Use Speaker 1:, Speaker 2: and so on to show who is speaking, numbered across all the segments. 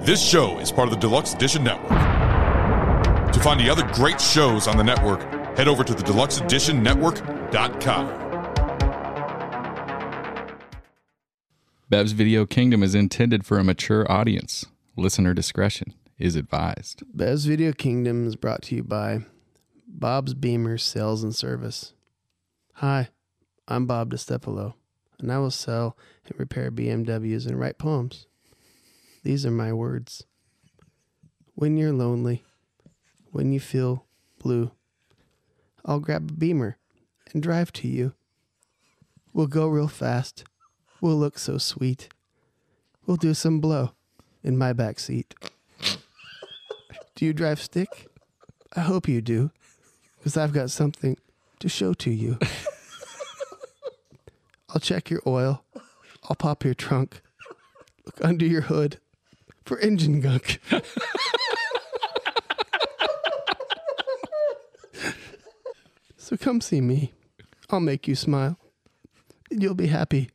Speaker 1: This show is part of the Deluxe Edition Network. To find the other great shows on the network, head over to the deluxeeditionnetwork.com.
Speaker 2: Bev's Video Kingdom is intended for a mature audience. Listener discretion is advised.
Speaker 3: Bev's Video Kingdom is brought to you by Bob's Beamer Sales and Service. Hi, I'm Bob DeStepolo, and I will sell and repair BMWs and write poems. These are my words. When you're lonely, when you feel blue, I'll grab a beamer and drive to you. We'll go real fast. We'll look so sweet. We'll do some blow in my back seat. Do you drive stick? I hope you do, because I've got something to show to you. I'll check your oil. I'll pop your trunk. Look under your hood for engine gunk. so come see me. I'll make you smile. And you'll be happy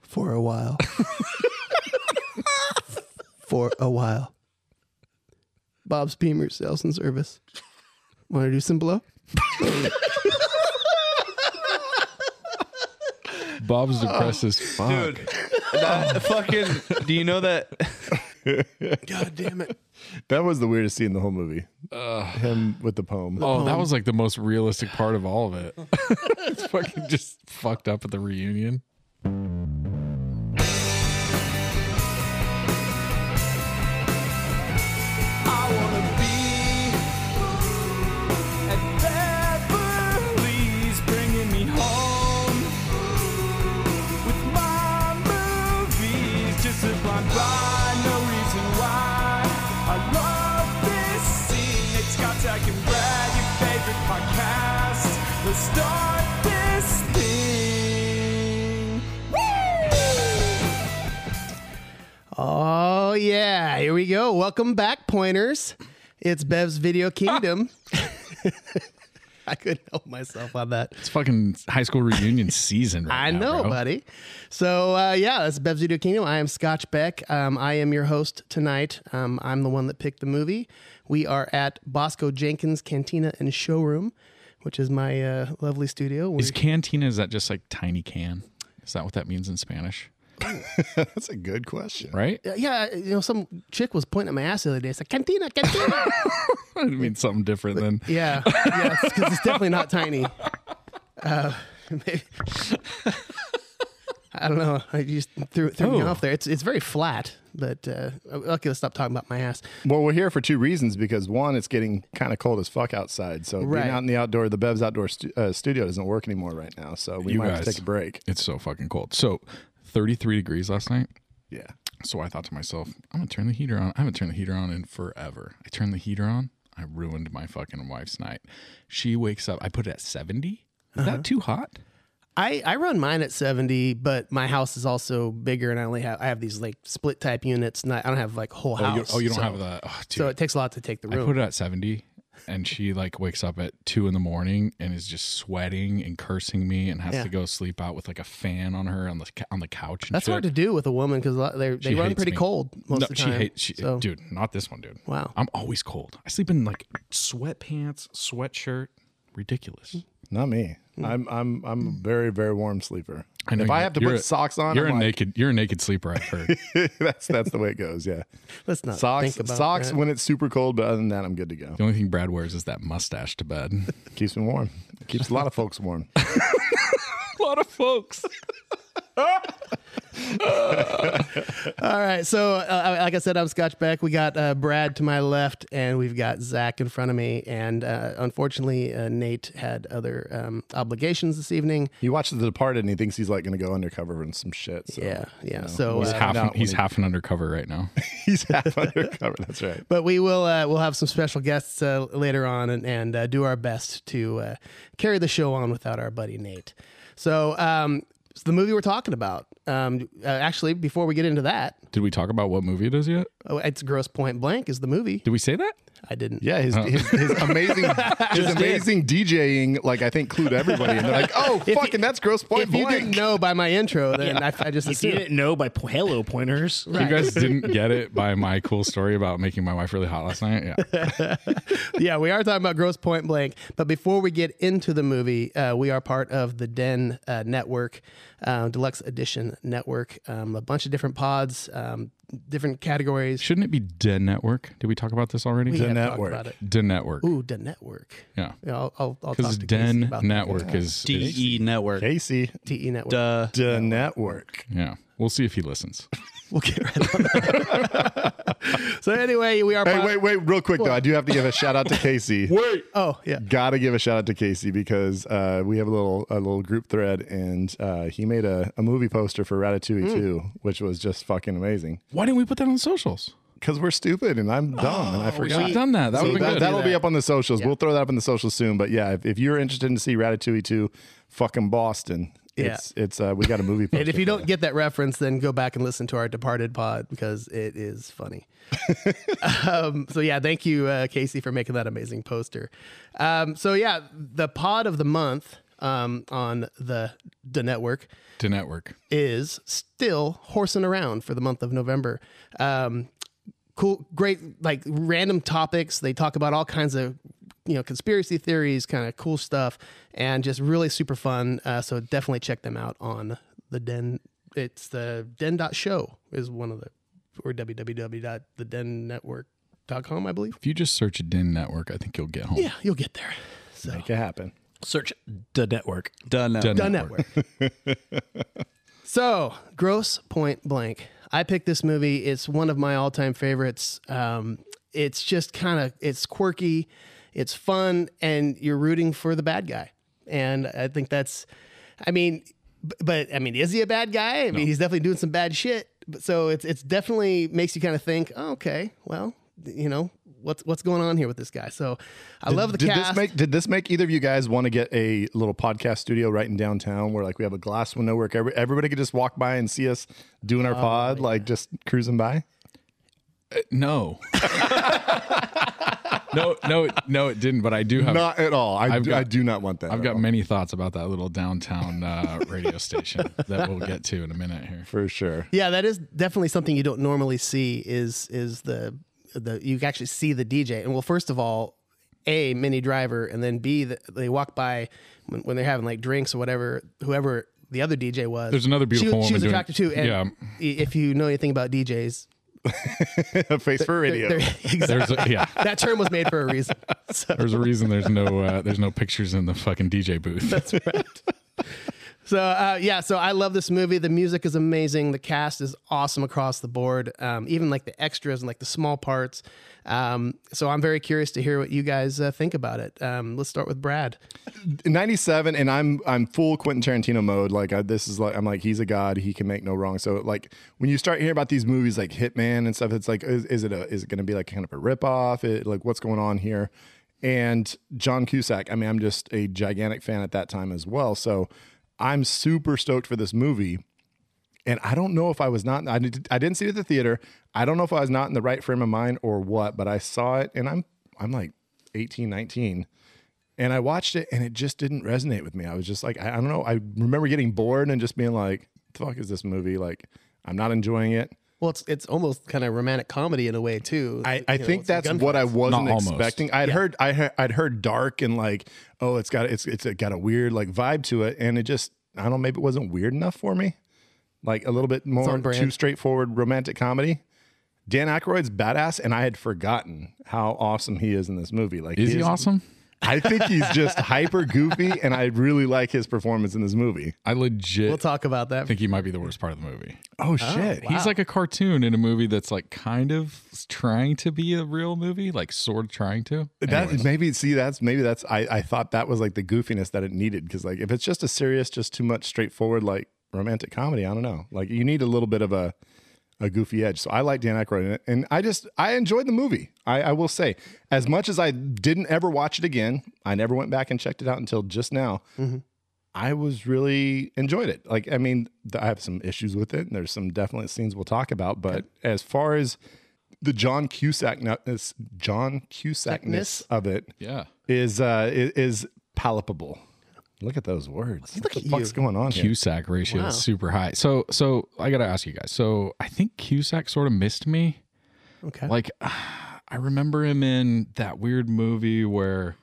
Speaker 3: for a while. for a while. Bob's Beamer Sales and Service. Want to do some blow?
Speaker 2: Bob's depressed
Speaker 3: Oh,
Speaker 2: as fuck.
Speaker 4: That fucking. Do you know that?
Speaker 3: God damn it.
Speaker 5: That was the weirdest scene in the whole movie. Him with the poem.
Speaker 2: Oh, that was like the most realistic part of all of it. it's fucking just fucked up at the reunion.
Speaker 6: I wanna be at Beverly's, bringing me home with my movies, just a blind buy, no reason why. I love this scene. It's got Zach and Brad, your favorite podcast. Let's start this thing. Woo!
Speaker 3: Oh, yeah. Here we go. Welcome back, pointers. It's Bev's Video Kingdom. I couldn't help myself on that.
Speaker 2: It's fucking high school reunion season. Right
Speaker 3: I
Speaker 2: now,
Speaker 3: know,
Speaker 2: bro.
Speaker 3: buddy. So, uh, yeah, that's Bev's Video Kingdom. I am Scotch Beck. Um, I am your host tonight. Um, I'm the one that picked the movie. We are at Bosco Jenkins Cantina and Showroom, which is my uh, lovely studio.
Speaker 2: Is cantina is that just like tiny can? Is that what that means in Spanish?
Speaker 5: That's a good question.
Speaker 2: Right?
Speaker 3: We- yeah, uh, you know, some chick was pointing at my ass the other day. It's like, Cantina, Cantina.
Speaker 2: I mean something different than
Speaker 3: Yeah, yeah, because it's, definitely not tiny. Uh, maybe. I don't know. I just threw, threw me
Speaker 2: Oh.
Speaker 3: off there. It's it's very flat, but uh, okay. Let's stop talking about my ass.
Speaker 5: Well, we're here for two reasons because one, it's getting kind of cold as fuck outside. So
Speaker 3: Right.
Speaker 5: being out in the outdoor, the Bev's outdoor stu- uh, studio doesn't work anymore right now. So we
Speaker 2: You
Speaker 5: might have to
Speaker 2: guys.
Speaker 5: take a break.
Speaker 2: it's so fucking cold. So 33 degrees last night.
Speaker 5: Yeah.
Speaker 2: So I thought to myself, I'm gonna turn the heater on. I haven't turned the heater on in forever. I turned the heater on. I ruined my fucking wife's night. She wakes up. I put it at 70. Is
Speaker 3: Uh-huh.
Speaker 2: that too hot?
Speaker 3: I, I run mine at 70, but my house is also bigger and I only have I have these like split type units and I I don't have like whole
Speaker 2: Oh, you,
Speaker 3: house.
Speaker 2: oh, you don't
Speaker 3: so,
Speaker 2: have the. Oh, dude,
Speaker 3: So it takes a lot to take the
Speaker 2: I
Speaker 3: room.
Speaker 2: put it at 70, and she like wakes up at two in the morning and is just sweating and cursing me and has
Speaker 3: Yeah.
Speaker 2: to go sleep out with like a fan on her on the cou- on the couch. And
Speaker 3: That's
Speaker 2: shit.
Speaker 3: hard to do with a woman cuz they they
Speaker 2: She
Speaker 3: run
Speaker 2: hates
Speaker 3: pretty
Speaker 2: me.
Speaker 3: cold most
Speaker 2: no,
Speaker 3: of the
Speaker 2: she
Speaker 3: time.
Speaker 2: hates. She,
Speaker 3: so,
Speaker 2: Dude, not this one, dude.
Speaker 3: Wow.
Speaker 2: I'm always cold. I sleep in like sweatpants, sweatshirt. Ridiculous.
Speaker 5: Not me.
Speaker 3: Hmm.
Speaker 5: I'm I'm I'm a very very warm sleeper.
Speaker 2: I know
Speaker 5: if I
Speaker 2: you-
Speaker 5: have to
Speaker 2: you're
Speaker 5: put
Speaker 2: a-
Speaker 5: socks on,
Speaker 2: You're
Speaker 5: I'm
Speaker 2: a
Speaker 5: like,
Speaker 2: naked. You're a naked sleeper. I've heard.
Speaker 5: that's that's the way it goes. Yeah,
Speaker 3: Let's not
Speaker 5: socks
Speaker 3: think about
Speaker 5: socks
Speaker 3: that.
Speaker 5: when it's super cold, but other than that, I'm good to go.
Speaker 2: the only thing Brad wears is that mustache to bed.
Speaker 5: Keeps me warm. Keeps a lot of folks warm.
Speaker 2: a lot of folks.
Speaker 3: All right, so uh, like I said, I'm Scotch Beck. We got uh, Brad to my left, and we've got Zach in front of me. And uh, unfortunately, uh, Nate had other um, obligations this evening.
Speaker 5: He watches The Departed and he thinks he's like going to go undercover and some shit. So.
Speaker 3: yeah, yeah. so
Speaker 2: He's
Speaker 3: uh,
Speaker 2: half.
Speaker 5: not
Speaker 2: he's
Speaker 5: when he-
Speaker 2: half an undercover right now.
Speaker 5: He's half undercover. That's right.
Speaker 3: But we will uh, we'll have some special guests uh, later on and, and uh, do our best to uh, carry the show on without our buddy Nate. So um, it's the movie we're talking about Um, uh, actually, before we get into that,
Speaker 2: Did we talk about what movie it is yet?
Speaker 3: oh, it's Gross Point Blank is the movie.
Speaker 2: Did we say that?
Speaker 3: I didn't.
Speaker 5: Yeah, his, his, his amazing, his amazing DJing, like I think, clued everybody, and they're like, "Oh,
Speaker 3: you-
Speaker 5: fucking, that's gross point
Speaker 3: If you
Speaker 5: blank."
Speaker 3: didn't know by my intro, then I, I just
Speaker 7: If you
Speaker 3: assumed.
Speaker 7: didn't know by po- hello pointers,
Speaker 2: You guys didn't get it by my cool story about making my wife really hot last night? Yeah.
Speaker 3: yeah, we are talking about Gross Point Blank. But before we get into the movie, uh, we are part of the Den uh, Network, uh, Deluxe Edition Network, um, a bunch of different pods, um, different categories.
Speaker 2: Shouldn't it be Den Network? Did we talk about this already?
Speaker 3: We
Speaker 2: Den,
Speaker 3: have talked
Speaker 5: Network.
Speaker 3: about it.
Speaker 2: Network.
Speaker 3: Ooh, Den Network.
Speaker 2: Yeah.
Speaker 3: Yeah, I'll, I'll, I'll talk
Speaker 2: Because
Speaker 3: to Casey
Speaker 2: Den
Speaker 3: about that.
Speaker 2: Network is, is
Speaker 7: E
Speaker 4: DE network.
Speaker 5: Casey,
Speaker 3: DE Network.
Speaker 7: Uh,
Speaker 4: Duh.
Speaker 5: the network.
Speaker 2: yeah. We'll see if he listens.
Speaker 3: We'll get right on that. so anyway, we are.
Speaker 5: Hey,
Speaker 3: part-
Speaker 5: wait, wait, real quick though, I do have to give a shout out to Casey.
Speaker 3: Oh yeah.
Speaker 5: Got to give a shout out to Casey because uh, we have a little a little group thread, and uh, he made a, a movie poster for Ratatouille 2, which was just fucking amazing.
Speaker 2: Why didn't we put that on socials?
Speaker 5: Because we're stupid, and I'm dumb, and I
Speaker 2: We
Speaker 5: forgot.
Speaker 2: should have done that. That
Speaker 5: So
Speaker 2: would have
Speaker 5: that,
Speaker 2: been
Speaker 5: that'll
Speaker 2: good.
Speaker 5: be up on the socials. We'll throw that up on the socials soon. But yeah, if, if you're interested in see Ratatouille 2, fucking Boston.
Speaker 3: Yeah.
Speaker 5: It's it's uh, we got a movie.
Speaker 3: And if
Speaker 5: poster
Speaker 3: you
Speaker 5: for
Speaker 3: don't
Speaker 5: that.
Speaker 3: get that reference, then go back and listen to our Departed pod because it is funny. um, so yeah, thank you, uh, Casey, for making that amazing poster. Um, so yeah, the pod of the month um, on the the network
Speaker 2: Den Network.
Speaker 3: is still horsing around for the month of November. Um, cool, great, like random topics. They talk about all kinds of, you know, conspiracy theories, kind of cool stuff, and just really super fun. Uh, so definitely check them out on the den. It's the den.show is one of the, or www.thedennetwork.com, I believe.
Speaker 2: If you just search Den Network, I think you'll get home.
Speaker 3: Yeah, you'll get there. So,
Speaker 5: make it happen.
Speaker 7: search the network.
Speaker 4: Duh network.
Speaker 2: Den
Speaker 3: the network. so, Gross Point Blank. I picked this movie. It's one of my all-time favorites. Um, it's just kind of it's quirky, it's fun, and you're rooting for the bad guy. And I think that's, I mean, b- but I mean, is he a bad guy? I mean, he's definitely doing some bad shit. But so it's it's definitely makes you kind of think. Oh, okay, well, th- you know what's what's going on here with this guy. So I love the
Speaker 5: Did
Speaker 3: cast.
Speaker 5: this make did this make either of you guys want to get a little podcast studio right in downtown where like we have a glass window where every, everybody could just walk by and see us doing our
Speaker 3: Oh,
Speaker 5: pod, like just cruising by?
Speaker 2: No. no, no, no, it didn't. But I do have.
Speaker 5: Not at all. I,
Speaker 2: I've
Speaker 5: do,
Speaker 2: got-
Speaker 5: I do not want that.
Speaker 2: I've
Speaker 5: at
Speaker 2: got
Speaker 5: all.
Speaker 2: many thoughts about that little downtown uh, radio station that we'll get to in a minute here.
Speaker 5: for sure.
Speaker 3: Yeah, that is definitely something you don't normally see. Is is the the you actually see the DJ? And well, first of all, a mini driver, and then b the, they walk by when, when they're having like drinks or whatever. Whoever the other DJ was.
Speaker 2: There's another beautiful
Speaker 3: she, was- She
Speaker 2: woman doing-
Speaker 3: was attractive too. And i- if you know anything about DJs,
Speaker 5: A face for radio.
Speaker 3: they're- exactly.
Speaker 2: There's a, yeah.
Speaker 3: that term was made for a reason. So,
Speaker 2: There's a reason there's no uh, there's no pictures in the fucking DJ booth.
Speaker 3: so uh, yeah, so I love this movie. The music is amazing. The cast is awesome across the board. Um, even like the extras and like the small parts. Um, so I'm very curious to hear what you guys uh, think about it. Um, let's start with Brad.
Speaker 5: 97 and i'm i'm full quentin tarantino mode like I, this is like i'm like he's a god he can make no wrong so like when you start hearing about these movies like hitman and stuff it's like is, is it a is it going to be like kind of a rip off like what's going on here and john cusack i mean i'm just a gigantic fan at that time as well so i'm super stoked for this movie and I don't know if I was not I, did, I didn't see it at the theater. I don't know if I was not in the right frame of mind or what, but I saw it and I'm I'm like 18, 19. And I watched it and it just didn't resonate with me. I was just like I, I don't know. I remember getting bored and just being like, "The fuck is this movie? Like I'm not enjoying it."
Speaker 3: Well, it's it's almost kind of romantic comedy in a way too.
Speaker 5: I,
Speaker 3: You
Speaker 5: I
Speaker 3: know,
Speaker 5: think
Speaker 3: it's the
Speaker 5: that's
Speaker 3: gunfight.
Speaker 5: what I wasn't
Speaker 2: Not almost.
Speaker 5: expecting. I'd heard I he- I'd heard dark and like, "Oh, it's got it's it's got a weird like vibe to it." And it just I don't know, maybe it wasn't weird enough for me. Like a little bit more
Speaker 3: on brand.
Speaker 5: too straightforward romantic comedy. Dan Aykroyd's badass, and I had forgotten how awesome he is in this movie. Like,
Speaker 2: Is he awesome?
Speaker 5: I think he's just hyper goofy, and I really like his performance in this movie.
Speaker 2: I legit
Speaker 3: We'll talk about that.
Speaker 2: think he might be the worst part of the movie.
Speaker 5: Oh shit!
Speaker 2: He's like a cartoon in a movie that's like kind of trying to be a real movie, like sort of trying to.
Speaker 5: That
Speaker 2: Anyways.
Speaker 5: maybe see that's maybe that's I, I thought that was like the goofiness that it needed because like if it's just a serious, just too much straightforward like romantic comedy, I don't know. Like you need a little bit of a a goofy edge. So I like Dan Aykroyd in it, and I just I enjoyed the movie. I, I will say as much as I didn't ever watch it again, I never went back and checked it out until just now. I was really enjoyed it. Like, I mean, th- I have some issues with it, and there's some definite scenes we'll talk about. But as far as the John Cusack John Cusackness of it is
Speaker 2: Yeah.
Speaker 5: uh, i- is palpable. Look at those words. Look what the
Speaker 3: at
Speaker 5: fuck's
Speaker 3: you.
Speaker 5: going on here?
Speaker 2: Cusack ratio is super high. So so I gotta ask you guys. So I think Cusack sort of missed me.
Speaker 3: Okay.
Speaker 2: Like I remember him in that weird movie where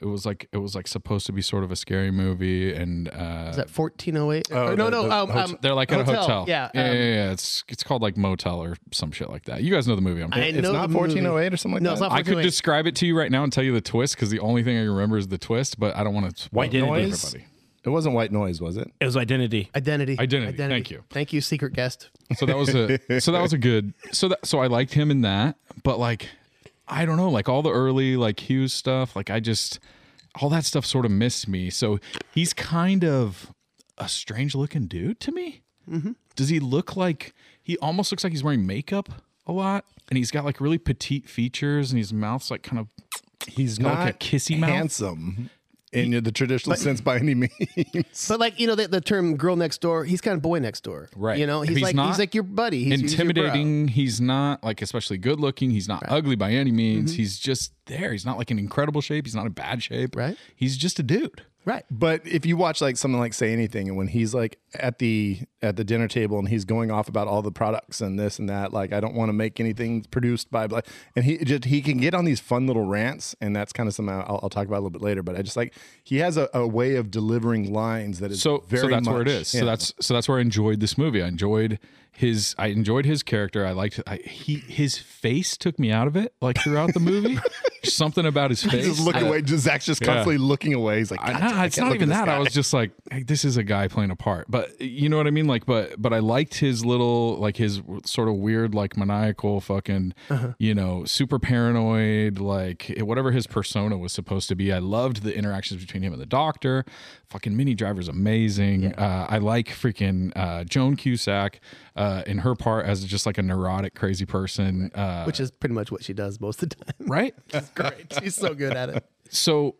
Speaker 2: it was like it was like supposed to be sort of a scary movie and uh
Speaker 3: Is that 1408? Oh, no, no.
Speaker 5: the- the
Speaker 3: um,
Speaker 5: hotel-
Speaker 3: um,
Speaker 2: they're like at a hotel.
Speaker 3: Yeah.
Speaker 2: Yeah,
Speaker 3: um,
Speaker 2: yeah, yeah. It's it's called like motel or some shit like that. You guys know the movie I'm
Speaker 3: I
Speaker 2: talking
Speaker 5: It's
Speaker 3: know
Speaker 5: not
Speaker 3: the movie.
Speaker 5: 1408 or something like
Speaker 3: No,
Speaker 5: that.
Speaker 3: it's not
Speaker 2: I could
Speaker 3: 1408.
Speaker 2: describe it to you right now and tell you the twist because the only thing I remember is the twist, but I don't want to spoil
Speaker 7: White
Speaker 2: it for
Speaker 7: noise?
Speaker 2: everybody.
Speaker 5: It wasn't white noise, was it?
Speaker 7: It was identity.
Speaker 3: Identity.
Speaker 2: Identity, thank you.
Speaker 3: Thank you, secret guest.
Speaker 2: So that was a so that was a good so that so I liked him in that, but like I don't know, like all the early like Hughes stuff, like I just all that stuff sort of missed me. So he's kind of a strange looking dude to me. Does he look like he almost looks like he's wearing makeup a lot, and he's got like really petite features, and his mouth's like kind of
Speaker 5: He's
Speaker 2: got like a kissy mouth?
Speaker 5: handsome in the traditional sense by any means.
Speaker 3: But like you know the, the term "girl next door," he's kind of boy next door,
Speaker 2: Right.
Speaker 3: You know, he's,
Speaker 2: He's
Speaker 3: like
Speaker 2: not
Speaker 3: he's like your buddy. He's he's your bro.
Speaker 2: intimidating. He's not like especially good looking. He's not ugly by any means.
Speaker 5: Mm-hmm.
Speaker 2: He's just there. He's not like in incredible shape. He's not in bad shape.
Speaker 3: Right.
Speaker 2: He's just a dude.
Speaker 3: right?
Speaker 5: But if you watch like something like Say Anything, and when he's like at the at the dinner table and he's going off about all the products and this and that, like I don't want to make anything produced by blah, and he just he can get on these fun little rants, and that's kind of something I'll, I'll talk about a little bit later. But I just like he has a, a way of delivering lines that is
Speaker 2: So
Speaker 5: very
Speaker 2: so that's where it
Speaker 5: much-
Speaker 2: is.
Speaker 5: yeah.
Speaker 2: So that's so that's where I enjoyed this movie. I enjoyed his I enjoyed his character. I liked I, he his face took me out of it like throughout the movie. Something about his face.
Speaker 5: He's just looking
Speaker 2: that-
Speaker 5: away. Just Zach's just constantly looking away. He's like,
Speaker 2: I-
Speaker 5: "God
Speaker 2: nah,
Speaker 5: damn, I
Speaker 2: it's
Speaker 5: can't
Speaker 2: not
Speaker 5: look at
Speaker 2: even
Speaker 5: this
Speaker 2: that. I
Speaker 5: guy."
Speaker 2: was just like, hey, this is a guy playing a part. But you know what I mean? Like, but but I liked his little like his w- sort of weird like maniacal fucking
Speaker 5: Uh-huh.
Speaker 2: you know super paranoid like eh, whatever his persona was supposed to be. I loved the interactions between him and the doctor. Fucking Mini Driver's amazing. Uh, I like freaking uh, Joan Cusack uh, in her part as just like a neurotic crazy person. Uh,
Speaker 3: Which is pretty much what she does most of the time.
Speaker 2: right?
Speaker 3: Great, she's so good at it.
Speaker 2: So.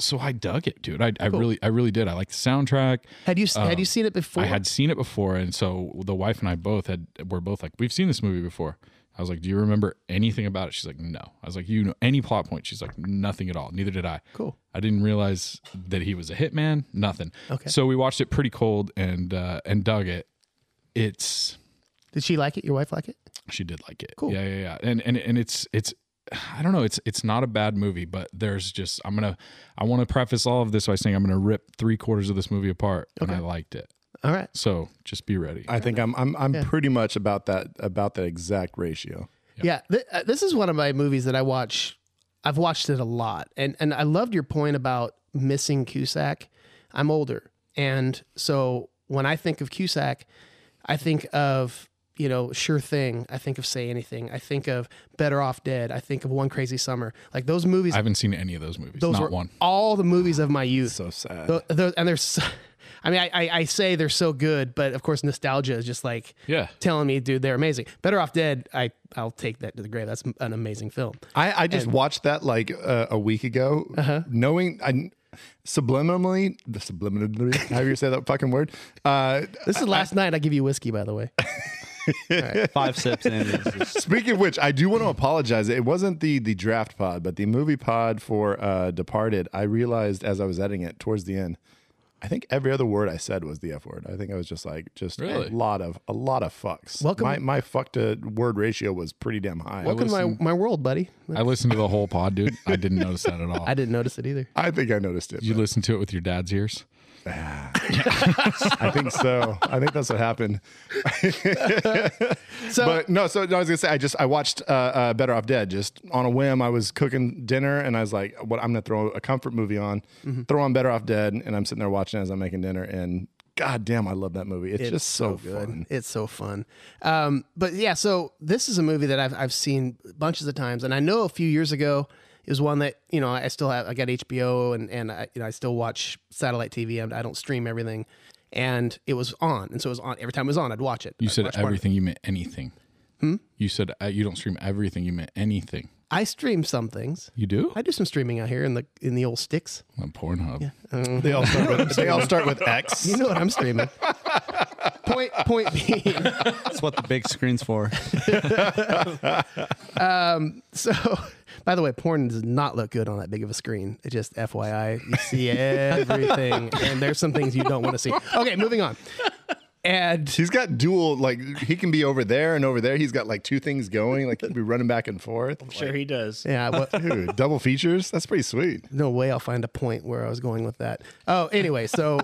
Speaker 2: So I dug it, dude. I, I really, I really did. I liked the soundtrack.
Speaker 3: Had you had you seen it before?
Speaker 2: Um, I had seen it before, and so the wife and I both had were both like, "We've seen this movie before." I was like, "Do you remember anything about it?" She's like, "No." I was like, "You know any plot point?" She's like, "Nothing at all." Neither did I.
Speaker 3: Cool.
Speaker 2: I didn't realize that he was a hitman. Nothing.
Speaker 3: Okay.
Speaker 2: So we watched it pretty cold and uh, and dug it. It's
Speaker 3: Did she like it? Your wife like it?
Speaker 2: she did like it.
Speaker 3: Cool.
Speaker 2: Yeah, yeah, yeah. And and and it's it's I don't know, it's it's not a bad movie, but there's just I'm gonna I wanna preface all of this by saying I'm gonna rip three quarters of this movie apart and I liked it.
Speaker 3: All right.
Speaker 2: So just be ready.
Speaker 5: I think I'm I'm I'm pretty much about that about that exact ratio.
Speaker 3: Yeah, th- uh, this is one of my movies that I watch. I've watched it a lot, and and I loved your point about missing Cusack. I'm older, and so when I think of Cusack, I think of you know Sure Thing. I think of Say Anything. I think of Better Off Dead. I think of One Crazy Summer. Like those movies.
Speaker 2: I haven't seen any of those movies.
Speaker 3: those
Speaker 2: not
Speaker 3: were
Speaker 2: one.
Speaker 3: all the movies of my youth.
Speaker 5: So sad.
Speaker 3: Tho- tho- and there's, I mean, I, I I say they're so good, but of course nostalgia is just like
Speaker 2: Yeah.
Speaker 3: telling me, dude, they're amazing. Better Off Dead, I I'll take that to the grave. That's an amazing film.
Speaker 5: I, I just watched that like uh, a week ago,
Speaker 3: Uh-huh.
Speaker 5: knowing I subliminally, subliminally, however you say that fucking word. Uh,
Speaker 3: This is last night. I give you whiskey, by the way.
Speaker 4: Five sips in. it's just-
Speaker 5: speaking of which, I do want to apologize. It wasn't the the draft pod, but the movie pod for uh, Departed. I realized as I was editing it towards the end. I think every other word I said was the F word. I think I was just like just
Speaker 2: Really?
Speaker 5: a lot of a lot of fucks.
Speaker 3: Welcome-
Speaker 5: My my fuck to word ratio was pretty damn high.
Speaker 3: Welcome to my, my world, buddy.
Speaker 2: I listened to the whole pod, dude. I didn't notice that at all.
Speaker 3: I didn't notice it either.
Speaker 5: I think I noticed it.
Speaker 2: you listened to it with your dad's ears?
Speaker 5: I think so. I think that's what happened.
Speaker 3: So
Speaker 5: but no, so no, I was gonna say I just I watched uh, uh, Better Off Dead just on a whim. I was cooking dinner and I was like, "What? I'm gonna throw a comfort movie on. Throw on Better Off Dead." And I'm sitting there watching it as I'm making dinner, and god damn, I love that movie. It's, just so,
Speaker 3: good.
Speaker 5: fun.
Speaker 3: It's so fun. Um, but yeah, so this is a movie that I've I've seen bunches of times, and I know a few years ago it was one that you know I still have. I got HBO, and and I, you know I still watch satellite TV. I'm, I don't stream everything, and it was on, and so it was on every time it was on. I'd watch it.
Speaker 2: You
Speaker 3: I'd
Speaker 2: said
Speaker 3: watch part of it.
Speaker 2: everything. You meant anything. Hmm? You said uh, you don't stream everything. You meant anything.
Speaker 3: I stream some things.
Speaker 2: You do?
Speaker 3: I do some streaming out here in the in the old sticks.
Speaker 2: On Pornhub.
Speaker 5: They all start with, they all start with X.
Speaker 3: You know what I'm streaming. point point being,
Speaker 4: That's what the big screen's for.
Speaker 3: so by the way, porn does not look good on that big of a screen. It just FYI, you see everything, and there's some things you don't want to see. Okay, moving on. And
Speaker 5: He's got dual, like he can be over there and over there. He's got like two things going, like he'd be running back and forth.
Speaker 7: Sure, he does.
Speaker 3: yeah, what,
Speaker 5: Dude, double features? That's pretty sweet.
Speaker 3: no way I'll find a point where I was going with that. Oh, anyway, so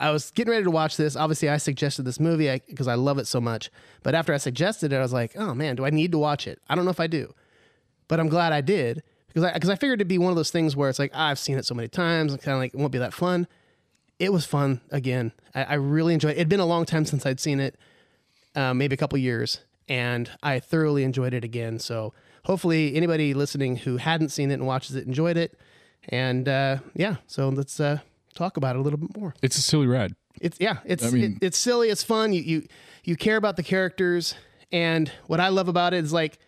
Speaker 3: I was getting ready to watch this. Obviously, I suggested this movie because I love it so much. But after I suggested it, I was like, oh man, do I need to watch it? I don't know if I do, but I'm glad I did because I because I figured it'd be one of those things where it's like ah, I've seen it so many times and kind of like it won't be that fun. It was fun again. I, I really enjoyed. it. It'd been a long time since I'd seen it, uh, maybe a couple years, and I thoroughly enjoyed it again. So hopefully, anybody listening who hadn't seen it and watches it enjoyed it. And uh, yeah, so let's uh, talk about it a little bit more.
Speaker 2: It's a silly ride.
Speaker 3: It's yeah, it's
Speaker 2: I mean-
Speaker 3: it, it's silly, it's fun. You you you care about the characters, and what I love about it is like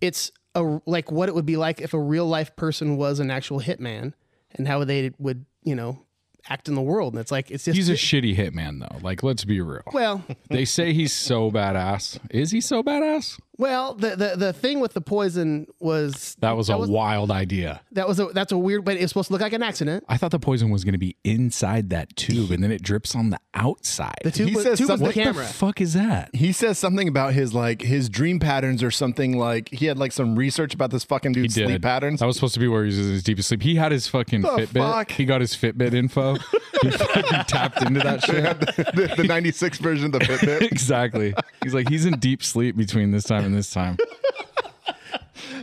Speaker 3: it's a like what it would be like if a real life person was an actual hitman and how they would you know act in the world. And it's like it's just
Speaker 2: He's a shitty hitman though. Like let's be real.
Speaker 3: well,
Speaker 2: They say he's so badass. Is he so badass?
Speaker 3: well the, the the thing with the poison was
Speaker 2: That was a wild idea.
Speaker 3: that was a that's a weird, but it was supposed to look like an accident.
Speaker 2: I thought the poison was going to be inside that tube and then it drips on the outside.
Speaker 3: The tube,
Speaker 5: He
Speaker 3: was,
Speaker 5: says
Speaker 3: tube was the
Speaker 5: something-
Speaker 2: what
Speaker 3: camera.
Speaker 2: the fuck is that?
Speaker 5: He says something about his like his dream patterns or something like he had like some research about this fucking dude's
Speaker 2: He did. Oh.
Speaker 5: sleep patterns.
Speaker 2: That was supposed to be where he was in his deepest sleep. He had his fucking Fitbit.
Speaker 5: fuck?
Speaker 2: He got his Fitbit info. he fucking tapped into that shit.
Speaker 5: the, the 96 version of the Fitbit.
Speaker 2: exactly. He's like, he's in deep sleep between this time and this time.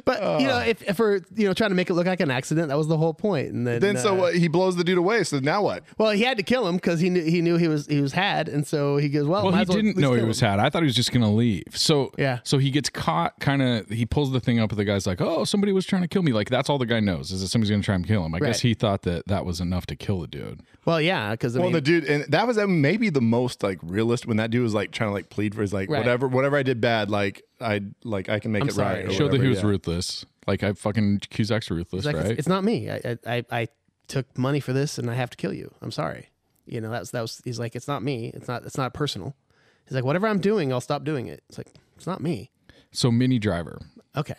Speaker 3: But you
Speaker 5: Ah.
Speaker 3: know, if, if we're you know trying to make it look like an accident, that was the whole point. And then,
Speaker 5: then so
Speaker 3: uh,
Speaker 5: what? He blows the dude away. So now what?
Speaker 3: Well, he had to kill him because he knew he knew he was he was had, and so he goes, "Well,
Speaker 2: Well,
Speaker 3: might
Speaker 2: he
Speaker 3: as well at
Speaker 2: didn't
Speaker 3: least
Speaker 2: know he
Speaker 3: kill
Speaker 2: was
Speaker 3: him.
Speaker 2: had. I thought he was just gonna leave. So
Speaker 3: Yeah.
Speaker 2: So he gets caught. Kind of. He pulls the thing up. The guy's like, "Oh, somebody was trying to kill me." Like that's all the guy knows is that somebody's gonna try and kill him. I
Speaker 3: Right.
Speaker 2: guess he thought that that was enough to kill the dude.
Speaker 3: Well, yeah, because I
Speaker 5: Well,
Speaker 3: mean,
Speaker 5: the dude, and that was uh, maybe the most like realist when that dude was like trying to like plead for his like
Speaker 3: Right.
Speaker 5: whatever, whatever I did bad, like I like I can make
Speaker 3: I'm
Speaker 5: it
Speaker 3: sorry.
Speaker 5: right. or
Speaker 2: Showed that
Speaker 5: whatever,
Speaker 2: he was
Speaker 5: yeah.
Speaker 2: ruthless. Like I fucking Cusack's ruthless,
Speaker 3: it's like,
Speaker 2: right?
Speaker 3: it's, it's not me. I, I I I took money for this, and I have to kill you. I'm sorry. You know, that's that was. He's like, it's not me. It's not. It's not personal. He's like, whatever I'm doing, I'll stop doing it. It's like, it's not me.
Speaker 2: so Mini Driver,
Speaker 3: Okay.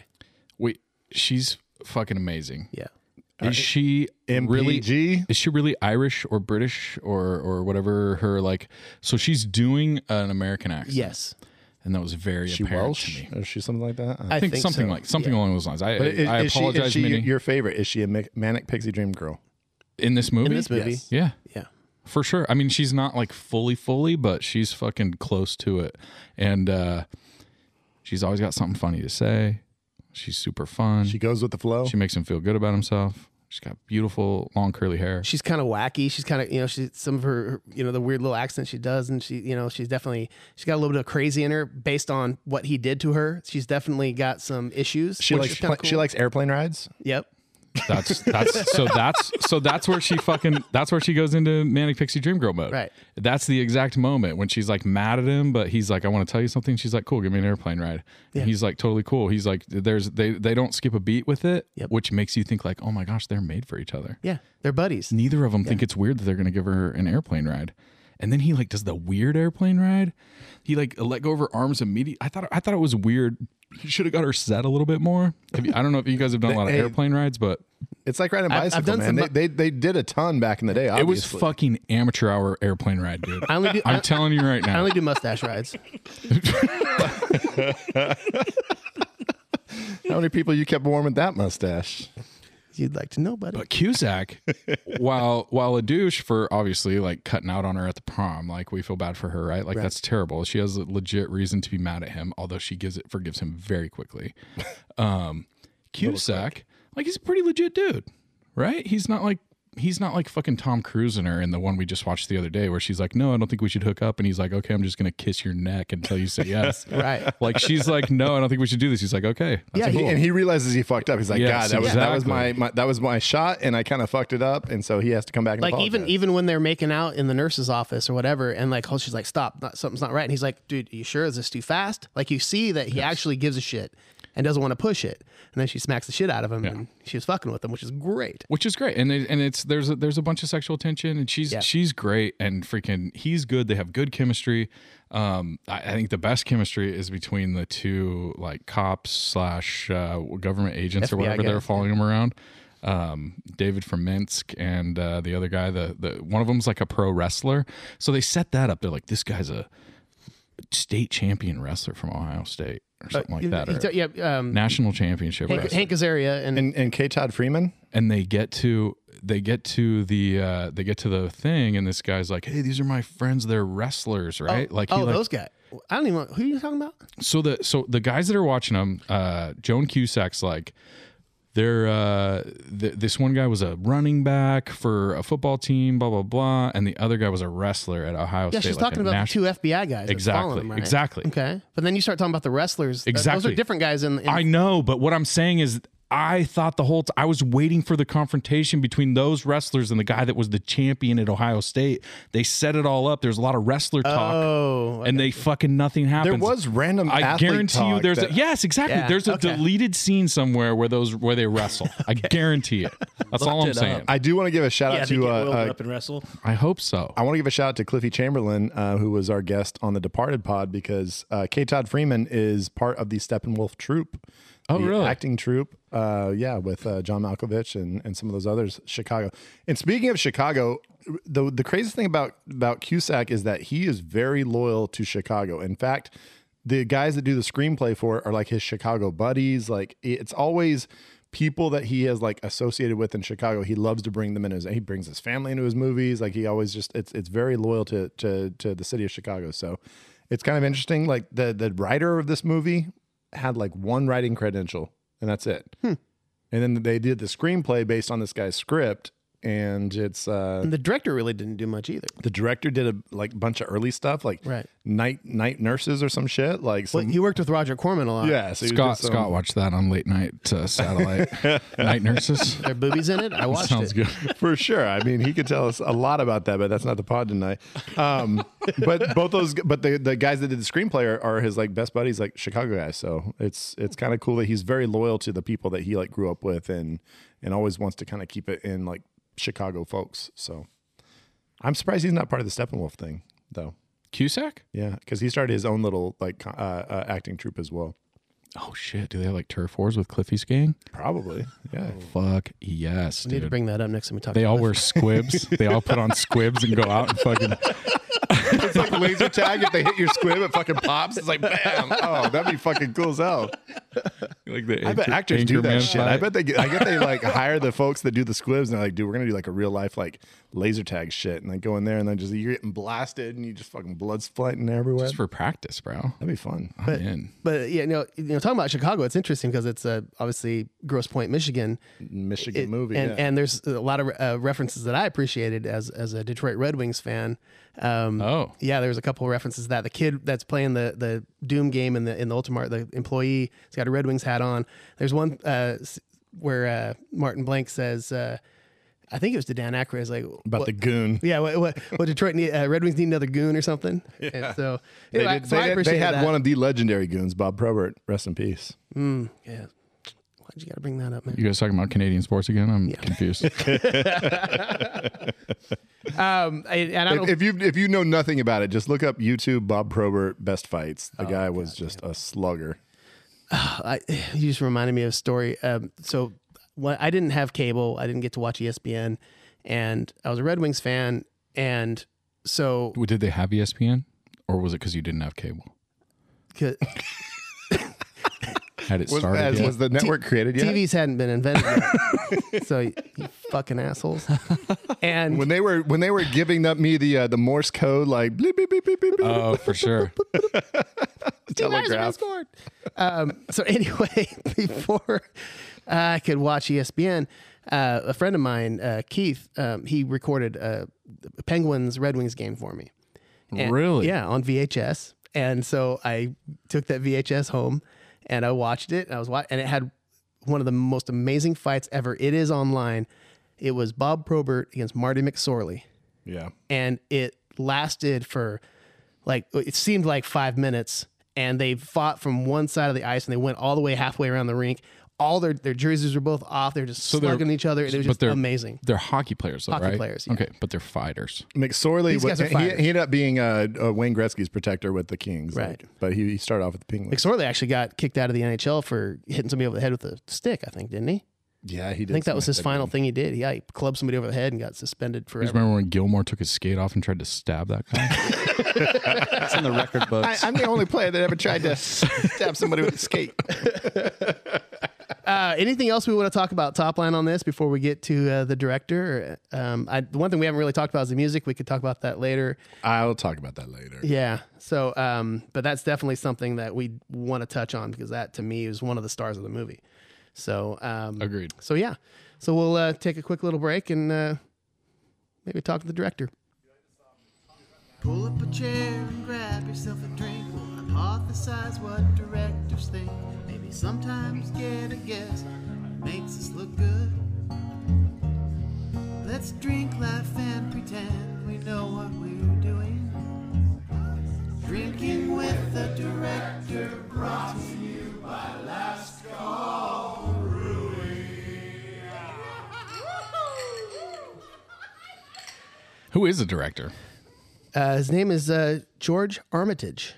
Speaker 2: wait, she's fucking amazing.
Speaker 3: Yeah.
Speaker 5: Uh,
Speaker 2: Is she
Speaker 5: MPG?
Speaker 2: really? Is she really Irish or British or or whatever? Her like, so she's doing an American accent,
Speaker 3: Yes.
Speaker 2: and that was very
Speaker 5: She
Speaker 2: apparent
Speaker 5: Welsh
Speaker 2: to me.
Speaker 5: or is she something like that?
Speaker 2: I think, something
Speaker 3: so.
Speaker 2: like something along those lines. I,
Speaker 5: But is,
Speaker 2: I
Speaker 5: is she,
Speaker 2: apologize,
Speaker 5: is she
Speaker 2: Minnie.
Speaker 5: your favorite? Is she a ma- manic pixie dream girl?
Speaker 2: in this movie,
Speaker 3: in this movie.
Speaker 5: Yes.
Speaker 2: yeah,
Speaker 3: Yeah.
Speaker 2: for sure. I mean, she's not like fully, fully, but she's fucking close to it, and uh, she's always got something funny to say. She's super fun.
Speaker 5: She
Speaker 2: She,
Speaker 5: goes with the flow.
Speaker 2: makes him feel good about himself. She's got beautiful long curly hair.
Speaker 3: She's kind of wacky. She's kind of you know she some of her her- you know the weird little accent she does, and she you know she's definitely she's got a little bit of crazy in her based on what he did to her. She's definitely got some issues.
Speaker 5: she
Speaker 3: which
Speaker 5: likes
Speaker 3: is kinda
Speaker 5: pla- she
Speaker 3: cool.
Speaker 5: likes airplane rides.
Speaker 3: Yep.
Speaker 2: That's that's so that's so that's where she fucking that's where she goes into manic pixie dream girl mode.
Speaker 3: Right.
Speaker 2: That's the exact moment when she's like mad at him, but he's like, I want to tell you something. She's like, Cool, give me an airplane ride. And he's like totally cool. He's like, there's they they don't skip a beat with it,
Speaker 3: Yep.
Speaker 2: which makes you think like, oh my gosh, they're made for each other.
Speaker 3: Yeah. They're buddies.
Speaker 2: Neither of them think it's weird that they're gonna give her an airplane ride. And then he like does the weird airplane ride. He like let go of her arms immediately. I thought I thought it was weird. He should have got her set a little bit more. Have you- I don't know if you guys have done a lot of
Speaker 5: Hey.
Speaker 2: airplane rides, but
Speaker 5: It's like riding a
Speaker 3: I've-
Speaker 5: bicycle,
Speaker 3: I've done
Speaker 5: man.
Speaker 3: some bi-
Speaker 5: they, they they did a ton back in the day. Obviously.
Speaker 2: It was fucking amateur hour airplane ride, dude.
Speaker 3: I only do I,
Speaker 2: I'm telling you right
Speaker 3: I
Speaker 2: now.
Speaker 3: only do mustache rides.
Speaker 5: How many people you kept warm with that mustache?
Speaker 3: You'd like to know, buddy.
Speaker 2: But Cusack, while while a douche for obviously like cutting out on her at the prom, like we feel bad for her, right? Like that's terrible. She has a legit reason to be mad at him, although she gives it forgives him very quickly. Um Cusack, like he's a pretty legit dude, right? He's not like he's not like fucking Tom Cruise in her in the one we just watched the other day where she's like, No, I don't think we should hook up and he's like, Okay, I'm just gonna kiss your neck until you say yes.
Speaker 3: right.
Speaker 2: Like she's like, No, I don't think we should do this. He's like, Okay. that's
Speaker 3: Yeah, he-
Speaker 5: He- and he realizes he fucked up. He's like,
Speaker 2: Yes,
Speaker 5: God, that was that was my,
Speaker 2: exactly.
Speaker 5: my that was my shot, and I kind of fucked it up, and so he has to come back. And
Speaker 3: Like even
Speaker 5: apologize.
Speaker 3: even when they're making out in the nurse's office or whatever, and like oh, she's like, stop, not, something's not right. And he's like, dude, you sure is this too fast? Like you see that he actually gives a shit. and doesn't want to push it. And then she smacks the shit out of him, and she was fucking with him, which is great.
Speaker 2: which is great and it, and it's there's a, there's a bunch of sexual tension and she's
Speaker 3: Yeah.
Speaker 2: she's great and freaking he's good they have good chemistry um i, I think the best chemistry is between the two like cops slash uh, government agents or
Speaker 3: FBI
Speaker 2: whatever they're
Speaker 3: guys,
Speaker 2: following him around um david from minsk and uh the other guy the the one of them's like a pro wrestler so they set that up they're like this guy's a state champion wrestler from ohio state or something like that
Speaker 3: Uh, He-
Speaker 2: or
Speaker 3: he- yeah, um,
Speaker 2: national championship
Speaker 3: Hank,
Speaker 2: wrestler
Speaker 3: Hank Azaria and,
Speaker 5: And and K. Todd Freeman.
Speaker 2: and they get to they get to the uh they get to the thing and this guy's like hey these are my friends they're wrestlers right like, he,
Speaker 3: oh,
Speaker 2: like
Speaker 3: those guys. I don't even. know- Who are you talking about?
Speaker 2: so the so the guys that are watching them uh joan cusack's like they're uh th- this one guy was a running back for a football team blah blah blah and the other guy was a wrestler at ohio
Speaker 3: Yeah,
Speaker 2: state
Speaker 3: she's
Speaker 2: like
Speaker 3: talking
Speaker 2: a
Speaker 3: about
Speaker 2: nation-
Speaker 3: the two FBI guys. that's following
Speaker 2: Exactly,
Speaker 3: him, right?
Speaker 2: exactly.
Speaker 3: Okay, but then you start talking about the wrestlers. Th- Those
Speaker 2: Exactly.
Speaker 3: are different guys. In, in
Speaker 2: I know, but what I'm saying is I thought the whole t- I was waiting for the confrontation between those wrestlers and the guy that was the champion at Ohio State. They set it all up. There's a lot of wrestler talk.
Speaker 3: Oh,
Speaker 2: and they fucking nothing happens.
Speaker 5: There was random.
Speaker 2: I
Speaker 5: athlete
Speaker 2: guarantee you
Speaker 5: talk
Speaker 2: there's
Speaker 5: that-
Speaker 2: a, yes, exactly.
Speaker 3: Yeah,
Speaker 2: there's a
Speaker 3: okay.
Speaker 2: deleted scene somewhere where those where they wrestle. I guarantee it. That's all I'm
Speaker 7: it up.
Speaker 2: saying. I,
Speaker 5: I do want to give a shout
Speaker 7: yeah,
Speaker 5: out
Speaker 7: they
Speaker 5: to
Speaker 7: get
Speaker 5: uh,
Speaker 7: rolled
Speaker 5: uh,
Speaker 7: up and wrestle.
Speaker 2: hope so.
Speaker 5: I want to give a shout out to Cliffy Chamberlain, uh, who was our guest on the Departed pod, because uh, K. Todd Freeman is part of the Steppenwolf troupe.
Speaker 2: Oh,
Speaker 5: the
Speaker 2: really?
Speaker 5: Acting troupe. Uh, yeah, with uh, John Malkovich and, and some of those others, Chicago. And speaking of Chicago, the, the craziest thing about, about Cusack is that he is very loyal to Chicago. In fact, the guys that do the screenplay for it are like his Chicago buddies. Like it's always people that he has like associated with in Chicago. He loves to bring them in. His, he brings his family into his movies. Like he always just it's it's very loyal to to to the city of Chicago. So it's kind of interesting. Like the the writer of this movie had like one writing credential and that's it.
Speaker 2: Hmm.
Speaker 5: And then they did the screenplay based on this guy's script. And it's uh
Speaker 3: and the director really didn't do much either.
Speaker 5: the director did a like bunch of early stuff like
Speaker 3: Right.
Speaker 5: night night nurses or some shit like
Speaker 3: Well,
Speaker 5: some,
Speaker 3: he worked with Roger Corman a lot.
Speaker 5: yeah so he was
Speaker 2: Scott
Speaker 5: just, um,
Speaker 2: Scott watched that on late night uh, satellite night nurses.
Speaker 3: Their boobies in it. I watched
Speaker 2: Sounds
Speaker 3: it.
Speaker 2: good.
Speaker 5: for sure. I mean, he could tell us a lot about that, but that's not the pod tonight. Um, but both those, but the, the guys that did the screenplay are, are his like best buddies, like Chicago guys. So it's it's kind of cool that he's very loyal to the people that he like grew up with, and and always wants to kind of keep it in like Chicago folks. So I'm surprised he's not part of the Steppenwolf thing, though.
Speaker 2: Cusack?
Speaker 5: Yeah, because he started his own little like co- uh, uh, acting troupe as well.
Speaker 2: Oh shit! Do they have like turf wars with Cliffy's gang?
Speaker 5: Probably, yeah.
Speaker 2: Fuck yes,
Speaker 3: We need to
Speaker 2: dude.
Speaker 3: bring that up next time we talk.
Speaker 2: They
Speaker 3: to
Speaker 2: all
Speaker 3: Cliff.
Speaker 2: wear squibs. they all put on squibs and go out and fucking.
Speaker 5: It's like laser tag. If they hit your squib, it fucking pops. It's like bam. Oh, that'd be fucking cool as hell.
Speaker 2: Like the
Speaker 5: I bet actors do that shit. I bet they get, I get they like hire the folks that do the squibs and they're like, dude, we're gonna do like a real life like laser tag shit, and they go in there and then just you're getting blasted and you just fucking blood's flighting everywhere.
Speaker 2: just for practice, bro.
Speaker 5: That'd be fun.
Speaker 2: I'm in.
Speaker 3: But yeah, you know, you know, talking about Chicago, it's interesting because it's uh, obviously Gross Point, Michigan.
Speaker 5: Michigan
Speaker 3: It-
Speaker 5: movie.
Speaker 3: and,
Speaker 5: yeah.
Speaker 3: and there's a lot of uh, references that I appreciated as as a Detroit Red Wings fan. Um,
Speaker 2: Oh.
Speaker 3: yeah, there was a couple of references to that the kid that's playing the the Doom game in the in the Ultimate, the employee, he's got a Red Wings hat on. There's one uh, s- where uh, Martin Blank says, uh, I think it was to Dan Aykroyd, he's like
Speaker 5: about
Speaker 3: "What-
Speaker 5: the goon.
Speaker 3: yeah, what, what, what Detroit need, uh, Red Wings need another goon or something. And so,
Speaker 5: They,
Speaker 3: anyway,
Speaker 5: did,
Speaker 3: so I
Speaker 5: they did- they
Speaker 3: appreciated
Speaker 5: had
Speaker 3: that.
Speaker 5: one of the legendary goons, Bob Probert. Rest in peace.
Speaker 3: Yeah. Why'd you got to bring that up, man?
Speaker 2: You guys talking about Canadian sports again? I'm confused.
Speaker 5: Mm.
Speaker 3: Um, I, and I
Speaker 5: If,
Speaker 3: don't.
Speaker 5: if you if you know nothing about it, just look up YouTube Bob Probert best fights. The guy was just a slugger.
Speaker 3: I, you just reminded me of a story. Um, so, when I didn't have cable. I didn't get to watch E ESPN, and I was a Red Wings fan, and so
Speaker 2: Well, Did they have E ESPN, or was it because you didn't have cable?
Speaker 3: 'cause
Speaker 2: Had it
Speaker 5: Was,
Speaker 2: started?
Speaker 5: as,
Speaker 2: yet?
Speaker 5: was the network created yet?
Speaker 3: TVs hadn't been invented yet. so, you fucking assholes. And
Speaker 5: When they were when they were giving up me the uh, the Morse code like bleep, bleep, bleep, bleep, bleep, bleep,
Speaker 2: oh, for sure.
Speaker 5: telegraph.
Speaker 3: scored. Um, so anyway, before I could watch E ESPN, uh, a friend of mine, uh, Keith, um, he recorded a Penguins Red Wings game for me. And-
Speaker 2: Really?
Speaker 3: Yeah, on VHS. And so I took that VHS home and I watched it. And I was wa- and it had one of the most amazing fights ever. It is online. It was Bob Probert against Marty McSorley
Speaker 5: Yeah.
Speaker 3: and it lasted for like it seemed like five minutes and they fought from one side of the ice and they went all the way halfway around the rink. All their, their jerseys were both off. They're just
Speaker 2: they're-
Speaker 3: slugging each other. and It was
Speaker 2: but
Speaker 3: just
Speaker 2: they're-
Speaker 3: amazing.
Speaker 2: They're hockey players, though,
Speaker 3: Hockey
Speaker 2: right?
Speaker 3: players, yeah.
Speaker 2: Okay, but they're fighters.
Speaker 5: McSorley,
Speaker 3: These guys
Speaker 5: wa-
Speaker 3: are
Speaker 5: he, he
Speaker 3: fighters.
Speaker 5: ended up being uh, uh, Wayne Gretzky's protector with the Kings,
Speaker 3: Right.
Speaker 5: like, but he, he started off with the Penguins.
Speaker 3: McSorley actually got kicked out of the NHL for hitting somebody over the head with a stick, I think, didn't he?
Speaker 5: yeah, he did.
Speaker 3: I think that was his
Speaker 5: something like
Speaker 3: final thing he did. He like, clubbed somebody over the head and got
Speaker 2: You
Speaker 3: suspended
Speaker 2: guys
Speaker 3: forever.
Speaker 2: remember when Gilmore took his skate off and tried to stab that guy?
Speaker 4: It's in the record books.
Speaker 5: I, I'm the only player that ever tried to stab somebody with a skate.
Speaker 3: Uh, anything else we want to talk about top line on this before we get to uh, the director? Um, I, the one thing we haven't really talked about is the music. We could talk about that later.
Speaker 5: I'll talk about that later.
Speaker 3: Yeah. So, um, but that's definitely something that we want to touch on because that to me is one of the stars of the movie. So, um,
Speaker 2: Agreed.
Speaker 3: So yeah. So we'll uh, take a quick little break and uh, maybe talk to the director.
Speaker 8: Pull up a chair and grab yourself a drink. We'll hypothesize what directors think. Maybe sometimes get a guess makes us look good. Let's drink, laugh, and pretend we know what we're doing. Drinking with the director brought to you by Last Call Brewing.
Speaker 2: Who is the director?
Speaker 3: Uh, his name is uh, George Armitage.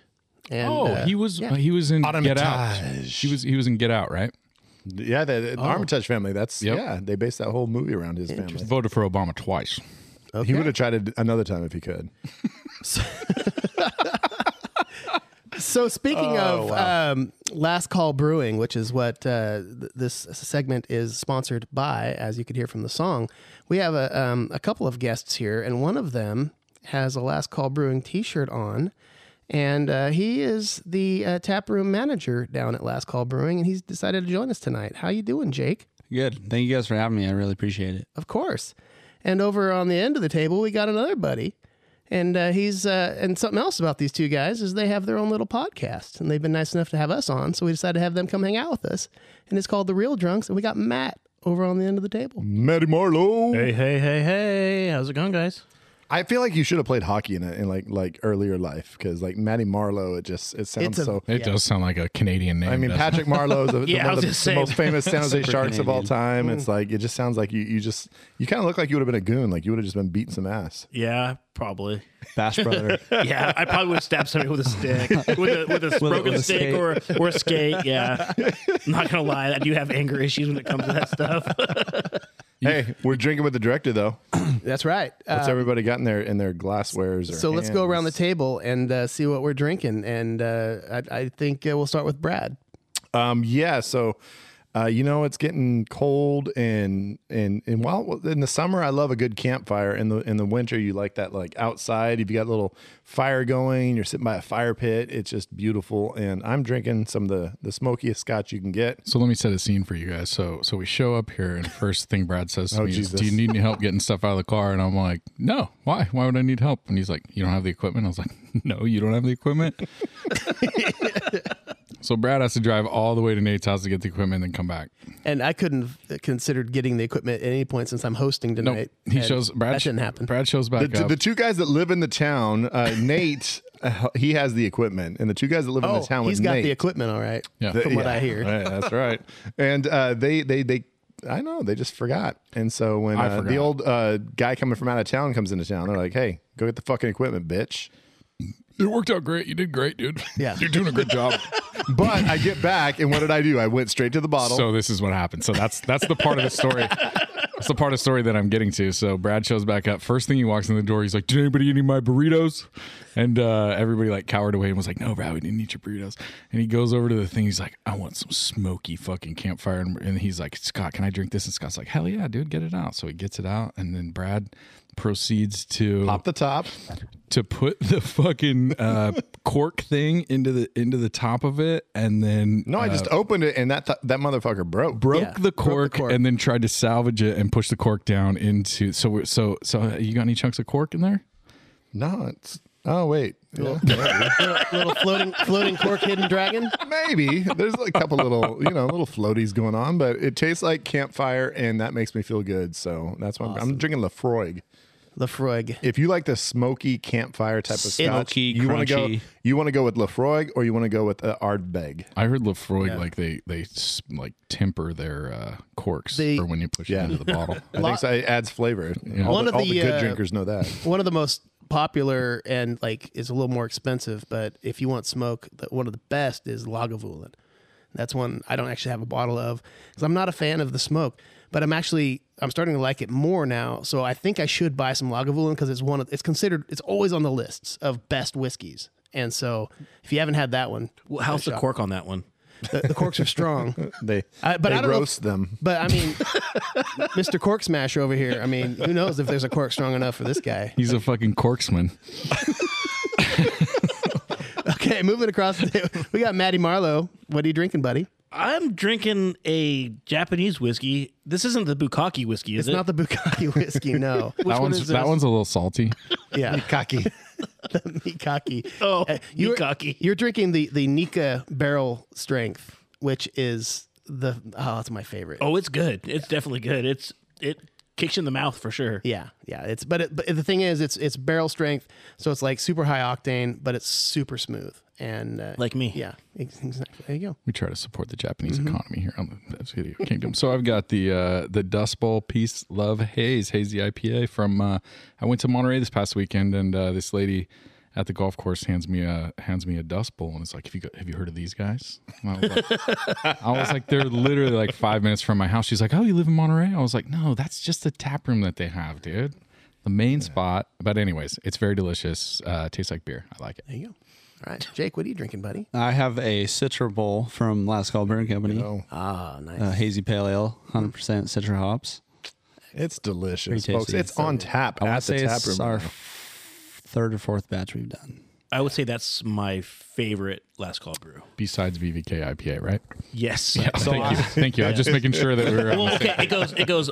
Speaker 3: And,
Speaker 2: oh,
Speaker 3: uh,
Speaker 2: he was
Speaker 3: yeah.
Speaker 2: he was in Get Out.
Speaker 5: Armitage.
Speaker 2: He was he was in Get Out, right?
Speaker 5: Yeah, the,
Speaker 3: Oh.
Speaker 5: the Armitage family. That's
Speaker 2: Yep.
Speaker 5: yeah. They based that whole movie around his family.
Speaker 2: Voted for Obama twice.
Speaker 5: He would have tried it another time if he could.
Speaker 3: So speaking of um, Last Call Brewing, which is what uh, th- this segment is sponsored by, as you could hear from the song, we have a, um, a couple of guests here, and one of them has a Last Call Brewing T-shirt on, and uh, he is the uh, tap room manager down at Last Call Brewing, and he's decided to join us tonight. How you doing, Jake?
Speaker 4: Good. Thank you guys for having me. I really appreciate it.
Speaker 3: Of course. And over on the end of the table, we got another buddy. And uh, he's uh, and something else about these two guys is they have their own little podcast, and they've been nice enough to have us on, so we decided to have them come hang out with us. And it's called the Real Drunks, and we got Matt over on the end of the table.
Speaker 2: Mm-hmm.
Speaker 5: Matty Marlowe.
Speaker 7: Hey, hey, hey, hey. How's it going, guys?
Speaker 5: I feel like you should have played hockey in it in like like earlier life because like Matty Marlowe, it just it sounds
Speaker 3: It's a-
Speaker 5: so.
Speaker 2: It does sound like a Canadian name.
Speaker 5: I mean,
Speaker 2: doesn't it?
Speaker 5: Patrick Marlowe's the,
Speaker 7: Yeah, I
Speaker 5: the, the,
Speaker 7: was gonna
Speaker 5: the
Speaker 7: say. Mm.
Speaker 5: most famous San Jose
Speaker 4: Super
Speaker 5: Sharks of all
Speaker 4: Canadian.
Speaker 5: time. It's like it just sounds like you you just you kind of look like you would have been a goon, like you would have just been beating some ass.
Speaker 7: Yeah, probably.
Speaker 4: Bash Brother.
Speaker 7: Yeah, I probably would stab somebody with a stick, with a, with a broken
Speaker 4: with a
Speaker 7: stick
Speaker 4: skate.
Speaker 7: or, or a skate. Yeah. I'm not going to lie. I do have anger issues when it comes to that stuff.
Speaker 5: Hey, we're drinking with the director though.
Speaker 3: That's right.
Speaker 5: What's
Speaker 3: Uh,
Speaker 5: everybody got in their in their glasswares? Or
Speaker 3: so let's go around the
Speaker 5: hands?
Speaker 3: table and uh, see what we're drinking. And uh, I, I think uh, we'll start with Brad.
Speaker 5: Um, yeah, so uh, you know it's getting cold and and and while in the summer I love a good campfire. In the in the winter you like that like outside. If you got a little fire going, you're sitting by a fire pit. It's just beautiful. And I'm drinking some of the the smokiest scotch you can get.
Speaker 2: So let me set a scene for you guys. So so we show up here, and first thing Brad says to
Speaker 5: Oh,
Speaker 2: me
Speaker 5: Jesus.
Speaker 2: is, "Do you need any help getting stuff out of the car?" And I'm like, "No. Why? Why would I need help?" And he's like, "You don't have the equipment." I was like, "No, you don't have the equipment." so Brad has to drive all the way to Nate's house to get the equipment, and then come back.
Speaker 3: And I couldn't have considered getting the equipment at any point since I'm hosting
Speaker 2: No,
Speaker 3: tonight.
Speaker 2: he
Speaker 3: And
Speaker 2: shows Brad.
Speaker 3: That didn't happen.
Speaker 2: Brad shows
Speaker 5: The,
Speaker 2: back
Speaker 5: t-
Speaker 2: up.
Speaker 5: the two guys that live in the town, uh, Nate, uh, he has the equipment, and the two guys that live in
Speaker 3: Oh,
Speaker 5: the town with
Speaker 3: he's got
Speaker 5: Nate,
Speaker 3: the equipment, all right.
Speaker 2: Yeah.
Speaker 5: The-
Speaker 3: From what
Speaker 5: yeah,
Speaker 3: I hear.
Speaker 5: right, that's right. And uh, they they they I know they just forgot. And so when
Speaker 2: I
Speaker 5: uh,
Speaker 2: forgot.
Speaker 5: the old uh, guy coming from out of town comes into town, they're like, "Hey, go get the fucking equipment, bitch."
Speaker 2: it worked out great. You did great, dude.
Speaker 3: Yeah.
Speaker 2: you're doing a good job.
Speaker 5: But I get back, and what did I do? I went straight to the bottle.
Speaker 2: So this is what happened. So that's that's the part of the story. That's the part of the story that I'm getting to. So Brad shows back up. First thing he walks in the door, he's like, "Did anybody eat any of my burritos?" And uh, everybody like cowered away and was like, "No, Brad, we didn't eat your burritos." And he goes over to the thing. He's like, "I want some smoky fucking campfire." And, and he's like, "Scott, can I drink this?" And Scott's like, "Hell yeah, dude, get it out." So he gets it out, and then Brad proceeds to
Speaker 5: Pop the top.
Speaker 2: to put the fucking uh, cork thing into the into the top of it, and then
Speaker 5: No, I
Speaker 3: Uh,
Speaker 5: just opened it, and that th- that motherfucker broke.
Speaker 2: broke
Speaker 3: Yeah,
Speaker 2: the
Speaker 3: broke the
Speaker 2: cork
Speaker 3: cork.
Speaker 2: and then tried to salvage it and push the cork down into so we're- so so uh, you got any chunks of cork in there
Speaker 5: No, it's oh wait, Yeah,
Speaker 3: little, little floating floating cork hidden dragon.
Speaker 5: maybe there's a couple little you know little floaties going on, but it tastes like campfire, and that makes me feel good. So that's why I'm, I'm drinking Lafroig.
Speaker 3: Lafroig.
Speaker 5: If you like the smoky campfire type of scotch,
Speaker 4: Smoky,
Speaker 5: you want to go
Speaker 4: crunchy.
Speaker 5: you want to go with Lefroy or you want to go with uh, Ardbeg.
Speaker 2: I heard Lefroy like they they s- like temper their uh, corks
Speaker 3: They-
Speaker 2: for when you push
Speaker 5: Yeah.
Speaker 2: it into the bottle.
Speaker 5: I think so. It adds flavor. All,
Speaker 3: One
Speaker 5: the,
Speaker 3: of
Speaker 5: all the
Speaker 3: the,
Speaker 5: good
Speaker 3: uh,
Speaker 5: drinkers know that.
Speaker 3: One of the most popular and like is a little more expensive, but if you want smoke, the, one of the best is Lagavulin. That's one I don't actually have a bottle of because I'm not a fan of the smoke, but I'm actually I'm starting to like it more now. So I think I should buy some Lagavulin because it's one of it's considered it's always on the lists of best whiskeys. And so if you haven't had that one,
Speaker 7: Well, how's the cork on that one?
Speaker 3: the, the corks are strong.
Speaker 5: They
Speaker 3: I- but
Speaker 5: they
Speaker 3: I don't know if-
Speaker 5: roast them.
Speaker 3: But I mean, Mr. Cork Smasher over here. I mean, who knows if there's a cork strong enough for this guy?
Speaker 2: He's a fucking corksman.
Speaker 3: Okay, moving across. The table. We got Matty Marlowe. What are you drinking, buddy?
Speaker 7: I'm drinking a Japanese whiskey. This isn't the bukkake whiskey, is
Speaker 3: It's
Speaker 7: it?
Speaker 3: not the Bukaki whiskey, no.
Speaker 2: that one's that one's a little salty.
Speaker 3: Yeah,
Speaker 5: Cocky.
Speaker 3: the Mikaki.
Speaker 7: Oh,
Speaker 3: Uh, you were-
Speaker 7: bukkake.
Speaker 3: You're drinking the the Nika Barrel Strength, which is the oh, it's my favorite.
Speaker 7: Oh, it's good. It's definitely good. It's it kicks you in the mouth for sure.
Speaker 3: Yeah, yeah. It's but it, but the thing is, it's it's barrel strength, so it's like super high octane, but it's super smooth and uh,
Speaker 7: Like me.
Speaker 3: Yeah, ex- exactly. There you go.
Speaker 2: We try to support the Japanese economy here on the That's Video Kingdom. So I've got the uh, the Dust Bowl Peace Love Haze Hazy IPA from. Uh, I went to Monterey this past weekend, and uh, this lady at the golf course hands me a hands me a Dust Bowl, and it's like, "Have you got, have you heard of these guys?" And I was like, I was like, "They're literally like five minutes from my house." She's like, "Oh, you live in Monterey?" I was like, "No, that's just the tap room that they have, dude." The main spot, but anyways, it's very delicious. Uh, tastes like beer. I like it.
Speaker 3: There you go. All right, Jake, what are you drinking, buddy?
Speaker 4: I have a Citra Bowl from Last Call Brewing Company.
Speaker 3: Ah, nice.
Speaker 4: a hazy pale ale, 100% Citra hops.
Speaker 5: It's delicious,
Speaker 4: Pretty tasty.
Speaker 5: folks. It's on tap
Speaker 4: I
Speaker 5: at
Speaker 4: want
Speaker 5: the
Speaker 4: to say
Speaker 5: tap
Speaker 4: it's
Speaker 5: room.
Speaker 4: our f- third or fourth batch we've done.
Speaker 7: I would say that's my favorite last call brew.
Speaker 2: Besides BVK IPA, right?
Speaker 7: Yes.
Speaker 2: thank you. Thank you. I'm just making sure that we're. on the
Speaker 7: well, okay, it goes it goes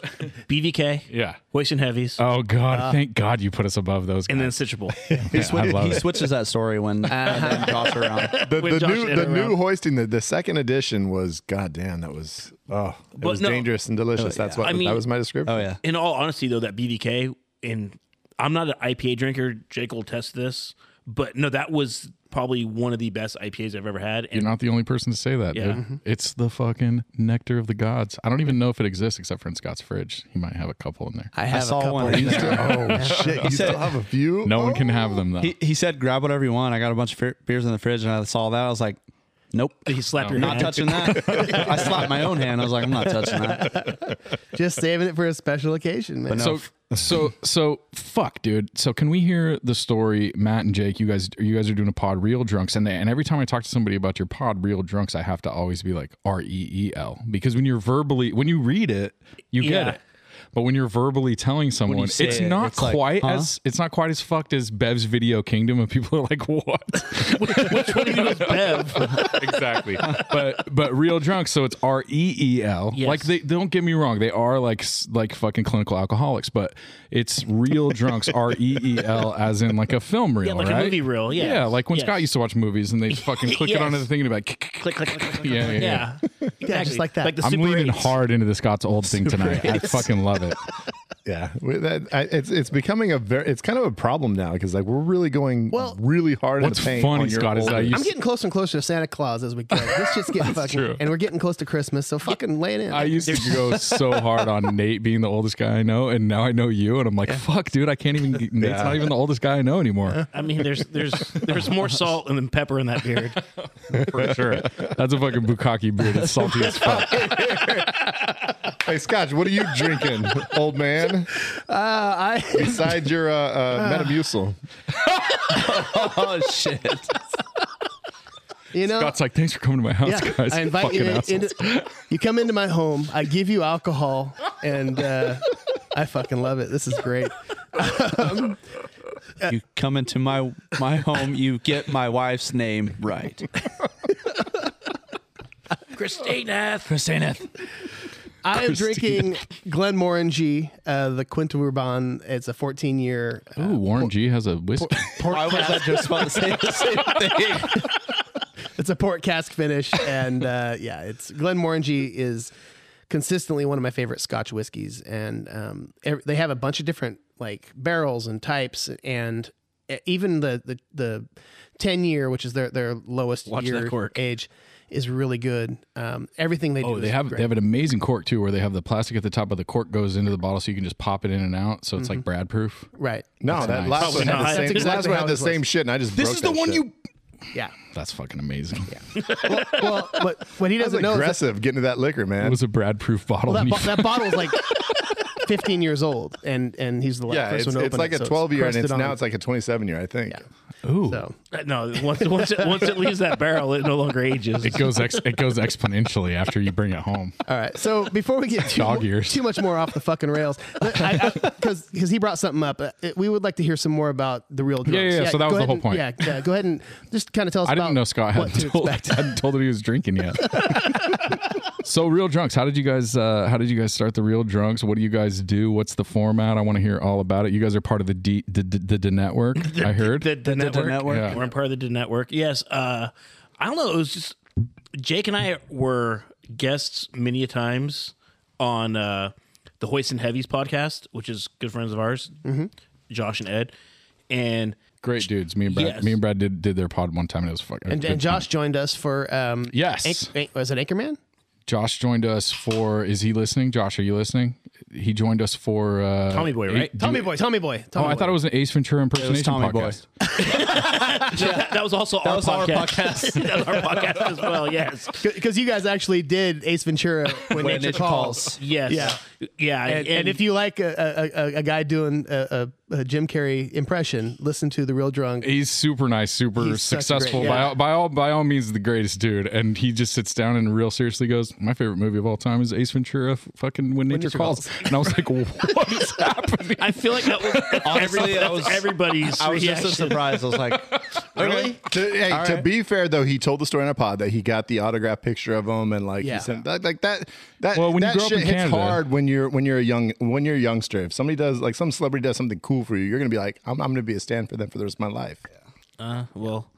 Speaker 7: BVK,
Speaker 2: Yeah.
Speaker 7: Waste and Heavies,
Speaker 2: Oh God! thank God you put us above those.
Speaker 7: Uh, and then
Speaker 2: guys.
Speaker 7: Citra Bowl.
Speaker 4: He,
Speaker 2: Yeah, I love
Speaker 4: he
Speaker 2: it.
Speaker 4: switches that story when uh, Josh around.
Speaker 5: the,
Speaker 7: When
Speaker 5: the
Speaker 7: Josh
Speaker 5: new
Speaker 7: hit
Speaker 5: the
Speaker 7: around.
Speaker 5: new hoisting the, the second edition was goddamn that was oh it was
Speaker 7: no-
Speaker 5: dangerous and delicious. That's what
Speaker 7: I mean-
Speaker 5: that was my description.
Speaker 4: Oh, yeah.
Speaker 7: In all honesty, though, that BVK, and I'm not an IPA drinker. Jake will test this, but no, that was probably one of the best IPAs I've ever had. And
Speaker 2: You're not the only person to say that.
Speaker 7: Yeah. Mm-hmm.
Speaker 2: Dude. It's the fucking nectar of the gods. I don't even know if it exists except for in Scott's fridge. He might have a couple in there.
Speaker 4: I, saw one.
Speaker 5: You still- oh shit! You still have a few?
Speaker 2: No
Speaker 5: Oh.
Speaker 2: one can have them though.
Speaker 4: He, he said, grab whatever you want. I got a bunch of fe- beers in the fridge, and I saw that. I was like, nope.
Speaker 7: he slapped your
Speaker 4: Not
Speaker 7: hand.
Speaker 4: touching that. I slapped my own hand. I was like, I'm not touching that.
Speaker 3: Just saving it for a special occasion, man.
Speaker 2: so so so fuck, dude. So can we hear the story, Matt and Jake? You guys, you guys are doing a pod, real drunks, and they, and every time I talk to somebody about your pod, real drunks, I have to always be like R E E L because when you're verbally, when you read it, you
Speaker 7: Yeah.
Speaker 2: get it. But when you're verbally telling someone, it's
Speaker 4: say it,
Speaker 2: not
Speaker 4: it's like,
Speaker 2: quite
Speaker 4: huh?
Speaker 2: as it's not quite as fucked as Bev's Video Kingdom, and people are like, "What?"
Speaker 7: Which one of you is Bev?
Speaker 2: exactly. But but real drunk, so it's R E E L.
Speaker 7: Yes.
Speaker 2: Like they don't get me wrong, they are like s- like fucking clinical alcoholics, but it's real drunks R E E L as in like a film reel,
Speaker 7: like a
Speaker 2: right?
Speaker 7: movie reel, yeah.
Speaker 2: yeah. Like when
Speaker 7: Yes.
Speaker 2: Scott used to watch movies and they fucking click it
Speaker 7: Yes.
Speaker 2: onto the thing and be like,
Speaker 7: click, click, click, click, click.
Speaker 2: Yeah, yeah, yeah.
Speaker 7: Exactly.
Speaker 3: like that.
Speaker 7: the
Speaker 2: I'm
Speaker 7: Super
Speaker 2: leaning
Speaker 7: 8s.
Speaker 2: hard into the Scott's old thing tonight. I fucking love it.
Speaker 5: Yeah, we- that, I, it's it's becoming a very it's kind of a problem now because like we're really going really hard.
Speaker 2: what's
Speaker 5: in the paint
Speaker 2: funny,
Speaker 5: on your
Speaker 2: Scott, is
Speaker 5: old-
Speaker 2: I used-
Speaker 3: I'm getting closer and closer to Santa Claus as we go. This just getting fucking,
Speaker 2: true.
Speaker 3: and we're getting close to Christmas, so fucking lay it in.
Speaker 2: I used to go so hard on Nate being the oldest guy I know, and now I know you, and I'm like, fuck, dude, I can't even. Nate's not even the oldest guy I know anymore.
Speaker 7: I mean, there's there's there's more salt and pepper in that beard.
Speaker 2: For sure, that's a fucking bukkake beard. It's salty as fuck.
Speaker 5: Hey, Scotch, what are you drinking, old man?
Speaker 3: Uh, I
Speaker 5: Besides your uh, uh, Metamucil,
Speaker 4: Oh, shit.
Speaker 3: you know
Speaker 2: Scott's like, thanks for coming to my house,
Speaker 3: yeah,
Speaker 2: guys.
Speaker 3: I invite
Speaker 2: Fucking
Speaker 3: you in-
Speaker 2: assholes.
Speaker 3: into. You come into my home. I give you alcohol, and uh, I fucking love it. This is great.
Speaker 4: You come into my my home, you get my wife's name right.
Speaker 7: Christina,
Speaker 4: Christina.
Speaker 3: I am drinking Glenmorangie, uh, the Quinta Bourbon. It's a 14 year. Uh,
Speaker 2: Ooh, Warren G has a whiskey.
Speaker 4: Why was I just about to say the same thing?
Speaker 3: it's a port cask finish, and uh, yeah, it's Glenmorangie is consistently one of my favorite Scotch whiskies, and um, ev- e-, they have a bunch of different like barrels and types and e, even the the, the 10 year which is their their lowest
Speaker 7: Watch
Speaker 3: year
Speaker 7: that cork.
Speaker 3: age is really good um everything they do
Speaker 2: Oh, they
Speaker 3: is
Speaker 2: have
Speaker 3: great.
Speaker 2: they have an amazing cork too, where they have the plastic at the top, but the cork goes into the bottle, so you can just pop it in and out. So it's
Speaker 3: Mm-hmm.
Speaker 2: like Brad proof.
Speaker 3: right
Speaker 5: No,
Speaker 2: nice.
Speaker 5: that last
Speaker 7: Probably
Speaker 5: one had
Speaker 7: not.
Speaker 5: the same.
Speaker 7: That's
Speaker 5: the last
Speaker 3: exactly
Speaker 5: one
Speaker 3: how
Speaker 5: had
Speaker 3: it
Speaker 5: the
Speaker 3: was.
Speaker 5: same shit, and I just
Speaker 2: This
Speaker 5: broke
Speaker 2: is the
Speaker 5: that
Speaker 2: one
Speaker 5: shit.
Speaker 2: you.
Speaker 3: yeah
Speaker 2: That's fucking amazing. Yeah,
Speaker 3: well what, what he
Speaker 5: That was
Speaker 3: doesn't know is that,
Speaker 5: aggressive getting to that liquor,
Speaker 2: it
Speaker 5: man.
Speaker 2: was a Brad proof bottle.
Speaker 3: well, that,
Speaker 2: and
Speaker 3: bo-
Speaker 2: you-
Speaker 3: that bottle's like 15 years old and and he's the last
Speaker 5: yeah, it's,
Speaker 3: person to
Speaker 5: it's
Speaker 3: open
Speaker 5: like
Speaker 3: it, so
Speaker 5: a 12 year, and
Speaker 3: crusted
Speaker 5: it's now
Speaker 3: on.
Speaker 5: it's like a 27 year, I think.
Speaker 3: Yeah.
Speaker 2: Ooh,
Speaker 3: so
Speaker 7: Uh, No, once once it, once it leaves that barrel, it no longer ages.
Speaker 2: it goes ex- it goes exponentially after you bring it home.
Speaker 3: All right. So before we get too,
Speaker 2: Dog ears.
Speaker 3: too much more off the fucking rails, because he brought something up, uh, it- we would like to hear some more about the real drugs.
Speaker 2: yeah, yeah, so that was the
Speaker 3: go ahead
Speaker 2: whole
Speaker 3: and-
Speaker 2: point.
Speaker 3: Yeah, yeah. Go ahead and just kind of tell us.
Speaker 2: I
Speaker 3: about
Speaker 2: didn't know Scott
Speaker 3: what to
Speaker 2: hadn't told,
Speaker 3: expect.
Speaker 2: hadn't told that he was drinking yet. so real drunks, how did you guys uh, how did you guys start the real drunks? What do you guys do? What's the format? I want to hear all about it. You guys are part of the D the, the, the, D network, I heard.
Speaker 7: the, the network.
Speaker 4: network.
Speaker 2: Yeah.
Speaker 7: We're in part of the D network. Yes. Uh, I don't know. It was just Jake and I were guests many a times on uh, the Hoist and Heavies podcast, which is good friends of ours, Josh and Ed. And
Speaker 2: Great dudes. Me and Brad
Speaker 7: Yes.
Speaker 2: me and Brad did, did their pod one time and it was uh, fucking
Speaker 3: And, and Josh joined us for um,
Speaker 2: Yes.
Speaker 3: Anch- An- was it Anchorman?
Speaker 2: Josh joined us for is he listening? Josh, are you listening? He joined us for uh
Speaker 7: Tommy Boy, right?
Speaker 3: Tommy Boy, Tommy Boy,
Speaker 2: Oh,
Speaker 3: Tommy
Speaker 2: I
Speaker 3: Boy.
Speaker 2: thought it was an Ace Ventura impersonation
Speaker 4: Tommy Boy.
Speaker 2: podcast.
Speaker 7: that, that was also our,
Speaker 4: was our
Speaker 7: podcast. that was our podcast as well. Yes.
Speaker 3: because you guys actually did Ace Ventura when, nature, calls.
Speaker 7: Yes.
Speaker 3: Yeah.
Speaker 7: Yeah.
Speaker 3: And, and if you like a, a, a- a guy doing a, a, a Jim Carrey impression, listen to the Real Drunk.
Speaker 2: He's super nice, super
Speaker 3: He's such a great-
Speaker 2: successful. by,
Speaker 3: yeah.
Speaker 2: all, by all by all means, the greatest dude. And he just sits down and real seriously goes, "My favorite movie of all time is Ace Ventura: F- Fucking When Nature,
Speaker 3: Nature
Speaker 2: calls.
Speaker 3: Calls.
Speaker 2: And I was like, "What is happening?"
Speaker 7: I feel like that was that's
Speaker 4: Honestly,
Speaker 7: every-
Speaker 4: I
Speaker 7: that's
Speaker 4: was-
Speaker 7: everybody's
Speaker 4: I was just
Speaker 7: reaction.
Speaker 4: as surprised. I was like, really?
Speaker 5: To, hey, to be fair though, he told the story in a pod that he got the autograph picture of him, and like
Speaker 3: Yeah.
Speaker 5: he sent that, like that. That
Speaker 2: Well, when you
Speaker 5: that
Speaker 2: grow up
Speaker 5: shit
Speaker 2: in
Speaker 5: hits
Speaker 2: Canada-
Speaker 5: hard when you're when you're a young when you're a youngster. If somebody does like some celebrity does something cool for you, you're gonna be like, I'm, I'm gonna be a stand for them for the rest of my life.
Speaker 7: Uh, well,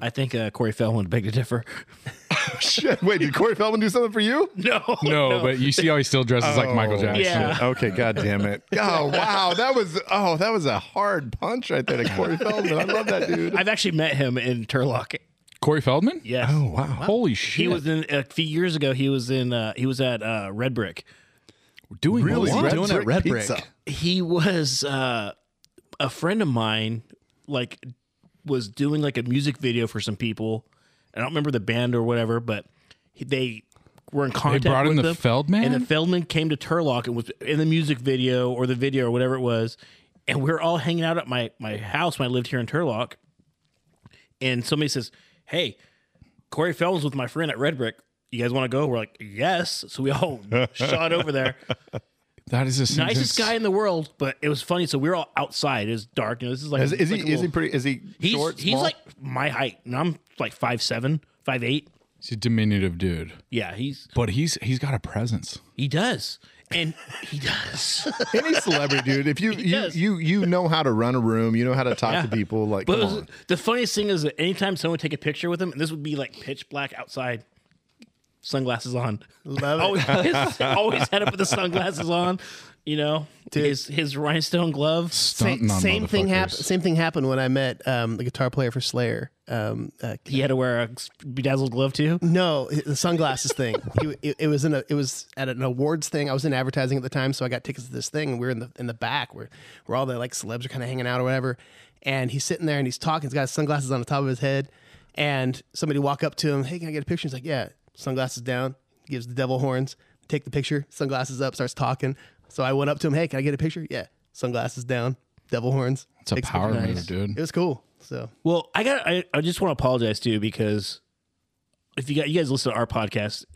Speaker 7: I think uh, Corey Feldman beg to differ.
Speaker 5: shit, wait, did Corey Feldman do something for you?
Speaker 7: No,
Speaker 2: no, but you see how he still dresses like Michael
Speaker 5: Oh,
Speaker 2: Jackson.
Speaker 7: Yeah.
Speaker 5: shit. Okay, god damn it. Oh wow, that was oh that was a hard punch right there to Corey Feldman. I love that dude.
Speaker 7: I've actually met him in Turlock.
Speaker 2: Corey Feldman.
Speaker 7: Yes.
Speaker 5: wow.
Speaker 2: Holy Oh, shit!
Speaker 7: He was in a few years ago. He was in. Uh, he was at uh, Red Brick.
Speaker 4: Doing really?
Speaker 5: What?
Speaker 4: doing
Speaker 5: Red
Speaker 4: at Red Brick.
Speaker 5: Brick Pizza.
Speaker 7: He was uh, a friend of mine. Like, was doing like a music video for some people. I don't remember the band or whatever, but he, they were in contact.
Speaker 2: brought in
Speaker 7: with
Speaker 2: the
Speaker 7: them,
Speaker 2: Feldman?
Speaker 7: and the Feldman came to Turlock and was in the music video or the video or whatever it was. And we were all hanging out at my my house when I lived here in Turlock. and somebody says, "Hey, Corey Feldman's with my friend at Red Brick. You guys want to go?" We're like, "Yes!" So we all shot over there.
Speaker 2: that is a sentence.
Speaker 7: Nicest guy in the world, but it was funny. So we were all outside. It was dark. You know, this is like
Speaker 5: Is, is he
Speaker 7: like a
Speaker 5: is he
Speaker 7: little-
Speaker 5: pretty is he
Speaker 7: he's
Speaker 5: short?
Speaker 7: he's
Speaker 5: small?
Speaker 7: like my height, and I'm like five seven, five eight.
Speaker 2: He's a diminutive dude,
Speaker 7: Yeah, he's
Speaker 2: but he's he's got a presence.
Speaker 7: he does, and he does.
Speaker 5: any celebrity dude if you you,
Speaker 7: does.
Speaker 5: you you know how to run a room you know how to talk
Speaker 7: Yeah.
Speaker 5: to people like
Speaker 7: But it
Speaker 5: come
Speaker 7: was-
Speaker 5: on.
Speaker 7: the funniest thing is that anytime someone would take a picture with him, and this would be like pitch black outside, sunglasses on.
Speaker 3: Love it.
Speaker 7: always, always had up with the sunglasses on. You know, his his rhinestone gloves.
Speaker 2: Stunting on
Speaker 3: same thing
Speaker 2: motherfuckers.
Speaker 3: happened. Same thing happened when I met um, the guitar player for Slayer. Um, uh,
Speaker 7: He had to wear a bedazzled glove too.
Speaker 3: no, the sunglasses thing. He, it, it was in a. It was at an awards thing. I was in advertising at the time, so I got tickets to this thing. And we were in the in the back where where all the like celebs are kind of hanging out or whatever. And he's sitting there and he's talking. He's got his sunglasses on the top of his head. And somebody walk up to him. Hey, can I get a picture? He's like, Yeah. Sunglasses down. Gives the devil horns. Take the picture. Sunglasses up. Starts talking. So I went up to him. Hey, can I get a picture? Yeah. Sunglasses down. Devil horns.
Speaker 2: It's a
Speaker 3: Takes the
Speaker 2: power
Speaker 3: picture.
Speaker 2: move, dude.
Speaker 3: It was cool. So
Speaker 7: Well, I got. I, I just want to apologize too because if you got you guys listen to our podcast,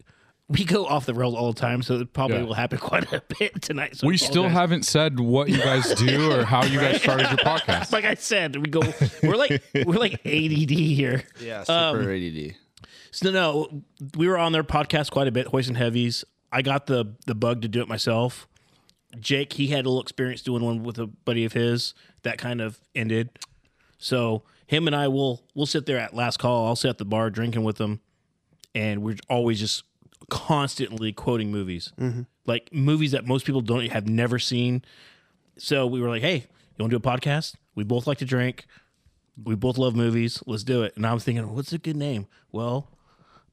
Speaker 7: we go off the rails all the time. So it probably
Speaker 2: Yeah.
Speaker 7: will happen quite a bit tonight. So I
Speaker 2: We still
Speaker 7: apologize.
Speaker 2: haven't said what you guys do or how you guys started your podcast.
Speaker 7: Like I said, we go. We're like we're like ADD here.
Speaker 4: Yeah, super
Speaker 7: Um,
Speaker 4: ADD.
Speaker 7: So no, we were on their podcast quite a bit, Hoist and Heavies. I got the the bug to do it myself. Jake, he had a little experience doing one with a buddy of his. That kind of ended. So him and I will we'll sit there at last call. I'll sit at the bar drinking with them, and we're always just constantly quoting movies, like movies that most people don't have never seen. So we were like, hey, you want to do a podcast? We both like to drink. We both love movies. Let's do it. And I was thinking, what's a good name? Well,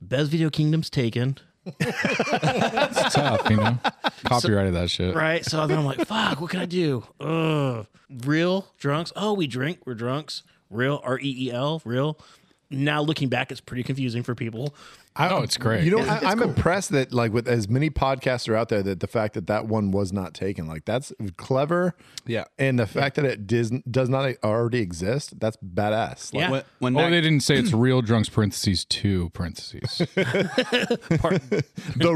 Speaker 7: Best Video Kingdom's taken.
Speaker 2: It's tough, you know. Copyrighted that shit.
Speaker 7: Right. So then I'm like, fuck, what can I do? Ugh. Real drunks. Oh, we drink. We're drunks. Real, R E E L, real. Now looking back, it's pretty confusing for people.
Speaker 5: I,
Speaker 2: Oh, it's great.
Speaker 5: You know, I, I'm impressed that like with as many podcasts are out there that the fact that that one was not taken, like that's clever.
Speaker 4: Yeah.
Speaker 5: and the fact that it does does not already exist, that's badass. Like,
Speaker 7: Yeah.
Speaker 4: When, when
Speaker 2: Oh,
Speaker 4: that-
Speaker 2: they didn't say it's real drunks parentheses two parentheses.
Speaker 5: the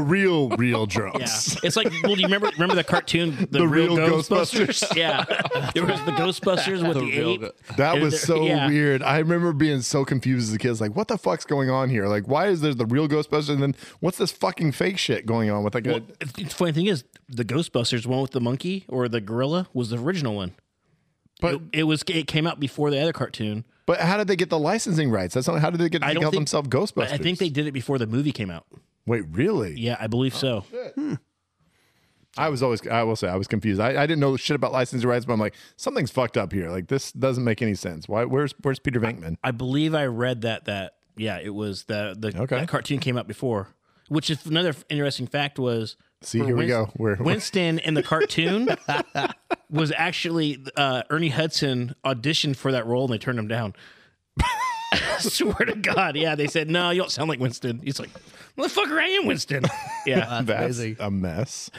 Speaker 5: real, real
Speaker 7: Yeah.
Speaker 5: drunks.
Speaker 7: It's like, well, do you remember remember the cartoon The,
Speaker 5: Real
Speaker 7: yeah. It was the Ghostbusters with the,
Speaker 4: real
Speaker 7: ape.
Speaker 4: go-
Speaker 5: That
Speaker 7: And
Speaker 5: was
Speaker 7: they're-
Speaker 5: so
Speaker 7: yeah.
Speaker 5: weird. I remember being so confused as a kid. It's Like, what the fuck's going on here? Like, why is there the real Ghostbusters? And then what's this fucking fake shit going on with like
Speaker 7: Well,
Speaker 5: a,
Speaker 7: the funny thing is, the Ghostbusters one with the monkey or the gorilla was the original one.
Speaker 5: but
Speaker 7: It was it came out before the other cartoon.
Speaker 5: but how did they get the licensing rights? That's not how did they get
Speaker 7: I
Speaker 5: to
Speaker 7: don't
Speaker 5: call
Speaker 7: think-
Speaker 5: themselves
Speaker 7: But
Speaker 5: Ghostbusters?
Speaker 7: I think they did it before the movie came out.
Speaker 5: wait really.
Speaker 7: Yeah, I believe
Speaker 5: Oh,
Speaker 7: so.
Speaker 5: I was always, I will say, I was confused. I, I didn't know shit about licensing rights, but I'm like, something's fucked up here. Like, this doesn't make any sense. Why? Where's Where's Peter Venkman?
Speaker 7: I believe I read that that yeah, it was the the
Speaker 5: Okay.
Speaker 7: that cartoon came out before. Which is another f- interesting fact was
Speaker 5: See,
Speaker 7: for
Speaker 5: here we
Speaker 7: Winst-
Speaker 5: go. We're- we're-
Speaker 7: Winston in the cartoon was actually uh, Ernie Hudson auditioned for that role and they turned him down. Swear to God, yeah, they said no, you don't sound like Winston. He's like, motherfucker, I am Winston. Yeah,
Speaker 5: That's a mess.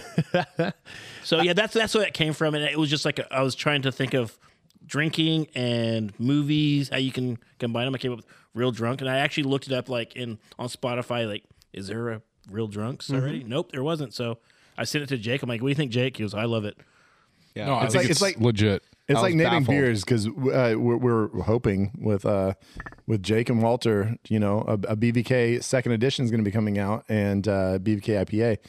Speaker 7: so yeah, that's that's where that came from, and it was just like I was trying to think of drinking and movies, how you can combine them. I came up with real drunk, and I actually looked it up like in on Spotify. Like, is there a real drunks
Speaker 5: Mm-hmm.
Speaker 7: already? Nope, there wasn't. So I sent it to Jake. I'm like, what do you think, Jake? He goes, I love it.
Speaker 4: yeah.
Speaker 2: No, I
Speaker 5: It's
Speaker 2: think
Speaker 5: like-
Speaker 2: it's,
Speaker 5: it's like-
Speaker 2: legit.
Speaker 5: It's
Speaker 4: I
Speaker 5: like
Speaker 4: was
Speaker 5: naming
Speaker 4: baffled.
Speaker 5: beers because uh, we're, we're hoping with uh, with Jake and Walter, you know, a, a BVK second edition is going to be coming out and uh, BVK IPA,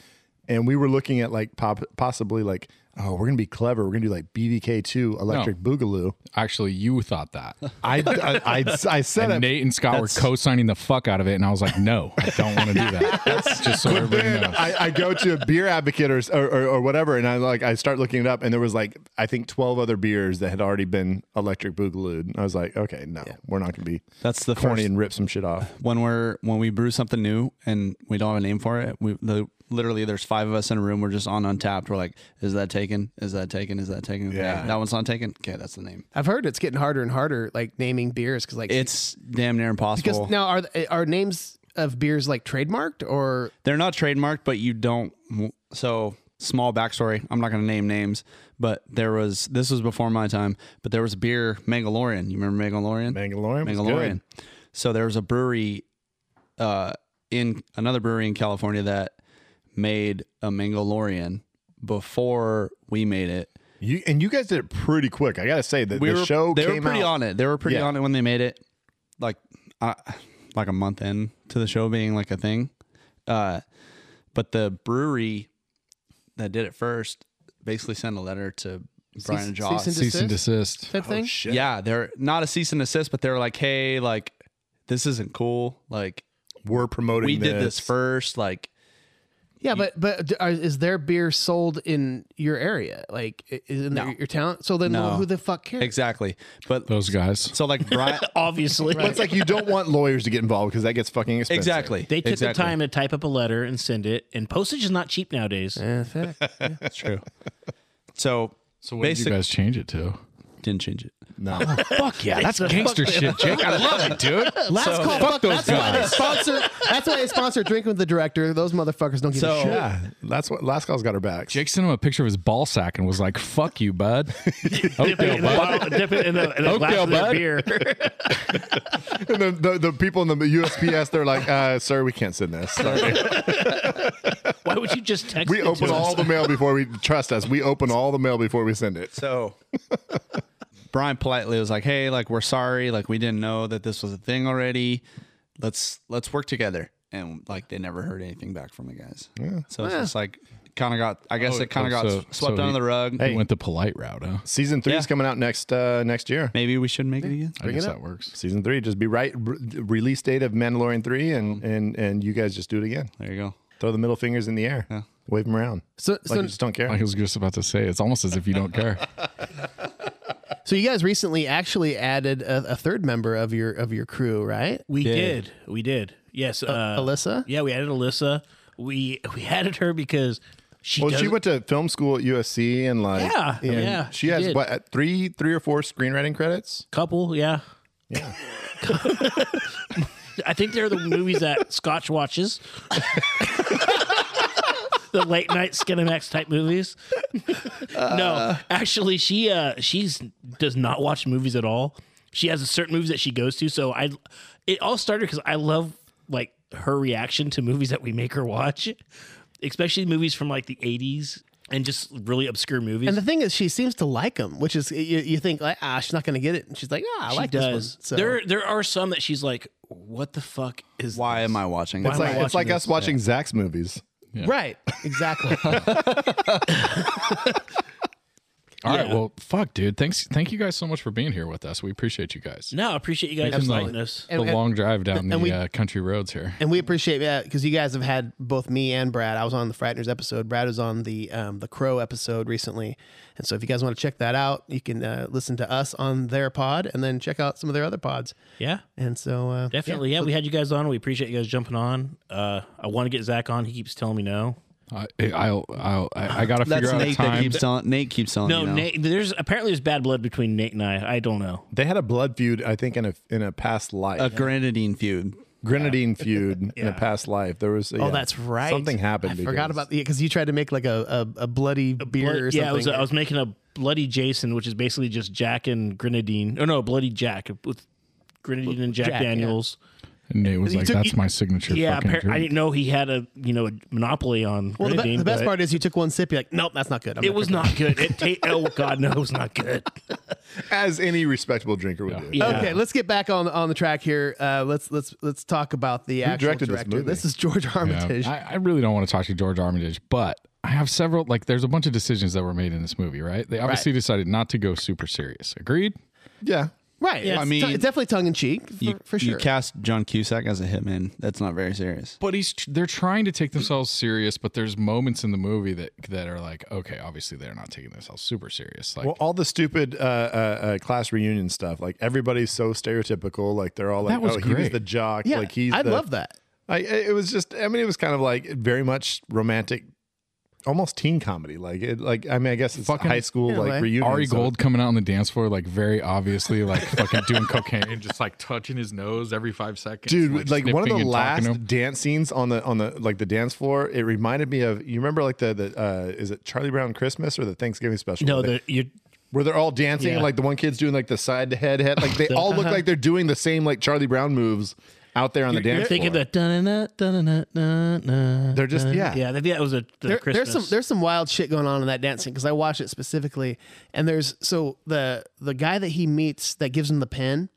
Speaker 5: and we were looking at like pop, possibly like oh we're going to be clever we're going to do like BVK two Electric Boogaloo.
Speaker 2: Actually, you thought that.
Speaker 5: I I, I, I said
Speaker 2: And
Speaker 5: it.
Speaker 2: Nate and Scott
Speaker 5: that's-
Speaker 2: were co-signing the fuck out of it, and I was like, "No, I don't want to do that." just so everybody knows.
Speaker 5: I, I go to a beer advocate or, s- or, or, or whatever, and I like I start looking it up, and there was like I think twelve other beers that had already been Electric Boogalooed. And I was like, okay, no, we're not gonna be
Speaker 4: That's the
Speaker 5: corny
Speaker 4: first-
Speaker 5: and rip some shit off.
Speaker 4: when we're when we brew something new and we don't have a name for it, we the, literally there's five of us in a room. We're just on untapped. We're like, is that taken? Is that taken? Is that taken? Okay,
Speaker 5: Yeah.
Speaker 4: that one's not taken. Okay, that's the name.
Speaker 3: I've heard it's getting harder and harder, like naming beers, because like
Speaker 4: It's damn near
Speaker 3: because
Speaker 4: impossible.
Speaker 3: now are th- are names of beers like trademarked or
Speaker 4: They're not trademarked, but you don't. So small backstory. I'm not going to name names, but there was this was before my time. But there was a beer Mangalorian. You remember Mangalorian?
Speaker 5: Mangalorian was
Speaker 4: Mangalorian. So there was a brewery, uh, in another brewery in California that made a Mangalorian before we made it.
Speaker 5: You and you guys did it pretty quick. I gotta say that
Speaker 4: We
Speaker 5: the
Speaker 4: were
Speaker 5: show
Speaker 4: they
Speaker 5: came
Speaker 4: were pretty
Speaker 5: out.
Speaker 4: on it. They were pretty
Speaker 5: Yeah.
Speaker 4: on it when they made it. Like, I like a month in to the show being like a thing. Uh, but the brewery that did it first basically sent a letter to Brian and Josh.
Speaker 3: cease and
Speaker 2: Cease and desist.
Speaker 5: Oh,
Speaker 3: type thing?
Speaker 4: yeah, they're not a cease and desist, but they're like, hey, like this isn't cool. Like
Speaker 5: We're promoting.
Speaker 4: we did this first. Like
Speaker 3: Yeah, but but d- are, is their beer sold in your area, like i- is in
Speaker 4: No.
Speaker 3: your town? So then
Speaker 4: No.
Speaker 3: who the fuck cares?
Speaker 4: exactly. But
Speaker 2: Those guys.
Speaker 4: so like Brian,
Speaker 7: Obviously,
Speaker 5: But it's like you don't want lawyers to get involved because that gets fucking expensive.
Speaker 4: exactly.
Speaker 7: they took
Speaker 4: exactly.
Speaker 7: the time to type up a letter and send it. And postage is not cheap nowadays.
Speaker 3: Yeah, fact.
Speaker 4: That's true. So
Speaker 2: So what did you guys change it to?
Speaker 4: didn't change it.
Speaker 7: Fuck yeah, that's
Speaker 2: Gangster shit, Jake. I love it, dude.
Speaker 3: Last call, fuck,
Speaker 2: those
Speaker 3: that's Why they sponsor, that's why they sponsor Drinking with the Director. Those motherfuckers don't give
Speaker 4: So-
Speaker 3: a shit.
Speaker 5: Yeah, that's what last call's got her back.
Speaker 2: Jake sent him a picture of his ball sack and was like, "Fuck you, bud." Oakdale, bud.
Speaker 7: Dip it in a, in a glass
Speaker 2: Oakdale,
Speaker 7: of their
Speaker 2: bud.
Speaker 7: beer.
Speaker 5: And the, the, the people in the USPS, they're like, uh, "Sir, we can't send this. Sorry.
Speaker 7: Why would you just text?
Speaker 5: We
Speaker 7: it to
Speaker 5: open
Speaker 7: us?
Speaker 5: all the mail before we trust us. We open all the mail before we send it.
Speaker 4: So Brian politely was like, "Hey, like we're sorry, like we didn't know that this was a thing already. Let's let's work together." And like they never heard anything back from the guys. Yeah. So it's just like kind of got. I guess
Speaker 2: Oh,
Speaker 4: it kind of
Speaker 2: oh,
Speaker 4: got
Speaker 2: so-
Speaker 4: s- swept
Speaker 2: so
Speaker 4: under
Speaker 2: he-
Speaker 4: the rug.
Speaker 2: He went the polite route, huh?
Speaker 5: Season three is
Speaker 4: Yeah.
Speaker 5: coming out next uh, next year.
Speaker 4: Maybe we should make it again.
Speaker 2: I guess that works.
Speaker 5: Season three, just be right. re- release date of Mandalorian three, and and and you guys just do it again.
Speaker 4: There you go.
Speaker 5: Throw the middle fingers in the air. Wave them around.
Speaker 3: So,
Speaker 5: Like
Speaker 3: so,
Speaker 5: you just don't care.
Speaker 2: I was just about to say, it's almost as if you don't care.
Speaker 3: so you guys recently actually added a, a third member of your of your crew, right?
Speaker 7: We
Speaker 4: Yeah.
Speaker 7: did. We did. Yes. Uh,
Speaker 3: Alyssa?
Speaker 7: Yeah, we added Alyssa. We we added her because she.
Speaker 5: well, she
Speaker 7: doesn't-
Speaker 5: went to film school at USC and like
Speaker 7: Yeah,
Speaker 5: I mean,
Speaker 7: yeah,
Speaker 5: She
Speaker 7: she
Speaker 5: has
Speaker 7: did.
Speaker 5: what uh, three three or four screenwriting credits.
Speaker 7: couple. Yeah. Yeah. I think they're the movies that Scotch watches. the late night Skinemax type movies. no, actually, she uh she's does not watch movies at all. She has a certain movies that she goes to. So I, it all started because I love like her reaction to movies that we make her watch, especially movies from like the '80s and just really obscure movies.
Speaker 3: And the thing is, she seems to like him, which is you, you think like ah, she's not going to get it, and she's like ah, I
Speaker 7: she
Speaker 3: like this
Speaker 7: does.
Speaker 3: one. So
Speaker 7: There, there are some that she's like, "What the fuck is
Speaker 4: Why am I watching? It's
Speaker 5: It's like, it's
Speaker 7: watching
Speaker 5: like us watching Zach's movies.
Speaker 3: right, exactly.
Speaker 2: All right,
Speaker 7: Yeah.
Speaker 2: well, fuck, dude. Thanks, thank you guys so much for being here with us. We appreciate you guys.
Speaker 7: No, I appreciate you guys
Speaker 2: Making
Speaker 7: inviting
Speaker 2: the,
Speaker 7: us.
Speaker 2: the
Speaker 3: And- and-
Speaker 2: long drive down the
Speaker 3: and we-
Speaker 2: uh, country roads here.
Speaker 3: and we appreciate that because you guys have had both me and Brad. I was on the Frighteners episode. Brad was on the um, the Crow episode recently, and so if you guys want to check that out, you can uh, listen to us on their pod, and then check out some of their other pods.
Speaker 7: Yeah,
Speaker 3: And so uh,
Speaker 7: definitely. Yeah, we had you guys on. We appreciate you guys jumping on. Uh, I want to get Zach on. He keeps telling me no.
Speaker 2: I, I'll, I'll, I, I gotta figure
Speaker 4: That's
Speaker 2: out
Speaker 4: Nate
Speaker 2: a time.
Speaker 4: that keeps telling. Nate keeps
Speaker 3: Oh,
Speaker 4: telling.
Speaker 7: No,
Speaker 4: you know?
Speaker 7: Nate. There's apparently there's bad blood between Nate and I. I don't know.
Speaker 5: They had a blood feud, I think, in a in a past life,
Speaker 4: A grenadine feud.
Speaker 5: grenadine feud in a past life. There was
Speaker 3: Oh, that's right.
Speaker 5: Something happened.
Speaker 3: I forgot
Speaker 5: because-
Speaker 3: about because you tried to make like a a, a bloody beer or something.
Speaker 7: yeah, I was, I was making a bloody Jason, which is basically just Jack and grenadine. Oh no, bloody Jack with grenadine and Jack,
Speaker 3: Jack, yeah.
Speaker 7: Daniels.
Speaker 2: And Nate was
Speaker 3: You
Speaker 2: like,
Speaker 3: took-
Speaker 2: "That's
Speaker 3: you-
Speaker 2: my signature."
Speaker 7: Yeah,
Speaker 2: fucking
Speaker 7: appar- I
Speaker 2: drink."
Speaker 7: didn't know he had a you know a monopoly on
Speaker 3: well, the, be-
Speaker 7: grenadine.
Speaker 3: the best
Speaker 7: but-
Speaker 3: part is you took one sip. You're like, nope, that's not good. I'm
Speaker 7: It was
Speaker 3: drinking
Speaker 7: not good. It ta- oh God, no, it was not good.
Speaker 5: as any respectable drinker would do.
Speaker 7: Yeah.
Speaker 3: that." Okay, let's get back on on the track here. Uh, let's let's let's talk about the actual
Speaker 5: directed this
Speaker 3: director.
Speaker 5: movie?
Speaker 3: is George Armitage.
Speaker 2: I, I really don't want to talk to George Armitage, but I have several. Like, there's a bunch of decisions that were made in this movie, right? They obviously decided not to go super serious. Agreed.
Speaker 5: Yeah.
Speaker 3: right.
Speaker 7: Yeah,
Speaker 3: it's
Speaker 7: I
Speaker 3: t-
Speaker 4: mean,
Speaker 3: it's definitely tongue in cheek for,
Speaker 4: You,
Speaker 3: for
Speaker 4: you
Speaker 3: sure.
Speaker 4: cast John Cusack as a hitman. That's not very serious.
Speaker 2: But he's they're trying to take themselves serious, but there's moments in the movie that that are like, okay, obviously they're not taking themselves super serious. Like
Speaker 5: Well, all the stupid uh, uh, uh, class reunion stuff. Like everybody's so stereotypical. Like they're all like,
Speaker 2: That was
Speaker 5: "Oh, he was
Speaker 2: great.
Speaker 5: the jock."
Speaker 3: yeah,
Speaker 5: like he's.
Speaker 3: I
Speaker 5: the,
Speaker 3: love that.
Speaker 5: I, it was just. I mean, it was kind of like very much romantic, almost teen comedy. Like it. Like I mean, I guess it's
Speaker 2: Fucking-
Speaker 5: high school
Speaker 3: in a
Speaker 5: like
Speaker 3: way.
Speaker 5: reunion.
Speaker 2: Ari
Speaker 5: so-
Speaker 2: Gold coming out on the dance floor, like very obviously, like fucking doing cocaine, just like touching his nose every five seconds,
Speaker 5: Dude, like, one
Speaker 2: sniffing
Speaker 5: of the
Speaker 2: and talking to him.
Speaker 5: last dance scenes on the on the like the dance floor, it reminded me of you remember like the the uh, is it Charlie Brown Christmas or the Thanksgiving special?
Speaker 7: No,
Speaker 5: Where they-
Speaker 7: the, you're
Speaker 5: where they're all dancing and
Speaker 7: Yeah.
Speaker 5: like the one kid's doing like the side to head head like they all look like they're doing the same like charlie brown moves out there on the
Speaker 7: you're
Speaker 5: dance
Speaker 7: thinking
Speaker 5: floor
Speaker 7: that dun-na-na, dun-na-na, dun-na-na,
Speaker 5: They're just-
Speaker 7: dun-na-na.
Speaker 5: yeah.
Speaker 7: yeah. That, that was a the
Speaker 3: There-
Speaker 7: Christmas.
Speaker 3: there's some there's some wild shit going on in that dancing because I watched it specifically. And there's so the the guy that he meets that gives him the pen.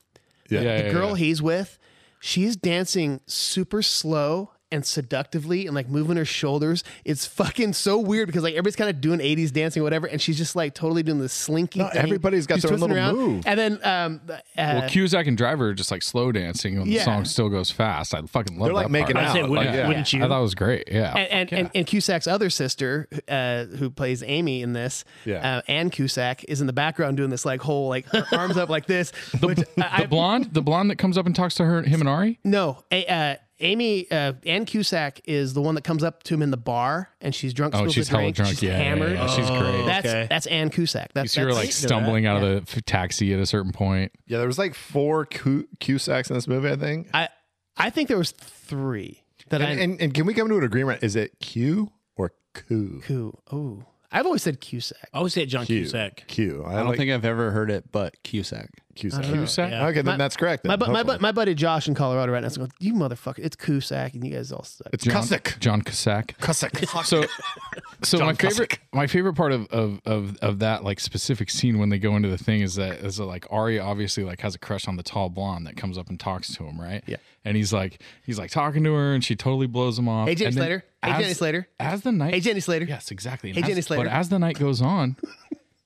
Speaker 2: yeah,
Speaker 3: the
Speaker 2: yeah,
Speaker 3: girl
Speaker 2: yeah.
Speaker 3: he's with, she's dancing super slow and seductively and like moving her shoulders. It's fucking so weird because like everybody's kind of doing 80s dancing or whatever, and she's just like totally doing this slinky.
Speaker 5: No,
Speaker 3: thing.
Speaker 5: everybody's got
Speaker 3: She's
Speaker 5: their own
Speaker 3: twisting
Speaker 5: little
Speaker 3: around.
Speaker 5: move.
Speaker 3: And then um the- uh,
Speaker 2: Well, Cusack and Driver are just like slow dancing, and
Speaker 3: Yeah.
Speaker 2: the song still goes fast. I fucking love.
Speaker 5: They're, like,
Speaker 2: that
Speaker 5: making
Speaker 2: part.
Speaker 7: I say,
Speaker 5: out,
Speaker 7: wouldn't,
Speaker 5: like, yeah.
Speaker 7: wouldn't you?
Speaker 2: I thought it was great. Yeah,
Speaker 3: and and, and and Cusack's other sister, uh, who plays Amy in this,
Speaker 5: Yeah.
Speaker 3: uh, Ann Cusack, is in the background doing this like whole like her arms up like this. which I,
Speaker 2: the blonde, the blonde that comes up and talks to her, him and Ari.
Speaker 3: No, a, uh, Amy uh, Ann Cusack is the one that comes up to him in the bar, and she's drunk.
Speaker 2: Oh,
Speaker 3: spills
Speaker 2: she's
Speaker 3: a
Speaker 2: hella
Speaker 3: drink,
Speaker 2: drunk.
Speaker 3: She's
Speaker 2: yeah, yeah,
Speaker 3: hammered.
Speaker 2: yeah, she's great.
Speaker 3: That's
Speaker 7: Okay.
Speaker 3: that's Ann Cusack.
Speaker 2: you
Speaker 3: That's
Speaker 2: see her
Speaker 3: that's,
Speaker 2: like stumbling out of the f- taxi at a certain point.
Speaker 5: yeah there was like four Q cusacks in this movie i think
Speaker 3: I I think there was three that
Speaker 5: and,
Speaker 3: I
Speaker 5: and, and can we come to an agreement is it q or q
Speaker 3: who oh I've always said Cusack.
Speaker 7: I always say John
Speaker 5: q
Speaker 7: Cusack.
Speaker 5: q i,
Speaker 4: I don't
Speaker 5: like
Speaker 4: think I've ever heard it, but Cusack.
Speaker 5: cusack,
Speaker 2: Cusack?
Speaker 7: Yeah.
Speaker 5: okay
Speaker 3: My-
Speaker 5: then that's correct then,
Speaker 3: My bu- my, bu-
Speaker 5: hopefully.
Speaker 3: my buddy Josh in Colorado right now is going, you motherfucker, it's Cusack, and you guys all suck.
Speaker 5: it's
Speaker 2: John,
Speaker 5: cussack
Speaker 2: John Cusack.
Speaker 5: cussack
Speaker 2: So, so my favorite, my favorite part of, of of of that like specific scene when they go into the thing is that is that, like Ari obviously like has a crush on the tall blonde that comes up and talks to him, right? Yeah. And he's like, he's like talking to her, and she totally blows him off.
Speaker 3: Hey, Jenny
Speaker 2: And then
Speaker 3: Slater. Hey,
Speaker 2: as-
Speaker 3: Jenny Slater.
Speaker 2: As the night.
Speaker 3: Hey, Jenny Slater.
Speaker 2: Yes, exactly. And
Speaker 3: Hey,
Speaker 2: as-
Speaker 3: Jenny Slater.
Speaker 2: But as the night goes on,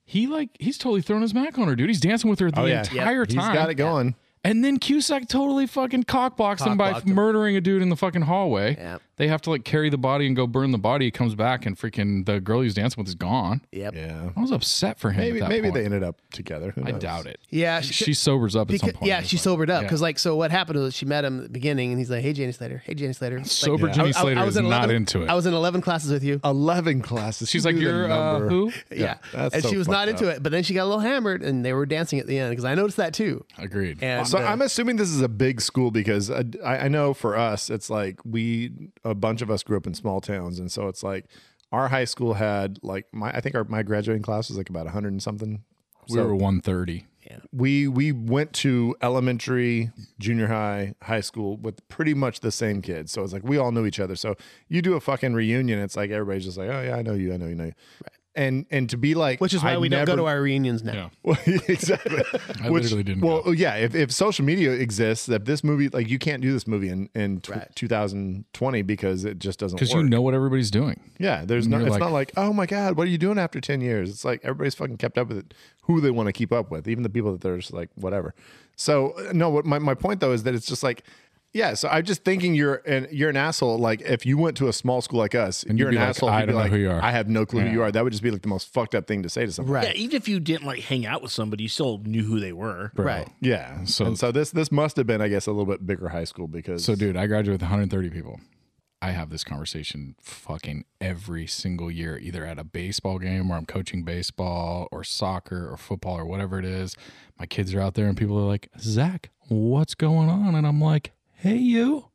Speaker 2: he like he's totally throwing his mac on her, dude. He's dancing with her
Speaker 3: Oh,
Speaker 2: the
Speaker 5: oh, yeah.
Speaker 2: entire
Speaker 5: he's
Speaker 2: time.
Speaker 5: got it going
Speaker 2: And then Cusack totally fucking cockblocks him by
Speaker 3: Cockblocked him.
Speaker 2: murdering a dude in the fucking hallway.
Speaker 3: Yep.
Speaker 2: They have to like carry the body and go burn the body. He comes back and freaking the girl he's dancing with is gone.
Speaker 3: Yep.
Speaker 5: Yeah.
Speaker 2: I was upset for him.
Speaker 5: Maybe
Speaker 2: at that
Speaker 5: maybe
Speaker 2: point.
Speaker 5: they ended up together. Who
Speaker 2: I
Speaker 5: knows?
Speaker 2: doubt it.
Speaker 3: Yeah.
Speaker 2: She, sobers up at
Speaker 3: Because,
Speaker 2: some point.
Speaker 3: yeah, she sobered up
Speaker 2: yeah.
Speaker 3: because, like, so what happened was she met him at the beginning, and he's like, "Hey, Janie Slater. Hey, Janie Slater." Like,
Speaker 2: Sober Jenny
Speaker 3: I- I- I
Speaker 2: Slater
Speaker 3: was
Speaker 2: is
Speaker 3: in
Speaker 2: not
Speaker 3: 11
Speaker 2: into it.
Speaker 3: I was in eleven classes with you.
Speaker 5: Eleven classes.
Speaker 2: She's
Speaker 5: You
Speaker 2: like,
Speaker 5: do the
Speaker 2: "You're, uh,
Speaker 5: number."
Speaker 2: who?"
Speaker 3: Yeah,
Speaker 5: that's
Speaker 3: and
Speaker 5: so
Speaker 3: she was not
Speaker 5: fucked
Speaker 3: into it. But then she got a little hammered, and they were dancing at the end because I noticed that too.
Speaker 2: Agreed.
Speaker 3: And
Speaker 5: So
Speaker 3: uh,
Speaker 5: I'm assuming this is a big school because I, I I know for us it's like we a bunch of us grew up in small towns and so it's like our high school had like my I think our my graduating class was like about 100 and something.
Speaker 2: we were 130.
Speaker 5: We we went to elementary, junior high, high school with pretty much the same kids. So it's like we all knew each other. So you do a fucking reunion, it's like everybody's just like, oh yeah, I know you, I know you, I know you. And and to be like,
Speaker 3: which is why
Speaker 5: I
Speaker 3: we don't
Speaker 5: never-
Speaker 3: go to our reunions now.
Speaker 5: well, exactly.
Speaker 2: I literally didn't
Speaker 5: Well, uh, oh,
Speaker 2: go.
Speaker 5: yeah. If, if social media exists, that this movie, like, you can't do this movie in in tw- 2020 because it just doesn't.
Speaker 2: Because
Speaker 5: Because
Speaker 2: you know what everybody's doing.
Speaker 5: yeah. There's no.
Speaker 2: you're
Speaker 5: It's
Speaker 2: like-
Speaker 5: not like, oh my god, what are you doing after 10 years? It's like everybody's fucking kept up with it. Who they want to keep up with, even the people that they're just like whatever. So uh, no, what my my point though is that it's just like. Yeah, so I'm just thinking you're an you're an asshole. Like if you went to a small school like us, and
Speaker 2: you'd
Speaker 5: you're
Speaker 2: be
Speaker 5: an
Speaker 2: like,
Speaker 5: asshole.
Speaker 2: I
Speaker 5: you'd be
Speaker 2: don't know
Speaker 5: like,
Speaker 2: who you are.
Speaker 5: I have no clue
Speaker 2: Yeah.
Speaker 5: who you are. That would just be like the most fucked up thing to say to someone.
Speaker 3: Right.
Speaker 7: Yeah, even if you didn't like hang out with somebody, you still knew who they were.
Speaker 2: Bro.
Speaker 3: Right.
Speaker 5: Yeah.
Speaker 2: So-
Speaker 5: So and so this this must have been, I guess, a little bit bigger high school because
Speaker 2: So, dude, I graduated with 130 people. I have this conversation fucking every single year, either at a baseball game where I'm coaching baseball or soccer or football or whatever it is. My kids are out there and people are like, Zach, what's going on? And I'm like, hey, you,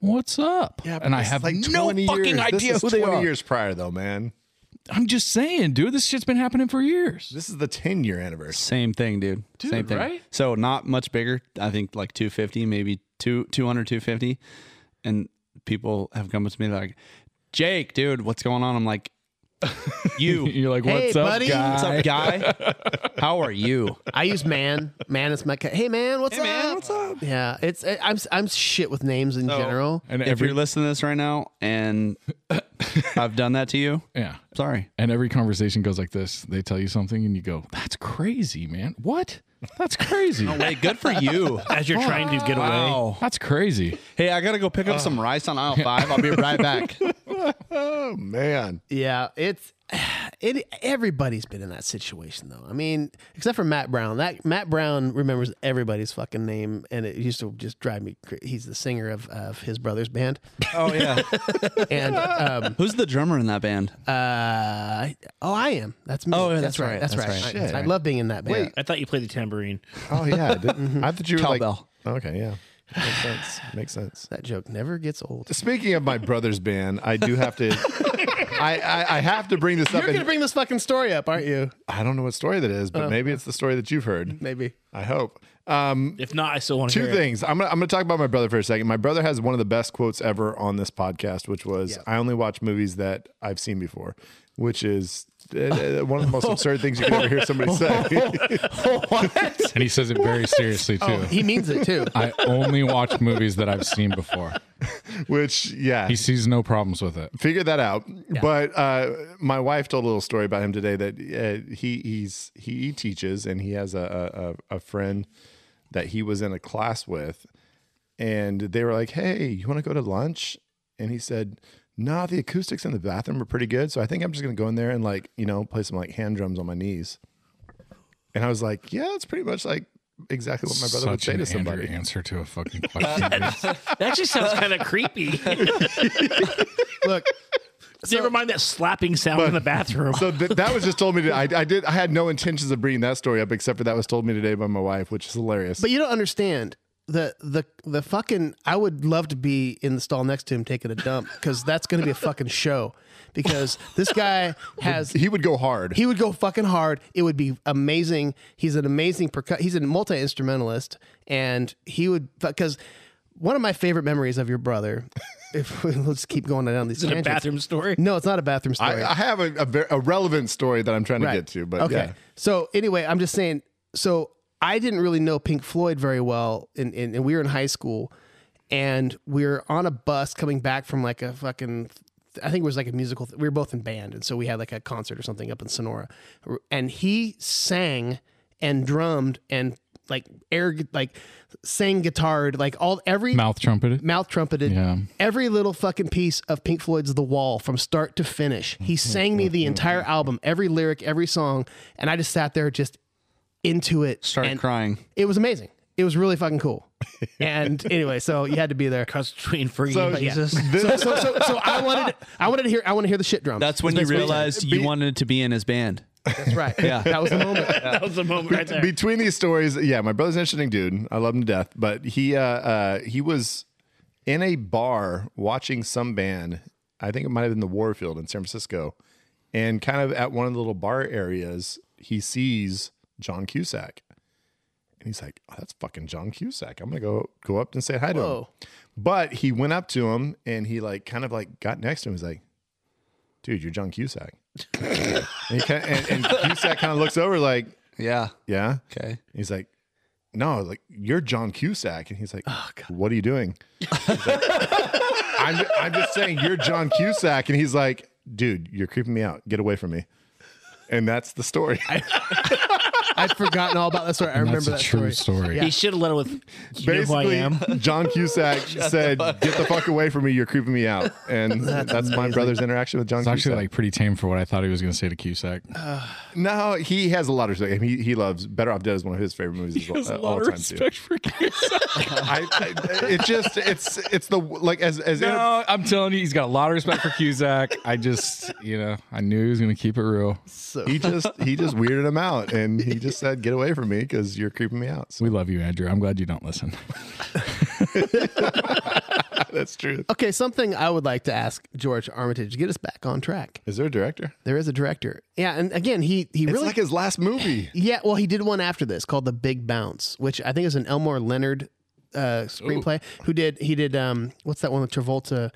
Speaker 2: what's up? Yeah, and I have no fucking idea who they are.
Speaker 5: years prior, though, man.
Speaker 2: I'm just saying, dude, this shit's been happening for years.
Speaker 5: This is the ten year anniversary.
Speaker 4: Same thing, dude. Same thing.
Speaker 2: right?
Speaker 4: So not much bigger. I think like 250, maybe two 200, 250. And people have come up to me like, Jake, dude, what's going on? I'm like, you.
Speaker 2: You're like,
Speaker 3: Hey,
Speaker 2: what's up,
Speaker 3: buddy?
Speaker 2: guy?
Speaker 4: What's up, guy? How are you?
Speaker 3: I use man. Man is my. Ca- hey man, what's up? what's up? Yeah, it's I- I'm I'm shit with names in general.
Speaker 2: And
Speaker 4: if
Speaker 2: every,
Speaker 4: you're listening to this right now and I've done that to you,
Speaker 2: yeah.
Speaker 4: sorry.
Speaker 2: And every conversation goes like this. They tell you something and you go, that's crazy, man. What? That's crazy.
Speaker 4: Hey, good for you.
Speaker 7: As you're trying to get away.
Speaker 2: That's crazy.
Speaker 4: Hey, I gotta go pick up some rice on aisle five. I'll be right back.
Speaker 5: Oh man,
Speaker 3: Yeah, it's it. Everybody's been in that situation though. I mean, except for Matt Brown. That Matt Brown remembers everybody's fucking name, and it used to just drive me. cra- He's the singer of of his brother's band,
Speaker 4: Oh yeah.
Speaker 3: and um,
Speaker 4: Who's the drummer in that band?
Speaker 3: uh, oh, I am. That's me.
Speaker 4: Oh, yeah, that's right,
Speaker 3: That's,
Speaker 4: that's
Speaker 3: right.
Speaker 4: right.
Speaker 3: I-
Speaker 5: Shit.
Speaker 3: I, love being in that band.
Speaker 7: I thought you played the tambourine.
Speaker 5: oh yeah, I,
Speaker 2: Mm-hmm.
Speaker 5: didn't, I thought you were
Speaker 4: Cowbell.
Speaker 5: like okay, yeah, makes sense, makes sense.
Speaker 3: That joke never gets old.
Speaker 5: Speaking of my brother's band, I do have to, I, I I have to bring this up.
Speaker 3: You're gonna
Speaker 5: And
Speaker 3: bring this fucking story up, aren't you?
Speaker 5: I don't know what story that is,
Speaker 2: Uh,
Speaker 5: but maybe it's the story that you've heard.
Speaker 3: Maybe.
Speaker 5: I hope. Um,
Speaker 7: If not, I still want to
Speaker 5: Two
Speaker 7: hear it.
Speaker 5: things. I'm gonna, I'm gonna talk about my brother for a second. My brother has one of the best quotes ever on this podcast, which was, "I only watch movies that I've seen before," which is uh, uh, one of the most absurd things you could ever hear somebody say.
Speaker 2: And he says it very seriously
Speaker 5: Oh,
Speaker 2: too.
Speaker 3: He means it too.
Speaker 2: I only watch movies that I've seen before.
Speaker 5: which, yeah,
Speaker 2: He sees no problems with it.
Speaker 5: figure that out. But uh, my wife told a little story about him today that uh, he he's he teaches and he has a, a a- a friend that he was in a class with, and they were like, "Hey, you want to go to lunch?" And he said. Nah, the acoustics in the bathroom are pretty good, so I think I'm just gonna go in there and like you know play some like hand drums on my knees. And I was like, yeah, it's pretty much like exactly what my brother would
Speaker 2: Such
Speaker 5: say
Speaker 2: an
Speaker 5: to
Speaker 2: Andrew
Speaker 5: somebody. Uh,
Speaker 2: answer to a fucking question. dude.
Speaker 7: That actually sounds kind of creepy.
Speaker 3: Look,
Speaker 7: Never mind that slapping sound in the bathroom.
Speaker 5: So th- that was just told me. To, I, I did. I had no intentions of bringing that story up, except for that was told me today by my wife, which is hilarious.
Speaker 3: But you don't understand the the the fucking. I would love to be in the stall next to him taking a dump because that's going to be a fucking show. Because this guy has
Speaker 5: he would go hard.
Speaker 3: he would go fucking hard. It would be amazing. He's an amazing percu- he's a multi instrumentalist, and he would because one of my favorite memories of your brother. If we, let's keep going down these
Speaker 7: Is it a
Speaker 3: tangents.
Speaker 7: bathroom story?
Speaker 3: No, it's not a bathroom story.
Speaker 5: I, I have a, a, ver- a relevant story that I'm trying to
Speaker 3: Right.
Speaker 5: get to, but
Speaker 3: okay.
Speaker 5: yeah.
Speaker 3: So anyway, I'm just saying. So I didn't really know Pink Floyd very well, and and, and we were in high school, and we were on a bus coming back from like a fucking. I think it was like a musical. we were both in band, and so we had like a concert or something up in Sonora, and he sang and drummed and like air, gu- like sang guitar, like all every
Speaker 2: Mouth trumpeted.
Speaker 3: mouth trumpeted
Speaker 2: Yeah.
Speaker 3: every little fucking piece of Pink Floyd's The Wall from start to finish. He sang me the entire album, every lyric, every song, and I just sat there just into it.
Speaker 4: Start
Speaker 3: and
Speaker 4: crying.
Speaker 3: It was amazing. It was really fucking cool. And anyway, so you had to be there.
Speaker 7: Cuss between for
Speaker 3: But yeah.
Speaker 7: Jesus.
Speaker 3: So, so, so, so I wanted I wanted to hear I want to hear the shit drum.
Speaker 4: That's when you realized you wanted to be in his band.
Speaker 3: That's right. Yeah. That was the moment.
Speaker 7: That was the moment right there.
Speaker 5: Between these stories, yeah, my brother's an interesting dude. I love him to death, but he uh, uh, he was in a bar watching some band. I think it might have been the Warfield in San Francisco, and kind of at one of the little bar areas, he sees John Cusack, and he's like, "Oh, that's fucking John Cusack. I'm gonna go go up and say hi to him."
Speaker 3: Whoa.
Speaker 5: But he went up to him and he like kind of like got next to him. He's like, "Dude, you're John Cusack." and, he kind and, and Cusack kind of looks over like,
Speaker 4: Yeah.
Speaker 5: "Yeah."
Speaker 4: Okay.
Speaker 5: He's like, no, like you're John Cusack, and he's like, what are you doing? He's like, I'm, I'm just saying you're John Cusack, and he's like, dude, you're creeping me out. Get away from me. And that's the story.
Speaker 3: I'd forgotten all about that story. I remember
Speaker 2: That's a
Speaker 3: that
Speaker 2: true
Speaker 3: story.
Speaker 2: story.
Speaker 7: He should have let it with you know who I
Speaker 5: Basically,
Speaker 7: am.
Speaker 5: John Cusack said, "Get the fuck away from me. You're creeping me out." And that's, my brother's interaction with John.
Speaker 2: It's actually
Speaker 5: Cusack.
Speaker 2: like pretty tame for what I thought he was going to say to Cusack.
Speaker 5: Uh, no, he has a lot of respect. I mean, He, he loves Better Off Dead is one of his favorite movies. as well, uh, all the time too.
Speaker 2: for Cusack.
Speaker 5: I, I, it just it's it's the like as as
Speaker 2: No, I'm telling you, he's got a lot of respect for Cusack. I just, you know, I knew he was going to keep it real.
Speaker 5: he just he just weirded him out and he just said get away from me because you're creeping me out so
Speaker 2: We love you, Andrew. I'm glad you don't listen.
Speaker 5: that's true
Speaker 3: Okay, something I would like to ask George Armitage get us back on track.
Speaker 5: is there a director
Speaker 3: There is a director. Yeah, and again, he he
Speaker 5: it's
Speaker 3: really
Speaker 5: like his last movie
Speaker 3: Yeah, well, he did one after this called The Big Bounce, which I think is an Elmore Leonard uh, screenplay. Who did he did um what's that one with Travolta,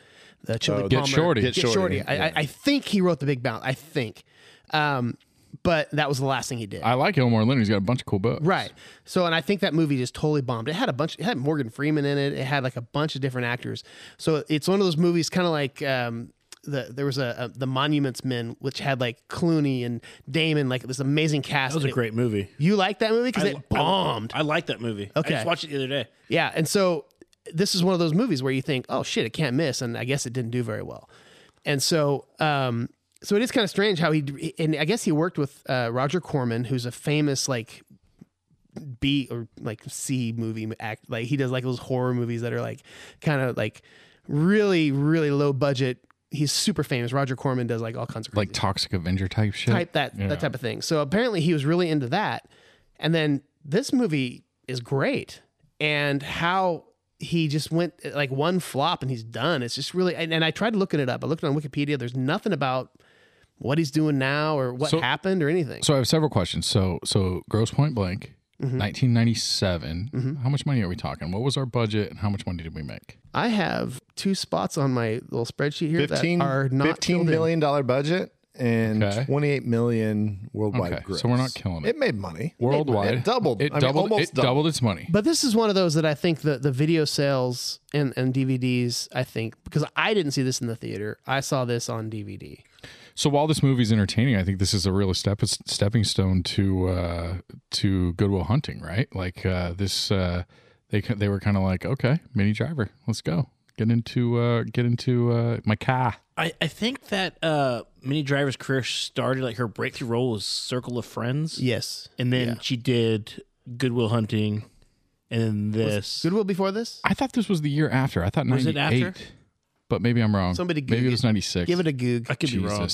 Speaker 3: the Chili
Speaker 5: Oh,
Speaker 3: Palmer?
Speaker 5: Get
Speaker 2: Shorty.
Speaker 3: Get,
Speaker 5: Get
Speaker 3: Shorty.
Speaker 5: Shorty,
Speaker 3: I I, I think he wrote The Big Bounce. I think, um, but that was the last thing he did.
Speaker 2: I like Elmore Leonard. He's got a bunch of cool books.
Speaker 3: Right. So, and I think that movie just totally bombed. It had a bunch. It had Morgan Freeman in it. It had like a bunch of different actors. So it's one of those movies, kind of like um, the there was a, a the Monuments Men, which had like Clooney and Damon, like this amazing cast.
Speaker 7: That was a
Speaker 3: It-
Speaker 7: great movie.
Speaker 3: You liked that movie because it bombed.
Speaker 7: I, like that movie.
Speaker 3: Okay.
Speaker 7: I just watched it the other day.
Speaker 3: yeah, and so this is one of those movies where you think, oh shit, it can't miss, and I guess it didn't do very well. And so, um, so it is kind of strange how he and I guess he worked with uh, Roger Corman, who's a famous like B or like C movie act. Like he does like those horror movies that are like kind of like really really low budget. He's super famous. Roger Corman does like all kinds of crazy
Speaker 2: Like Toxic Avenger type shit.
Speaker 3: type that that type of thing. So apparently he was really into that. And then this movie is great. And how he just went like one flop and he's done. It's just really and, and I tried looking it up. I looked on Wikipedia. There's nothing about what he's doing now or what
Speaker 2: So-
Speaker 3: happened or anything.
Speaker 2: So I have several questions. So, so Gross Point Blank,
Speaker 3: Mm-hmm.
Speaker 2: 1997. How much money are we talking? What was our budget and how much money did we make?
Speaker 3: I have two spots on my little spreadsheet here
Speaker 5: 15,
Speaker 3: that are not
Speaker 5: 15
Speaker 3: filled in.
Speaker 5: million dollar budget and
Speaker 2: Okay.
Speaker 5: 28 million worldwide
Speaker 2: Okay,
Speaker 5: gross.
Speaker 2: so we're not killing it.
Speaker 5: it made money
Speaker 2: Worldwide,
Speaker 5: it doubled
Speaker 2: It
Speaker 5: I mean,
Speaker 2: doubled.
Speaker 5: almost
Speaker 2: it doubled its money.
Speaker 3: But this is one of those that I think the, the video sales and, and DVDs, I think, because I didn't see this in the theater. I saw this on DVD.
Speaker 2: So while this movie's entertaining, I think this is a real step stepping stone to uh, to Goodwill Hunting, right? Like uh, this, uh, they ki- they were kind of like, okay, Mini Driver, let's go get into uh, get into uh, my car.
Speaker 7: I, I think that uh, Minnie Driver's career started like her breakthrough role was Circle of Friends,
Speaker 3: Yes.
Speaker 7: and then she did Goodwill Hunting, and then this.
Speaker 3: Goodwill before this?
Speaker 2: I thought this was the year after. I thought
Speaker 7: Was
Speaker 2: ninety
Speaker 7: it
Speaker 2: eight,
Speaker 7: after?
Speaker 2: but maybe I'm wrong.
Speaker 3: Somebody
Speaker 2: maybe
Speaker 3: Goog-
Speaker 2: it was ninety six.
Speaker 3: Give it a goog.
Speaker 7: I could be wrong.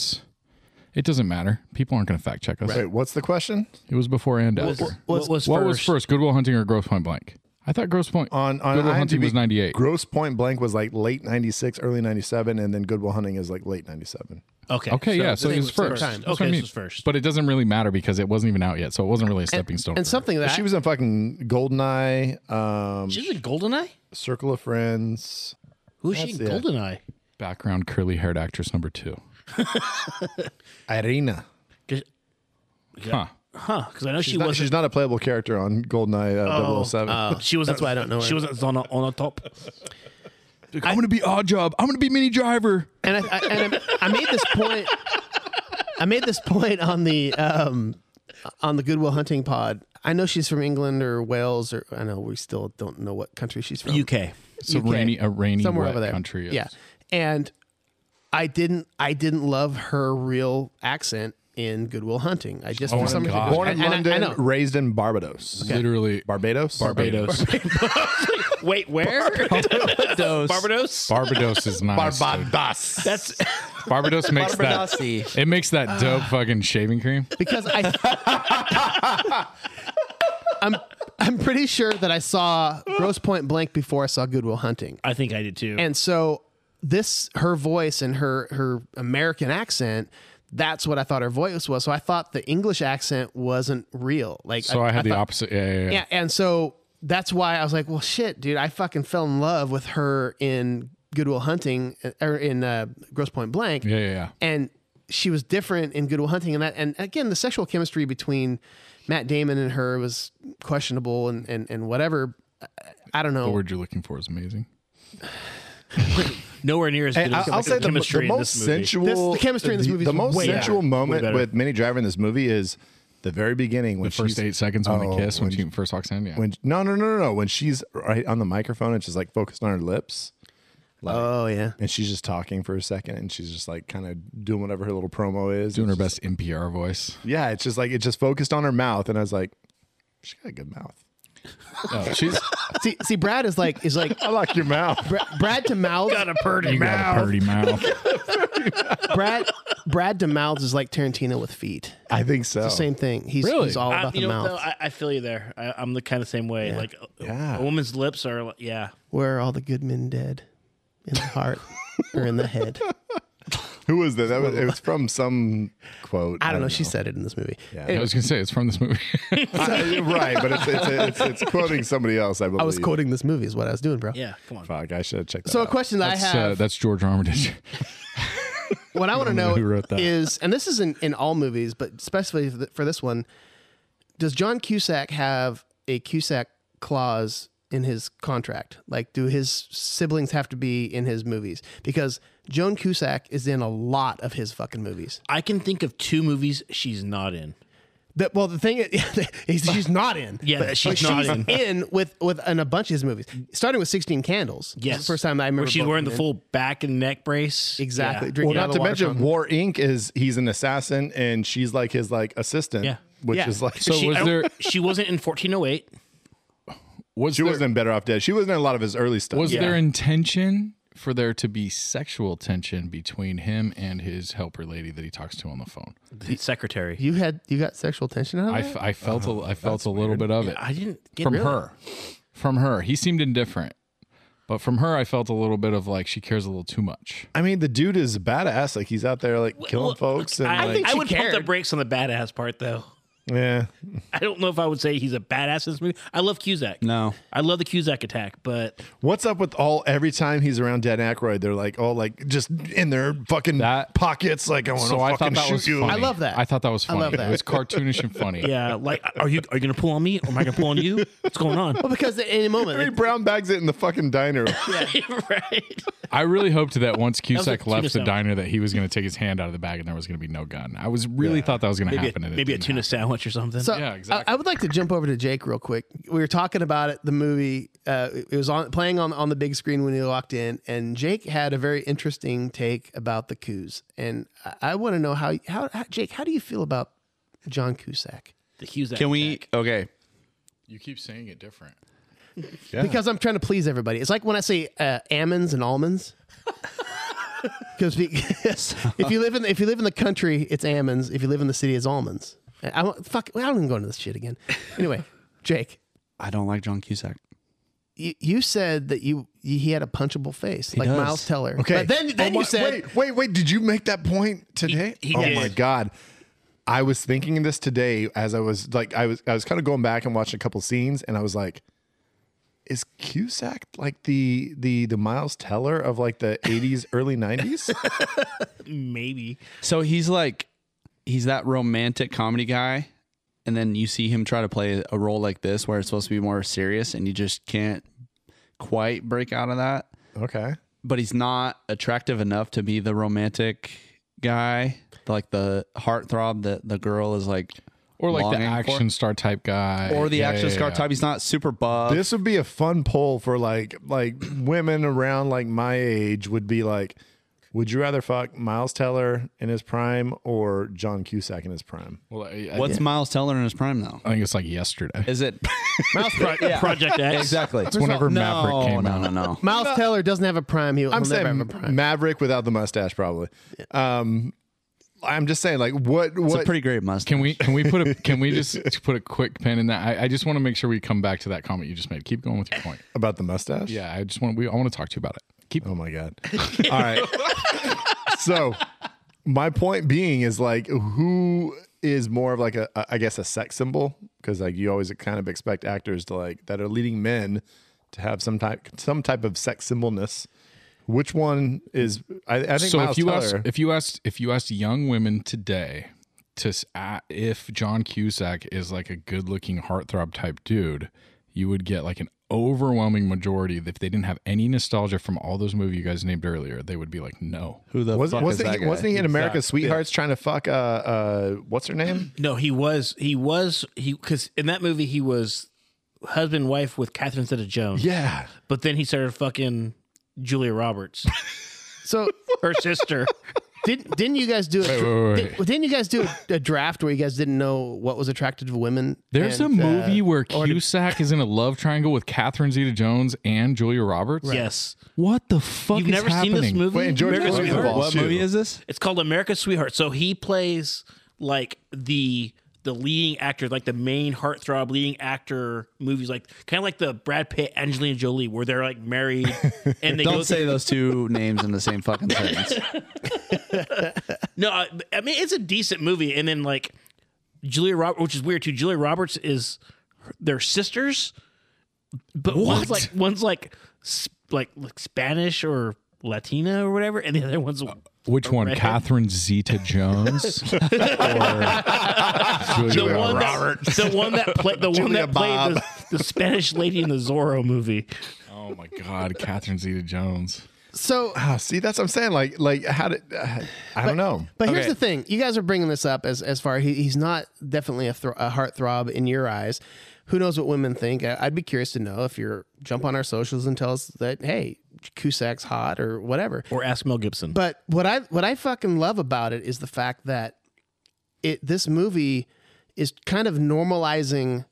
Speaker 2: It doesn't matter. People aren't going to fact check us.
Speaker 5: wait what's the question
Speaker 2: It was before and after.
Speaker 7: What was
Speaker 2: what
Speaker 7: first?
Speaker 2: was first, Goodwill Hunting or Gross Point Blank? I thought Gross Point
Speaker 5: on on
Speaker 2: Goodwill Hunting
Speaker 5: IMDb,
Speaker 2: was ninety eight.
Speaker 5: gross point blank was like late 96 early 97 and then goodwill hunting is like late 97
Speaker 7: Okay.
Speaker 2: Okay, yeah, so
Speaker 3: they
Speaker 2: it was
Speaker 3: were
Speaker 2: first.
Speaker 3: same time.
Speaker 2: That's what I
Speaker 7: Okay, this
Speaker 2: mean.
Speaker 7: was first.
Speaker 2: But it doesn't really matter because it wasn't even out yet, so it wasn't really a stepping stone.
Speaker 3: And
Speaker 2: for her.
Speaker 3: something that
Speaker 5: she was in fucking goldeneye um
Speaker 7: She was in Goldeneye.
Speaker 5: circle of friends
Speaker 7: Who is she in
Speaker 5: That's it.
Speaker 7: Goldeneye?
Speaker 2: background curly-haired actress number two.
Speaker 5: irina
Speaker 7: 'Cause-
Speaker 2: Huh.
Speaker 7: Huh? Because I know she
Speaker 5: She's not,
Speaker 7: wasn't. Oh,
Speaker 5: she's not a playable character on GoldenEye
Speaker 3: Oh,
Speaker 5: uh, 007.
Speaker 7: she wasn't.
Speaker 3: That's why I don't know her.
Speaker 7: She wasn't on a, on a top.
Speaker 2: I, am gonna be odd job. I'm gonna be mini driver.
Speaker 3: and I, I, and I, I made this point. I made this point on the um, on the Goodwill Hunting pod. I know she's from England or Wales or I know we still don't know what country she's from.
Speaker 7: UK.
Speaker 2: It's a
Speaker 3: UK.
Speaker 2: rainy, a rainy
Speaker 3: somewhere
Speaker 2: wet
Speaker 3: over there.
Speaker 2: country. is-
Speaker 3: Yeah, and I didn't I didn't love her real accent in Goodwill Hunting. I
Speaker 2: Oh
Speaker 3: just for some reason
Speaker 5: Born in
Speaker 3: and- and I-
Speaker 5: London,
Speaker 3: I, know.
Speaker 5: raised in Barbados.
Speaker 2: Literally,
Speaker 5: Barbados?
Speaker 2: Barbados.
Speaker 7: Wait, where?
Speaker 4: Those
Speaker 7: Barbados.
Speaker 2: Barbados is nice. dude.
Speaker 5: Barbados.
Speaker 7: That's
Speaker 2: Barbados makes that.
Speaker 4: Barbadosi.
Speaker 2: It makes
Speaker 3: Ah.
Speaker 2: that dope fucking shaving cream.
Speaker 3: because I I'm I'm pretty sure that I saw Gross Point Blank before I saw Goodwill Hunting.
Speaker 7: I think I did too.
Speaker 3: And so this her voice and her her American accent that's what I thought her voice was. So I thought the English accent wasn't real. Like
Speaker 2: So I, had the
Speaker 3: thought-
Speaker 2: opposite. Yeah, yeah, yeah.
Speaker 3: Yeah, and so that's why I was like, well, shit, dude, I fucking fell in love with her in Goodwill Hunting or in uh, Gross Point Blank.
Speaker 2: Yeah, yeah, yeah.
Speaker 3: And she was different in Goodwill Hunting, and that, and again, the sexual chemistry between Matt Damon and her was questionable, and and and whatever. I- I don't know.
Speaker 2: The word you're looking for is amazing.
Speaker 7: Nowhere near as good
Speaker 5: I-
Speaker 7: as
Speaker 5: I'll say the,
Speaker 7: chemistry
Speaker 5: the
Speaker 7: in
Speaker 5: most
Speaker 7: this movie.
Speaker 5: sensual.
Speaker 3: This- the chemistry in this movie is
Speaker 5: The most
Speaker 3: way
Speaker 5: sensual
Speaker 3: better.
Speaker 5: moment
Speaker 7: better.
Speaker 5: with Minnie Driver in this movie is the very beginning when
Speaker 2: The first
Speaker 5: she's
Speaker 2: eight seconds when
Speaker 5: Oh,
Speaker 2: they kiss, when,
Speaker 5: when
Speaker 2: she first walks in. Yeah.
Speaker 5: when no no no no no when she's right on the microphone and she's like focused on her lips. Like,
Speaker 3: oh yeah,
Speaker 5: and she's just talking for a second, and she's just like kind of doing whatever her little promo is,
Speaker 2: doing her
Speaker 5: It's just-
Speaker 2: best NPR voice.
Speaker 5: Yeah, it's just like it just focused on her mouth, and I was like, she got a good mouth.
Speaker 2: Oh, she's
Speaker 3: see, see, Brad is like is like
Speaker 5: I like your mouth.
Speaker 3: Bra- Brad to mouth.
Speaker 2: you got a purty mouth.
Speaker 3: Brad Brad to mouths is like Tarantino with feet.
Speaker 5: I think so.
Speaker 3: Same thing. He's,
Speaker 2: Really?
Speaker 3: he's all
Speaker 7: I,
Speaker 3: about
Speaker 7: you
Speaker 3: the
Speaker 7: know,
Speaker 3: mouth.
Speaker 7: though, I, I feel you there. I, I'm the kind of same way. Like a-
Speaker 5: Yeah.
Speaker 7: a woman's lips are, like- yeah.
Speaker 3: Where are all the good men dead? In the heart or in the head?
Speaker 5: Who was that? That was it was from some quote.
Speaker 3: I don't know. She said it in this movie.
Speaker 2: I was gonna say it's from this movie.
Speaker 5: Uh, you're right, but it's it's, it's it's quoting somebody else. I believe.
Speaker 3: I was quoting this movie, is what I was doing, bro.
Speaker 7: Yeah, come on.
Speaker 5: Fuck, I should have checked. That
Speaker 3: So a
Speaker 5: out.
Speaker 3: question that
Speaker 2: that's,
Speaker 3: I have,
Speaker 2: uh, that's George Armitage.
Speaker 3: what I want to know,
Speaker 2: who wrote that.
Speaker 3: is, and this is in, in all movies, but especially for th- for this one, does John Cusack have a Cusack clause in his contract? Like, do his siblings have to be in his movies? Because Joan Cusack is in a lot of his fucking movies.
Speaker 7: I can think of two movies she's not in.
Speaker 3: The, well, the thing is, is she's not in.
Speaker 7: Yeah,
Speaker 3: but
Speaker 7: she's
Speaker 3: but
Speaker 7: not
Speaker 3: she's
Speaker 7: in.
Speaker 3: with with in a bunch of his movies, starting with Sixteen Candles. It's
Speaker 7: Yes,
Speaker 3: the first time I remember
Speaker 7: Where she's
Speaker 3: both
Speaker 7: wearing
Speaker 3: of
Speaker 7: the
Speaker 3: them.
Speaker 7: full back and neck brace.
Speaker 3: Exactly.
Speaker 7: Yeah.
Speaker 3: Drinking
Speaker 5: Well,
Speaker 3: out of
Speaker 5: not to
Speaker 3: the water
Speaker 5: mention
Speaker 3: fountain.
Speaker 5: War Inc. is he's an assassin and she's like his like assistant.
Speaker 7: Yeah.
Speaker 5: Which
Speaker 3: Yeah.
Speaker 5: is like
Speaker 2: So
Speaker 7: She,
Speaker 2: was
Speaker 7: I don't-
Speaker 2: there
Speaker 7: she wasn't in 1408.
Speaker 2: was
Speaker 5: she
Speaker 2: there,
Speaker 5: wasn't in Better Off Dead. She wasn't in a lot of his early stuff.
Speaker 2: was
Speaker 7: Yeah.
Speaker 2: there intention for there to be sexual tension between him and his helper lady that he talks to on the phone?
Speaker 7: The secretary.
Speaker 3: You had you got sexual tension out of
Speaker 2: I,
Speaker 3: that?
Speaker 2: f- I felt a, I felt a little bit of it
Speaker 7: I didn't get
Speaker 2: from
Speaker 7: really-
Speaker 2: her. From her, he seemed indifferent, but from her, I felt a little bit of like she cares a little too much.
Speaker 5: I mean, the dude is badass. Like he's out there like killing
Speaker 7: Well,
Speaker 5: folks and
Speaker 7: I,
Speaker 5: like
Speaker 7: I
Speaker 3: she
Speaker 7: would pump the
Speaker 3: cared.
Speaker 7: brakes on the badass part, though.
Speaker 5: yeah.
Speaker 7: I don't know if I would say he's a badass in this movie. I love Cusack.
Speaker 4: No.
Speaker 7: I love the Cusack attack, but
Speaker 5: What's up with all every time he's around Dan Aykroyd? They're like all like just in their fucking
Speaker 2: That-
Speaker 5: pockets. Like I want to
Speaker 2: So I
Speaker 5: fucking
Speaker 2: thought that
Speaker 5: shoot
Speaker 2: was
Speaker 5: you.
Speaker 2: funny.
Speaker 3: I love that.
Speaker 2: I thought that was
Speaker 3: I
Speaker 2: funny.
Speaker 3: love that.
Speaker 2: It was cartoonish and funny.
Speaker 7: yeah, like, Uh, are you are you gonna pull on me or am I gonna pull on you? What's going on?
Speaker 3: well, because at any
Speaker 5: Harry
Speaker 3: moment,
Speaker 5: Brown bags it in the fucking diner.
Speaker 7: right.
Speaker 2: I really hoped that once
Speaker 7: was like
Speaker 2: Cusack
Speaker 7: tuna
Speaker 2: left the
Speaker 7: sandwich.
Speaker 2: diner that he was going to take his hand out of the bag and there was going to be no gun. I was really thought that was going to
Speaker 7: Maybe,
Speaker 2: happen.
Speaker 7: a,
Speaker 2: and it
Speaker 7: maybe a
Speaker 2: didn't
Speaker 7: tuna sandwich or something.
Speaker 3: so
Speaker 2: Yeah,
Speaker 3: I-
Speaker 2: exactly.
Speaker 3: I, would like to jump over to Jake real quick. We were talking about it. The movie uh, it was on playing on on the big screen when we walked in, and Jake had a very interesting take about the coups. And I, I want to know how, how how Jake, how do you feel about John Cusack?
Speaker 7: the Cusack.
Speaker 4: Can we?
Speaker 7: attack.
Speaker 4: Okay.
Speaker 2: You keep saying it different.
Speaker 3: Because I'm trying to please everybody. It's like when I say uh, almonds and almonds. Because if you live in if you live in the country, it's almonds. If you live in the city, it's almonds. And I don't, fuck. I don't even go into this shit again. Anyway, Jake,
Speaker 4: I don't like John Cusack.
Speaker 3: you, you said that you, you he had a punchable face like
Speaker 4: does.
Speaker 3: Miles Teller.
Speaker 5: Okay.
Speaker 3: But then then
Speaker 5: Oh my-
Speaker 3: you said
Speaker 5: wait, wait, wait. Did you make that point today?
Speaker 7: He- he
Speaker 5: oh
Speaker 7: did.
Speaker 5: my god. I was thinking of this today as I was like I was I was kind of going back and watching a couple scenes and I was like is Cusack like the the the Miles Teller of like the 80s early 90s?
Speaker 7: Maybe.
Speaker 4: So he's like, he's that romantic comedy guy, and then you see him try to play a role like this where it's supposed to be more serious, and you just can't quite break out of that.
Speaker 5: Okay.
Speaker 4: But he's not attractive enough to be the romantic guy, like the heartthrob that the girl is like
Speaker 2: or like the
Speaker 4: longing for.
Speaker 2: action star type guy,
Speaker 4: or the
Speaker 2: Yeah,
Speaker 4: action
Speaker 2: yeah,
Speaker 4: star
Speaker 2: yeah.
Speaker 4: type. He's not super
Speaker 3: Uh,
Speaker 4: buff.
Speaker 5: This would be a fun poll for like like women around like my age would be like, would you rather fuck Miles Teller in his prime or John Cusack in his prime?
Speaker 2: Well, I, I-
Speaker 4: What's Miles Teller in his prime though?
Speaker 2: I think it's like yesterday.
Speaker 4: Is it
Speaker 7: Mouse Pro- Project X.
Speaker 4: exactly? It's
Speaker 2: whenever Maverick came
Speaker 4: no,
Speaker 2: out.
Speaker 4: No, no, no.
Speaker 3: Miles Teller doesn't have a prime. He, will
Speaker 5: I'm
Speaker 3: never have a
Speaker 5: saying
Speaker 3: prime.
Speaker 5: Maverick without the mustache, probably. Um, I'm just saying like what
Speaker 4: It's
Speaker 5: what
Speaker 4: a pretty great mustache.
Speaker 2: Can we can we put a can we just put a quick pin in that? I, I just want to make sure we come back to that comment you just made. Keep going with your point.
Speaker 5: about the mustache?
Speaker 2: Yeah, I just want we I want to talk to you about it. Keep
Speaker 5: Oh my god. All right. so my point being is like who is more of like a I guess a sex symbol because like you always kind of expect actors to like that are leading men to have some type some type of sex symbolness. Which one is I, I think
Speaker 2: so
Speaker 5: Miles
Speaker 2: if you
Speaker 5: Teller.
Speaker 2: asked if you asked if you asked young women today to s- a- if John Cusack is like a good-looking heartthrob type dude, you would get like an overwhelming majority that if they didn't have any nostalgia from all those movies you guys named earlier, they would be like, no.
Speaker 4: Who the
Speaker 5: was,
Speaker 4: fuck is
Speaker 5: wasn't,
Speaker 4: that
Speaker 5: he,
Speaker 4: guy?
Speaker 5: wasn't he in America's Sweethearts trying to fuck uh uh what's her name?
Speaker 7: No, he was. He was. He because in that movie he was husband wife with Catherine Zeta-Jones.
Speaker 5: yeah.
Speaker 7: But then he started fucking Julia Roberts,
Speaker 3: So
Speaker 7: her sister.
Speaker 3: didn't didn't you guys do a,
Speaker 2: Wait, wait, wait.
Speaker 3: Did, not you guys do a, a draft where you guys didn't know what was attractive to women?
Speaker 2: There's
Speaker 3: and,
Speaker 2: a
Speaker 3: uh,
Speaker 2: movie where
Speaker 3: or did-
Speaker 2: Cusack is in a love triangle with Catherine Zeta-Jones and Julia Roberts.
Speaker 7: Yes.
Speaker 2: What the fuck
Speaker 7: You've
Speaker 2: is
Speaker 7: never
Speaker 2: happening?
Speaker 7: seen this movie?
Speaker 5: Wait, and George
Speaker 7: America's
Speaker 5: Clooney's
Speaker 7: Sweetheart?
Speaker 5: involved.
Speaker 4: What
Speaker 5: Too.
Speaker 4: movie is this?
Speaker 7: It's called America's Sweetheart. So he plays like the the leading actor, like the main heartthrob leading actor movies, like kind of like the Brad Pitt, Angelina Jolie, where they're like married and they go
Speaker 4: Don't say those two names in the same fucking sentence.
Speaker 7: No, I, I mean it's a decent movie, and then like Julia Roberts, which is weird too. Julia Roberts is their sisters, but one's like one's like sp- like like Spanish or Latina or whatever, and the other one's
Speaker 4: Uh,
Speaker 2: Which one?
Speaker 7: Redhead?
Speaker 2: Catherine Zeta Jones? or
Speaker 7: the
Speaker 2: Julia
Speaker 7: one that, the one that played the one
Speaker 5: Julia
Speaker 7: that played the, the Spanish lady in the Zorro movie.
Speaker 2: Oh my God, Catherine Zeta Jones.
Speaker 3: So,
Speaker 5: Ah, see that's what I'm saying like like how did uh, I don't know.
Speaker 3: but here's the thing: you guys are bringing this up as as far he, he's not definitely a, thro- a heartthrob in your eyes. Who knows what women think? I, I'd be curious to know if you're jump on our socials and tell us that hey, Cusack's hot or whatever.
Speaker 7: Or ask Mel Gibson.
Speaker 3: But what I what I fucking love about it is the fact that it this movie is kind of normalizing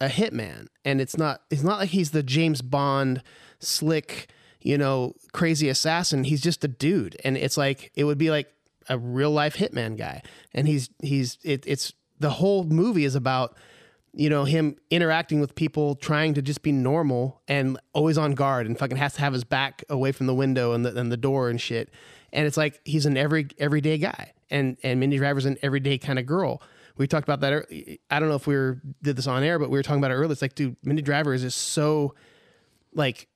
Speaker 3: a hitman, and it's not it's not like he's the James Bond slick, you know, crazy assassin. He's just a dude, and it's like it would be like a real life hitman guy, and he's he's it, it's the whole movie is about you know him interacting with people trying to just be normal and always on guard and fucking has to have his back away from the window and the, and the door and shit and it's like he's an every everyday guy and and Mindy Driver's an everyday kind of girl we talked about that ear- I don't know if we were, did this on air but we were talking about it earlier it's like dude Mindy Driver is just so like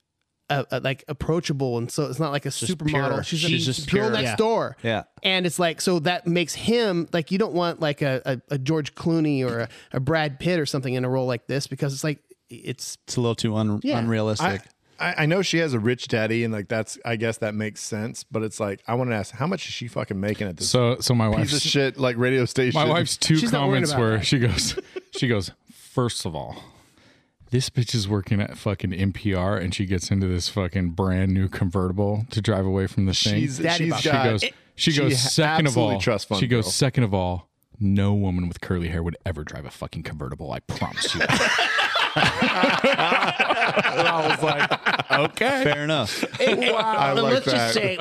Speaker 3: uh, uh, like approachable and so it's not like a supermodel
Speaker 4: pure.
Speaker 3: she's, a-
Speaker 4: She's just
Speaker 3: girl
Speaker 4: pure.
Speaker 3: next
Speaker 7: Yeah.
Speaker 3: door
Speaker 4: Yeah.
Speaker 3: and it's like, so that makes him like, you don't want like a, a, a George Clooney or a, a Brad Pitt or something in a role like this because it's like, it's
Speaker 4: It's a little too un-
Speaker 3: Yeah.
Speaker 4: unrealistic.
Speaker 5: I, I know she has a rich daddy, and like that's I guess that makes sense. But it's like I want to ask, how much is she fucking making at this
Speaker 2: So, so my
Speaker 5: piece of
Speaker 2: wife's
Speaker 5: shit like radio station?
Speaker 2: my wife's two
Speaker 3: She's not worried
Speaker 2: comments
Speaker 3: about
Speaker 2: where
Speaker 3: that.
Speaker 2: she goes, she goes. First of all, this bitch is working at fucking NPR, and she gets into this fucking brand new convertible to drive away from the thing.
Speaker 5: she's
Speaker 3: Daddy
Speaker 5: she's
Speaker 3: Bob.
Speaker 5: got,
Speaker 3: She
Speaker 2: she goes. She goes.
Speaker 5: she
Speaker 2: second of
Speaker 5: absolutely
Speaker 2: all,
Speaker 5: trusts Fun
Speaker 2: she goes.
Speaker 5: Girl.
Speaker 2: Second of all, no woman with curly hair would ever drive a fucking convertible. I promise you.
Speaker 5: I was like, okay,
Speaker 4: Fair enough.
Speaker 5: I
Speaker 7: But
Speaker 5: like
Speaker 7: let's
Speaker 5: that.
Speaker 7: just say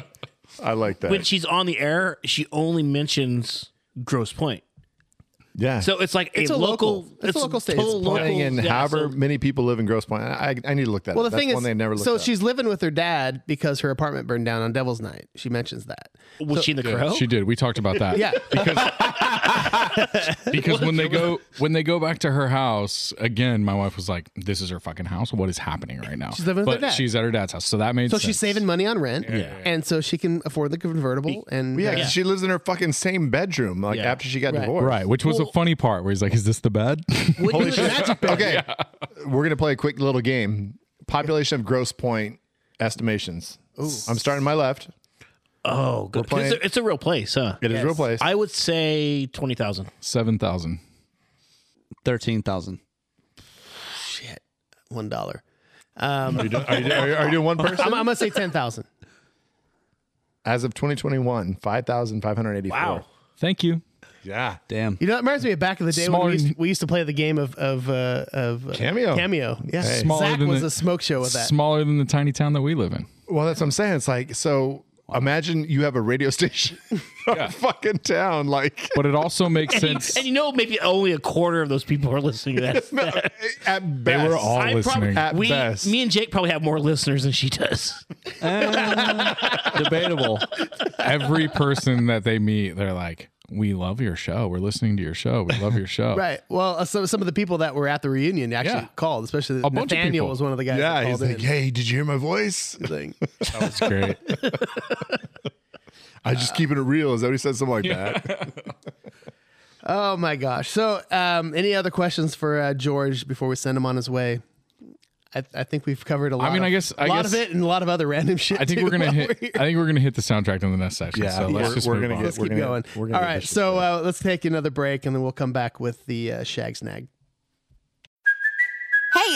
Speaker 5: I like that.
Speaker 7: when she's on the air, she only mentions Gross Point.
Speaker 5: yeah.
Speaker 7: So it's like
Speaker 3: It's
Speaker 7: a,
Speaker 3: a
Speaker 7: local,
Speaker 3: local- it's a local station.
Speaker 7: total
Speaker 3: It's
Speaker 7: local-
Speaker 5: playing in
Speaker 7: yeah, so-
Speaker 5: however many people live in Gross Point. I, I I need to look that.
Speaker 3: well, the
Speaker 5: up. That's
Speaker 3: thing is,
Speaker 5: one they never looked
Speaker 3: so
Speaker 5: up.
Speaker 3: she's living with her dad because her apartment burned down on Devil's Night. She mentions that.
Speaker 7: Was she in the crow?
Speaker 2: She did. We talked about that.
Speaker 3: Yeah.
Speaker 2: because when they go when they go back to her house again, my wife was like, "This is her fucking house. What is happening right now?" She's
Speaker 3: living
Speaker 2: but
Speaker 3: with her dad.
Speaker 2: She's at her dad's house, so that made
Speaker 3: So
Speaker 2: sense.
Speaker 3: she's saving money on rent. And so she can afford the convertible. And
Speaker 5: yeah,
Speaker 3: uh,
Speaker 5: 'cause she lives in her fucking same bedroom. Like
Speaker 7: Yeah.
Speaker 5: after she got
Speaker 3: Right.
Speaker 5: divorced,
Speaker 2: right, which was the funny part where he's like, "Is this the bed?"
Speaker 7: Wouldn't you-
Speaker 5: Okay, we're gonna play a quick little game. Population of Gross Point estimations. I'm starting my left.
Speaker 7: Oh, good. 'Cause
Speaker 5: playing-
Speaker 7: It's a, it's a real place, huh?
Speaker 5: It is real place.
Speaker 7: I would say 20,000.
Speaker 2: Seven thousand.
Speaker 4: Thirteen thousand.
Speaker 3: Shit, one dollar. Um,
Speaker 5: Are you, doing, are, you, are, you, are you doing one person?
Speaker 3: I'm, I'm gonna say ten thousand.
Speaker 5: As of 2021, 5,584.
Speaker 7: Wow.
Speaker 2: Thank you.
Speaker 5: Yeah.
Speaker 4: Damn.
Speaker 3: You know, that reminds me of back in the day
Speaker 2: Smaller
Speaker 3: when we
Speaker 2: than-
Speaker 3: used, we used to play the game of of uh, of uh,
Speaker 5: Cameo.
Speaker 3: Cameo, yeah.
Speaker 5: Hey.
Speaker 2: Smaller
Speaker 3: Zach
Speaker 2: than
Speaker 3: was
Speaker 2: the-
Speaker 3: a smoke show with that.
Speaker 2: Smaller than the tiny town that we live in.
Speaker 5: Well, that's what I'm saying. It's like, so imagine you have a radio station in a fucking town. Like,
Speaker 2: But it also makes
Speaker 7: And you,
Speaker 2: sense.
Speaker 7: and you know, maybe only a quarter of those people are listening to that.
Speaker 5: at best.
Speaker 2: were all-
Speaker 7: I
Speaker 2: listening.
Speaker 5: At
Speaker 7: we,
Speaker 5: best.
Speaker 7: me and Jake probably have more listeners than she does.
Speaker 2: debatable. Every person that they meet, they're like, "We love your show. We're listening to your show. We love your show."
Speaker 3: Right. Well, uh, some some of the people that were at the reunion actually
Speaker 2: Yeah.
Speaker 3: called, especially
Speaker 2: A bunch of
Speaker 3: Nathaniel
Speaker 2: people.
Speaker 3: was one of the guys.
Speaker 5: yeah.
Speaker 3: that
Speaker 5: He's
Speaker 3: called
Speaker 5: like,
Speaker 3: in.
Speaker 5: hey, did you hear my voice?
Speaker 2: That was great.
Speaker 5: I just keeping it real. Is that what he said? Something like that.
Speaker 3: Oh my gosh. So, um, any other questions for uh, George before we send him on his way? I, I think we've covered a lot.
Speaker 2: mean,
Speaker 3: of,
Speaker 2: I guess- I
Speaker 3: a lot
Speaker 2: guess-
Speaker 3: of it and a lot of other random shit.
Speaker 2: I think
Speaker 3: too
Speaker 2: we're gonna
Speaker 3: while
Speaker 2: hit.
Speaker 3: we're here.
Speaker 2: I think we're gonna hit the soundtrack on the next section.
Speaker 5: Yeah,
Speaker 2: so let's
Speaker 5: we're-
Speaker 2: just
Speaker 5: we're
Speaker 2: move
Speaker 5: gonna
Speaker 2: on.
Speaker 5: get-
Speaker 3: Let's
Speaker 5: we're
Speaker 3: keep
Speaker 5: gonna-
Speaker 3: going.
Speaker 5: we're gonna
Speaker 3: All
Speaker 5: get
Speaker 3: right.
Speaker 5: this
Speaker 3: So uh, let's take another break and then we'll come back with the uh, shag snag.
Speaker 9: Hey,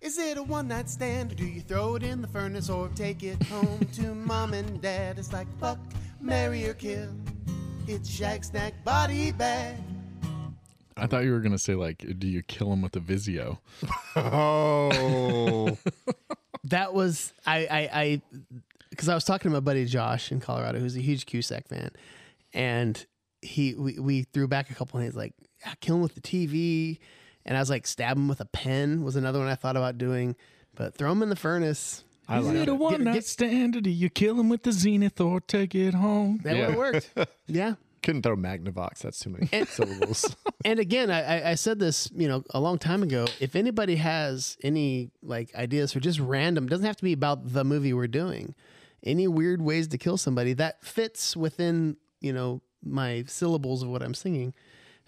Speaker 8: Is it a one night stand or do you throw it in the furnace or take it home to mom and dad? It's like fuck, marry or kill. It's Shag Snack Body Bag.
Speaker 2: I thought you were gonna say like, "Do you kill him with a Vizio?"
Speaker 5: oh.
Speaker 3: That was I I I because I was talking to my buddy Josh in Colorado, who's a huge Cusack fan, and he we, we threw back a couple, and he's like, "Ah, "Kill him with the TV," and I was like, "Stab him with a pen" was another one I thought about doing, but throw him in the furnace.
Speaker 5: I
Speaker 2: Is
Speaker 5: like
Speaker 2: it a
Speaker 5: it.
Speaker 2: one night stand? Or do you kill him with the Zenith or take it home?
Speaker 3: That would have worked. yeah.
Speaker 5: Couldn't throw Magnavox. That's too many syllables.
Speaker 3: And again, I, I- I said this, you know, a long time ago. If anybody has any like ideas for just random, doesn't have to be about the movie we're doing, any weird ways to kill somebody that fits within, you know, my syllables of what I'm singing,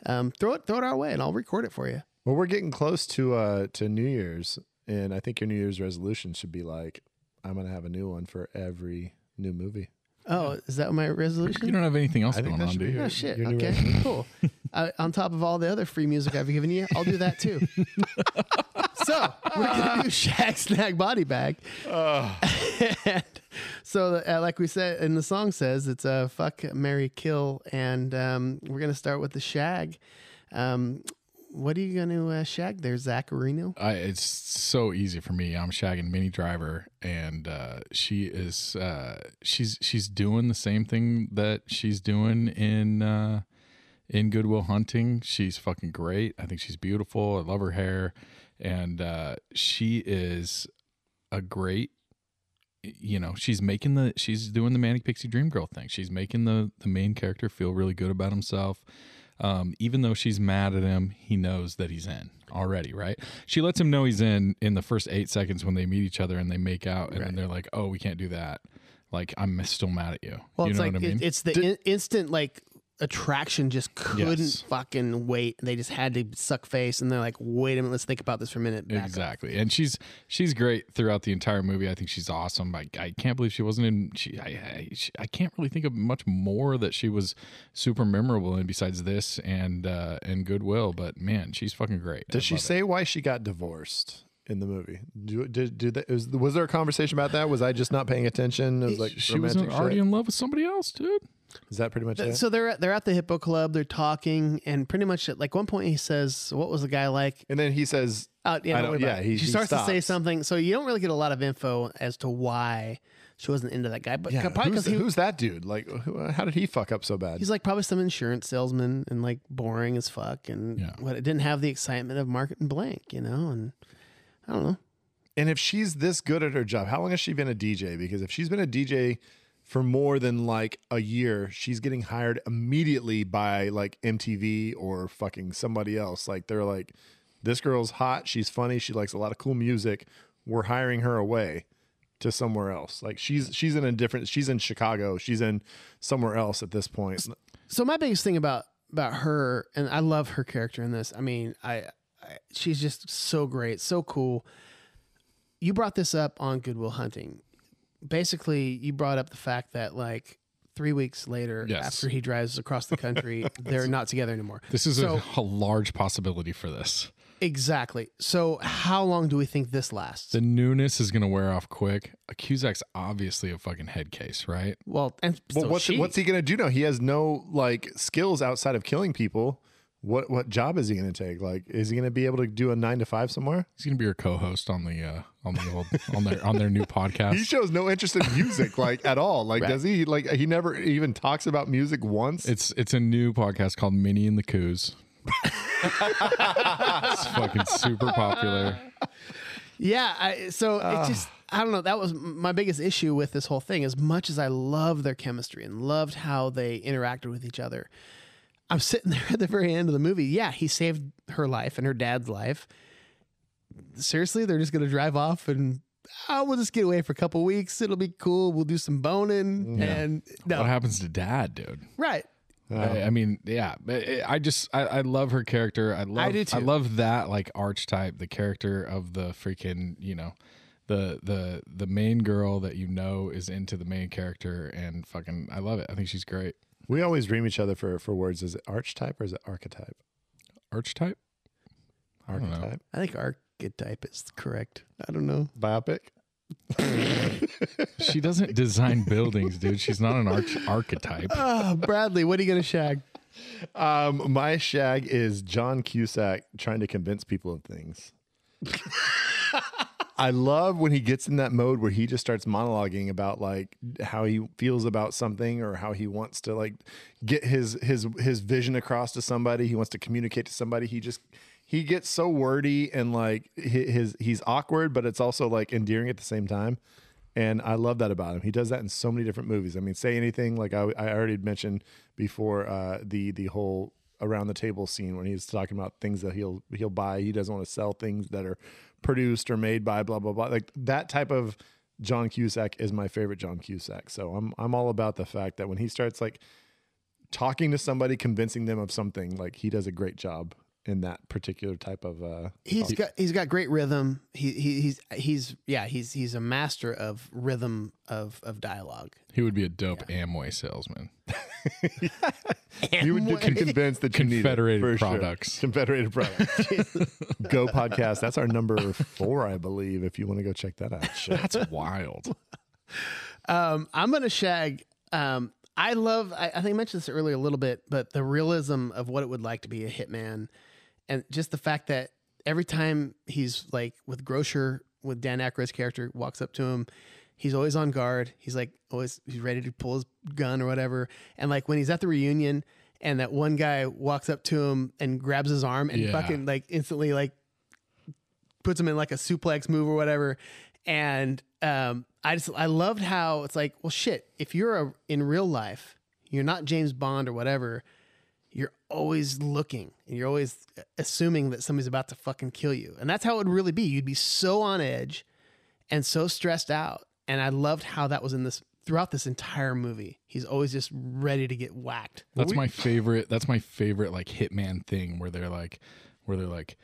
Speaker 3: um, throw it throw it our way, and I'll record it for you.
Speaker 5: Well, we're getting close to uh to New Year's, and I think your New Year's resolution should be like, I'm gonna have a new one for every new movie.
Speaker 3: Oh, is that my
Speaker 2: You
Speaker 3: resolution?
Speaker 2: don't have anything else going on,
Speaker 5: should
Speaker 2: do
Speaker 5: be
Speaker 2: you?
Speaker 5: your-
Speaker 3: Oh shit!
Speaker 5: your new
Speaker 3: Okay,
Speaker 5: resolution.
Speaker 3: cool. I, on top of all the other free music I've given you, I'll do that too. so we're gonna do Shag Snack Body Bag. and so, uh, like we said, and the song says it's a uh, fuck, Mary kill, and um, we're gonna start with the shag. Um, what are you gonna uh, shag there, Zacharino?
Speaker 2: I, it's so easy for me. I'm shagging Minnie Driver, and uh, she is uh, she's she's doing the same thing that she's doing in uh, in Goodwill Hunting. She's fucking great. I think she's beautiful. I love her hair, and uh, she is a great. You know, she's making the she's doing the manic pixie dream girl thing. She's making the the main character feel really good about himself um, even though she's mad at him, he knows that he's in already, right? She lets him know he's in in the first eight seconds when they meet each other and they make out, and then they're like, "Oh, we can't do that." Like I'm still mad at you.
Speaker 3: Well,
Speaker 2: you
Speaker 3: it's
Speaker 2: know
Speaker 3: like
Speaker 2: what I mean?
Speaker 3: it, it's the in- instant like attraction just couldn't
Speaker 2: Yes.
Speaker 3: fucking wait. They just had to suck face, and they're like, "Wait a minute, let's think about this for a minute." Back up.
Speaker 2: exactly, and she's she's great throughout the entire movie. I think she's awesome. I, I can't believe she wasn't in. She I, I she I can't really think of much more that she was super memorable in besides this and uh and Goodwill. But man, she's fucking great. I
Speaker 5: Does she
Speaker 2: love it.
Speaker 5: say why she got divorced in the movie? Do, did, did that, was, was there a conversation about that? Was I just not paying attention? It was like
Speaker 2: she was
Speaker 5: romantic
Speaker 2: already
Speaker 5: shit.
Speaker 2: in love with somebody else, dude?
Speaker 5: Is that pretty much it?
Speaker 3: So they're they're at the Hippo Club. They're talking, and pretty much at like one point he says, "What was the guy like?"
Speaker 5: and then he says,
Speaker 3: Uh, yeah, don't
Speaker 5: I don't-
Speaker 3: worry about it.
Speaker 5: yeah, he-
Speaker 3: she
Speaker 5: he
Speaker 3: starts to say
Speaker 5: stops.
Speaker 3: something. So you don't really get a lot of info as to why she wasn't into that guy, but
Speaker 5: yeah,
Speaker 3: probably
Speaker 5: who's,
Speaker 3: because he
Speaker 5: who's that dude? Like, who, how did he fuck up so bad?
Speaker 3: he's like probably some insurance salesman and like boring as fuck, and
Speaker 2: Yeah.
Speaker 3: what it didn't have the excitement of Market and Blank, you know, and I don't know.
Speaker 5: And if she's this good at her job, how long has she been a DJ? Because if she's been a DJ for more than like a year, she's getting hired immediately by like MTV or fucking somebody else. Like they're like, this girl's hot. She's funny. She likes a lot of cool music. We're hiring her away to somewhere else. Like she's she's in a different. She's in Chicago. She's in somewhere else at this point.
Speaker 3: So my biggest thing about about her, and I love her character in this. I mean, I, I she's just so great, so cool. You brought this up on Goodwill Hunting. Basically, you brought up the fact that like three weeks later,
Speaker 2: Yes.
Speaker 3: after he drives across the country, they're not together anymore.
Speaker 2: This is
Speaker 3: so,
Speaker 2: a, a large possibility for this.
Speaker 3: exactly. So how long do we think this lasts?
Speaker 2: The newness is going to wear off quick. A Cusack's obviously a fucking head case, right?
Speaker 3: well, and
Speaker 5: Well,
Speaker 3: so
Speaker 5: what's
Speaker 3: she,
Speaker 5: what's he gonna do now? He has no like skills outside of killing people. What what job is he gonna take? Like, is he gonna be able to do a nine to five somewhere?
Speaker 2: He's going to be your co-host on the uh, on the old on their on their new
Speaker 5: He
Speaker 2: podcast.
Speaker 5: shows no interest in music, like at all. Like, does he? Like, he never even talks about music once.
Speaker 2: It's it's a new podcast called Minnie and the Coos. it's fucking super popular.
Speaker 3: Yeah, I, so it just I don't know. That was m- my biggest issue with this whole thing. As much as I love their chemistry and loved how they interacted with each other, I'm sitting there at the very end of the movie. Yeah, he saved her life and her dad's life. Seriously, they're just gonna drive off and oh, we'll just get away for a couple weeks. It'll be cool. We'll do some boning and no,
Speaker 2: What happens to Dad, dude?
Speaker 3: right.
Speaker 2: I, I mean, yeah. but it- I just I, I love her character. I love I,
Speaker 3: do too.
Speaker 2: love that like archetype, the character of the freaking you know, the the the main girl that you know is into the main character, and fucking I love it. I think she's great.
Speaker 5: we always dream each other for for words. Is it archetype or is it archetype?
Speaker 2: Archetype. don't know.
Speaker 5: Archetype.
Speaker 3: I think archetype is correct. I don't know.
Speaker 5: Biopic.
Speaker 2: She doesn't design buildings, dude. She's not an arch archetype.
Speaker 3: Oh, Bradley, what are you gonna shag?
Speaker 5: Um, my shag is John Cusack trying to convince people of things. I love when he gets in that mode where he just starts monologuing about like how he feels about something or how he wants to like get his his his vision across to somebody. He wants to communicate to somebody. He just he gets so wordy and like hi- his he's awkward, but it's also like endearing at the same time. And I love that about him. He does that in so many different movies. I mean, say anything like I, I already mentioned before uh, the the whole around the table scene when he's talking about things that he'll he'll buy. He doesn't want to sell things that are produced or made by blah blah blah. Like that type of John Cusack is my favorite John Cusack. So I'm I'm all about the fact that when he starts like talking to somebody, convincing them of something, like he does a great job in that particular type of uh
Speaker 3: He's got he's got great rhythm. He, he he's he's yeah he's he's a master of rhythm of of dialogue.
Speaker 2: He would be a dope Amway salesman.
Speaker 5: you would get convinced that you need it,
Speaker 2: Confederated
Speaker 5: for sure.
Speaker 2: products.
Speaker 5: Confederated products. go podcast. That's our number four, I believe. If you want to go check that out, Shit.
Speaker 2: That's wild.
Speaker 3: Um, I'm gonna shag. Um, I love. I, I think I mentioned this earlier a little bit, but the realism of what it would like to be a hitman, and just the fact that every time he's like with Grocer, with Dan Aykroyd's character walks up to him, he's always on guard. He's like always he's ready to pull his gun or whatever. And like when he's at the reunion, and that one guy walks up to him and grabs his arm and
Speaker 2: Yeah.
Speaker 3: fucking like instantly like puts him in like a suplex move or whatever. And um, I just I loved how it's like, well, shit. If you're a, in real life, you're not James Bond or whatever. You're always looking, and you're always uh, assuming that somebody's about to fucking kill you, and that's how it would really be. You'd be so on edge and so stressed out. And I loved how that was in this throughout this entire movie. He's always just ready to get whacked.
Speaker 2: That's my favorite. That's my favorite like hitman thing where they're like, where they're like,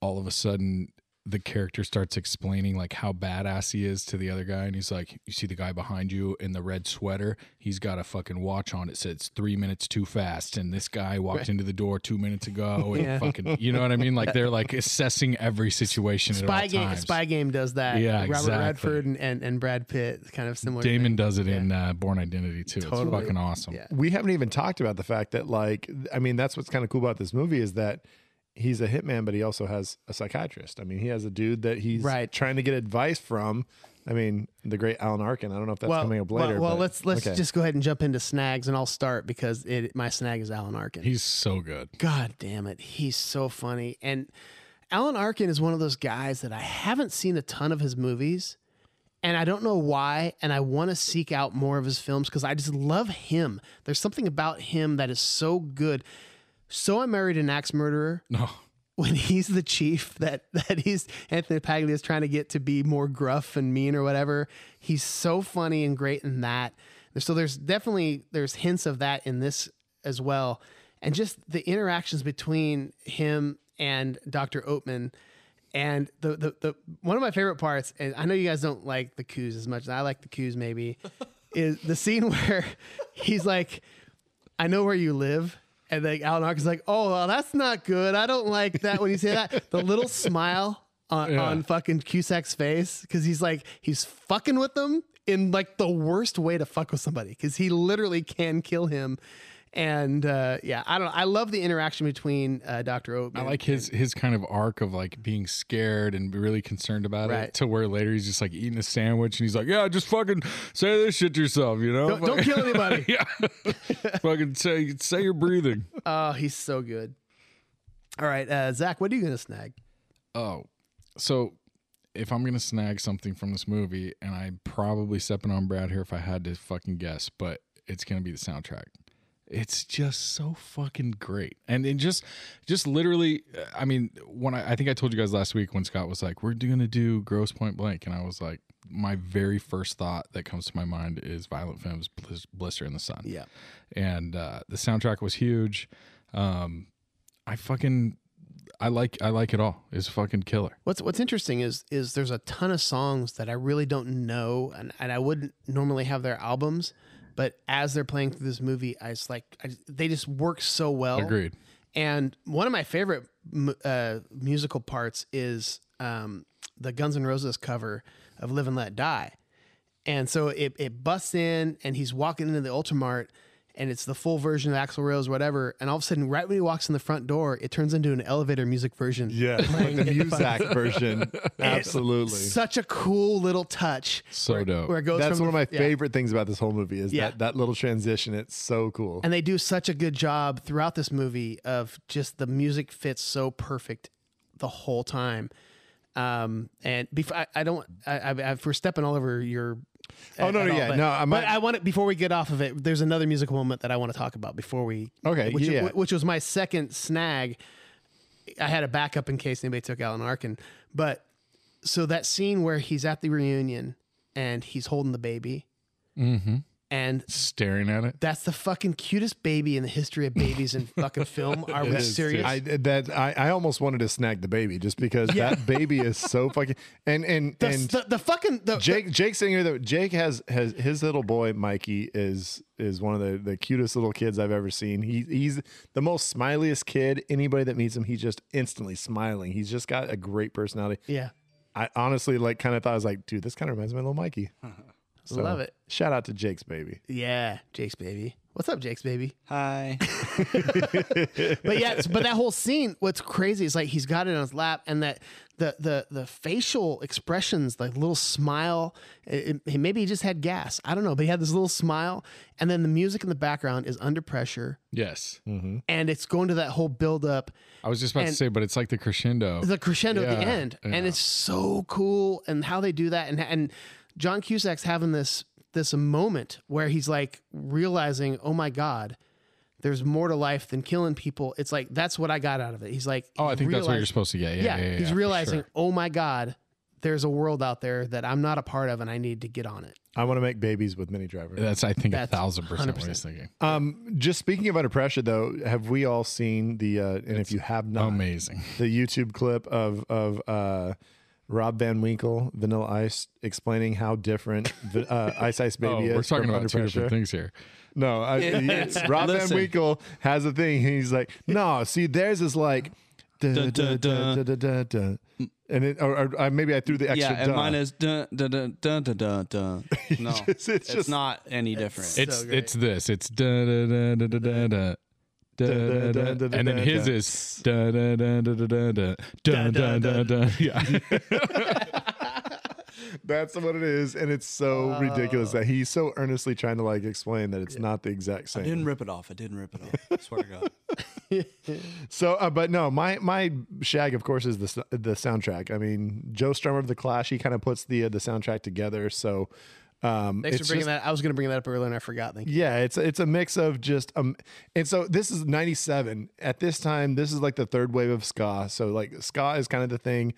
Speaker 2: all of a sudden the character starts explaining like how badass he is to the other guy, and he's like, you see the guy behind you in the red sweater, he's got a fucking watch on. It says three minutes too fast, and this guy walked into the door two minutes ago, and fucking, you know what I mean? Like they're like assessing every situation. at
Speaker 3: Spy
Speaker 2: all
Speaker 3: game,
Speaker 2: times.
Speaker 3: spy game does that.
Speaker 2: Yeah,
Speaker 3: Robert
Speaker 2: exactly.
Speaker 3: Redford and, and, and Brad Pitt, kind of similar. thing.
Speaker 2: Damon does it in uh, Born Identity too. It's fucking awesome.
Speaker 3: Yeah.
Speaker 5: we haven't even talked about the fact that like i mean that's what's kind of cool about this movie is that he's a hitman but he also has a psychiatrist i mean he has a dude that he's
Speaker 3: Right.
Speaker 5: trying to get advice from i mean the great alan arkin i don't know if that's coming up later
Speaker 3: Well, well,
Speaker 5: but-
Speaker 3: let's let's
Speaker 5: okay.
Speaker 3: just go ahead and jump into snags, and I'll start because it my snag is Alan Arkin.
Speaker 2: He's so good.
Speaker 3: God damn it, he's so funny. And Alan Arkin is one of those guys that I haven't seen a ton of his movies, and I don't know why. And I want to seek out more of his films because I just love him. There's something about him that is so good. So I married an axe murderer
Speaker 2: No.
Speaker 3: when he's the chief that that he's Anthony Paglia is trying to get to be more gruff and mean or whatever. He's so funny and great in that. So there's definitely there's hints of that in this as well, and just the interactions between him and Dr. Oatman. And the, the the one of my favorite parts, and I know you guys don't like the coups as much as I like the coups maybe, is the scene where he's like, I know where you live. And then Alan Ark is like, oh, well, that's not good. I don't like that when you say that. The little smile on, on fucking Cusack's face because he's like, he's fucking with them in like the worst way to fuck with somebody because he literally can kill him. And uh, yeah, I don't. I love the interaction between uh, Doctor Oatman.
Speaker 2: I like his his kind of arc of like being scared and really concerned about
Speaker 3: Right.
Speaker 2: it to where later he's just like eating a sandwich and he's like, Yeah, just fucking say this shit to yourself, you know?
Speaker 3: Don't, don't kill anybody.
Speaker 2: yeah. fucking say say you're breathing.
Speaker 3: Oh, he's so good. All right, uh, Zach, what are you gonna snag?
Speaker 2: Oh, so if I'm gonna snag something from this movie, and I'm probably stepping on Brad here if I had to fucking guess, but it's gonna be the soundtrack. It's just so fucking great, and it just, just literally. uh, I mean, when I, I think I told you guys last week when Scott was like, "We're gonna do Gross Point Blank," and I was like, my very first thought that comes to my mind is Violent Femme's Blis- "Blister in the Sun."
Speaker 3: Yeah.
Speaker 2: and uh, the soundtrack was huge. Um, I fucking, I like, I like it all. It's fucking killer.
Speaker 3: What's What's interesting is is there's a ton of songs that I really don't know, and, and I wouldn't normally have their albums, but as they're playing through this movie, I just like I, just- they just work so well.
Speaker 2: Agreed.
Speaker 3: And one of my favorite mu- uh, musical parts is um, the Guns N' Roses cover of "Live and Let Die," and so it it busts in, and he's walking into the Ultramart. And it's the full version of Axl Rose, whatever. And all of a sudden, right when he walks in the front door, it turns into an elevator music version.
Speaker 5: Yeah, like the Muzak version. Absolutely.
Speaker 3: Such a cool little touch
Speaker 2: So dope.
Speaker 3: where it goes.
Speaker 5: That's
Speaker 3: from,
Speaker 5: one of my
Speaker 3: yeah.
Speaker 5: favorite things about this whole movie is
Speaker 3: Yeah.
Speaker 5: that, that little transition. It's so cool.
Speaker 3: And they do such a good job throughout this movie of just the music fits so perfect the whole time. Um, and before I, I don't, I, I, if we're stepping all over your.
Speaker 5: Oh, no, no, yeah,
Speaker 3: but,
Speaker 5: no, I
Speaker 3: but
Speaker 5: might-
Speaker 3: I want it before we get off of it. There's another musical moment that I want to talk about before we.
Speaker 5: Okay,
Speaker 3: which,
Speaker 5: yeah.
Speaker 3: which was my second snag. I had a backup in case anybody took Alan Arkin, but so that scene where he's at the reunion and he's holding the baby, mm-hmm. and
Speaker 2: Staring at it.
Speaker 3: that's the fucking cutest baby in the history of babies in fucking film. Are we serious?
Speaker 5: I that I, I almost wanted to snag the baby just because that baby is so fucking and and
Speaker 3: the,
Speaker 5: and
Speaker 3: the, the fucking the,
Speaker 5: Jake Jake's sitting here though. Jake has has his little boy Mikey is is one of the, the cutest little kids I've ever seen. He he's the most smiliest kid. Anybody that meets him, he's just instantly smiling. He's just got a great personality.
Speaker 3: the- yeah,
Speaker 5: I honestly like kind of thought I was like, dude, this kind of reminds me of little Mikey. So,
Speaker 3: love it.
Speaker 5: Shout out to Jake's baby.
Speaker 3: Yeah, Jake's baby. What's up, Jake's baby?
Speaker 4: Hi.
Speaker 3: But yeah, it's- but that whole scene. What's crazy is like he's got it on his lap, and that the the the facial expressions, like little smile. it- it- maybe he just had gas. I don't know, but he had this little smile, and then the music in the background is under pressure,
Speaker 2: Yes.
Speaker 3: and it's going to that whole build up.
Speaker 2: I was just about
Speaker 3: And-
Speaker 2: to say, but it's like the crescendo.
Speaker 3: the crescendo at the
Speaker 2: Yeah,
Speaker 3: end,
Speaker 2: yeah.
Speaker 3: and it's so cool and how they do that. And and John Cusack's having this this moment where he's like realizing, oh my god, there's more to life than killing people. It's like that's what I got out of it. He's like,
Speaker 2: oh, I
Speaker 3: he
Speaker 2: think that's what you're
Speaker 3: realized-
Speaker 2: supposed to get. Yeah.
Speaker 3: Yeah,
Speaker 2: Yeah. yeah,
Speaker 3: he's
Speaker 2: for
Speaker 3: realizing,
Speaker 2: sure.
Speaker 3: oh my god, there's a world out there that I'm not a part of, and I need to get on it.
Speaker 5: I want to make babies with Mini Driver.
Speaker 2: That's, I think, a
Speaker 3: That's
Speaker 2: thousand percent what
Speaker 3: 100%.
Speaker 2: he's thinking.
Speaker 5: Um, just speaking of under pressure, though, have we all seen the? Uh, and if you have not,
Speaker 2: Amazing.
Speaker 5: the YouTube clip of of uh, Rob Van Winkle, Vanilla Ice, explaining how different the, uh, Ice Ice Baby
Speaker 2: Oh,
Speaker 5: is.
Speaker 2: we're talking
Speaker 5: from
Speaker 2: about
Speaker 5: Under
Speaker 2: two different
Speaker 5: Pressure.
Speaker 2: things here.
Speaker 5: No, I, he- Rob Van
Speaker 4: Listen.
Speaker 5: Winkle has a thing. He's like, no, see, theirs is like, duh,
Speaker 4: Dun,
Speaker 5: duh,
Speaker 4: dun, dun.
Speaker 5: duh, duh, duh, duh, duh. and it, or, or, uh, maybe I threw the
Speaker 4: yeah,
Speaker 5: extra.
Speaker 4: and
Speaker 5: duh.
Speaker 4: mine is dun dun dun dun dun dun. dun. No,
Speaker 5: It's- it's
Speaker 4: it's,
Speaker 5: just-
Speaker 4: not any different.
Speaker 2: It's
Speaker 3: great.
Speaker 2: it's this. It's da da da da da da da. Da, da, da, da, and then his is da da da da da da da da da da da. Yeah,
Speaker 5: That's what it is, and it's so ridiculous
Speaker 2: Oh.
Speaker 5: that he's so earnestly trying to like explain that it's not the exact
Speaker 4: I didn't
Speaker 5: same.
Speaker 4: rip it off. I didn't rip it off. I swear to God.
Speaker 5: So, uh, but no, my my shag, of course, is the s- the soundtrack. I mean, Joe Strummer of the Clash, he kind of puts the uh, the soundtrack together. So, um,
Speaker 3: Thanks
Speaker 5: it's
Speaker 3: for bringing
Speaker 5: just-
Speaker 3: that. I was going to bring that up earlier and I forgot. Thank you.
Speaker 5: Yeah, it's it's a mix of just um, and so this is '97. At this time, this is like the third wave of ska. So like ska is kind of the thing.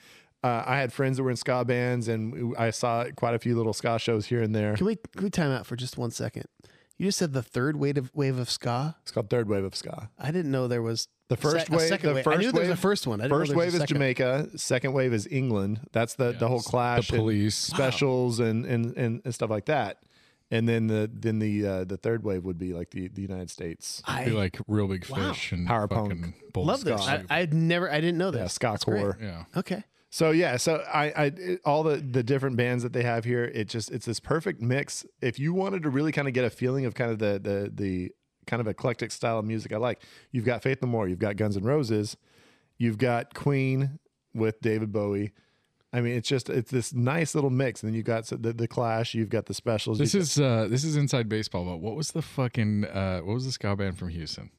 Speaker 5: Uh, I had friends that were in ska bands, and I saw quite a few little ska shows here and there.
Speaker 3: Can we can we time out for just one second? You just said the third wave of wave of ska.
Speaker 5: It's called third wave of ska.
Speaker 3: I didn't know there was
Speaker 5: The first
Speaker 3: se- a
Speaker 5: wave,
Speaker 3: second
Speaker 5: the
Speaker 3: wave.
Speaker 5: first
Speaker 3: I knew there was a
Speaker 5: wave-
Speaker 3: first one. I didn't know
Speaker 5: First
Speaker 3: there was
Speaker 5: wave
Speaker 3: a
Speaker 5: is
Speaker 3: second.
Speaker 5: Jamaica. Second wave is England. That's the the whole Clash, and
Speaker 2: Police. Wow.
Speaker 5: specials, and, and and and stuff like that. And then the then the uh, the third wave would be like the the United States.
Speaker 3: Ah,
Speaker 2: Be like real big
Speaker 3: Wow.
Speaker 2: fish and
Speaker 5: Power
Speaker 2: fucking
Speaker 5: punk.
Speaker 2: bull
Speaker 3: Love this. I,
Speaker 2: scotch.
Speaker 3: I'd never. I didn't know this.
Speaker 5: Yeah, ska
Speaker 3: That's great.
Speaker 5: core.
Speaker 2: yeah.
Speaker 3: Okay.
Speaker 5: So yeah, so I, I it- all the the different bands that they have here, it just it's this perfect mix. If you wanted to really kind of get a feeling of kind of the the the kind of eclectic style of music I like, you've got Faith No More, you've got Guns N' Roses, you've got Queen with David Bowie. I mean, it's just it's this nice little mix. And then you've got the, the Clash, you've got the Specials.
Speaker 2: This
Speaker 5: you've
Speaker 2: is uh this is inside baseball, but what was the fucking uh what was the ska band from Houston?
Speaker 5: got-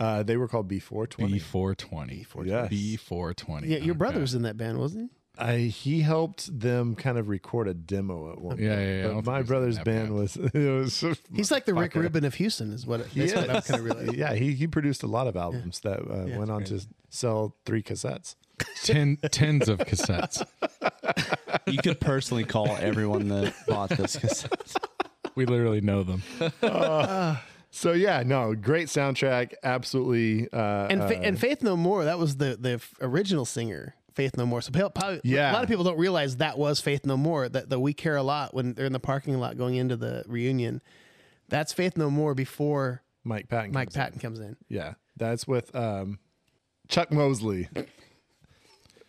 Speaker 5: uh, they were called before twenty.
Speaker 2: B four twenty.
Speaker 5: Yes.
Speaker 2: B four twenty.
Speaker 3: Yeah, your
Speaker 5: Oh,
Speaker 3: brother was in that band, wasn't
Speaker 5: I he helped them kind of record a demo at one.
Speaker 2: Yeah,
Speaker 5: point.
Speaker 2: yeah, yeah. I don't think
Speaker 5: But
Speaker 2: he was
Speaker 5: my
Speaker 2: in
Speaker 5: brother's
Speaker 2: that
Speaker 5: band
Speaker 2: band.
Speaker 5: was it was
Speaker 3: he? He's like the Rick
Speaker 5: Fucker.
Speaker 3: Rubin of Houston, is what. That's
Speaker 5: Yeah,
Speaker 3: what I've kind of realized.
Speaker 5: yeah, he, he produced a lot of albums that uh, went on to sell three cassettes.
Speaker 2: Ten tens of cassettes.
Speaker 4: You could personally call everyone that bought this cassette.
Speaker 2: We literally know them.
Speaker 5: So yeah, no, great soundtrack, absolutely. Uh,
Speaker 3: And Fa- and Faith No More, that was the the f- original singer. Faith No More. So pe- probably,
Speaker 5: Yeah.
Speaker 3: a lot of people don't realize that was Faith No More. That the We Care a Lot when they're in the parking lot going into the reunion. That's Faith No More before
Speaker 5: Mike Patton.
Speaker 3: Mike
Speaker 5: comes in.
Speaker 3: Patton comes in.
Speaker 5: Yeah, that's with um, Chuck Mosley.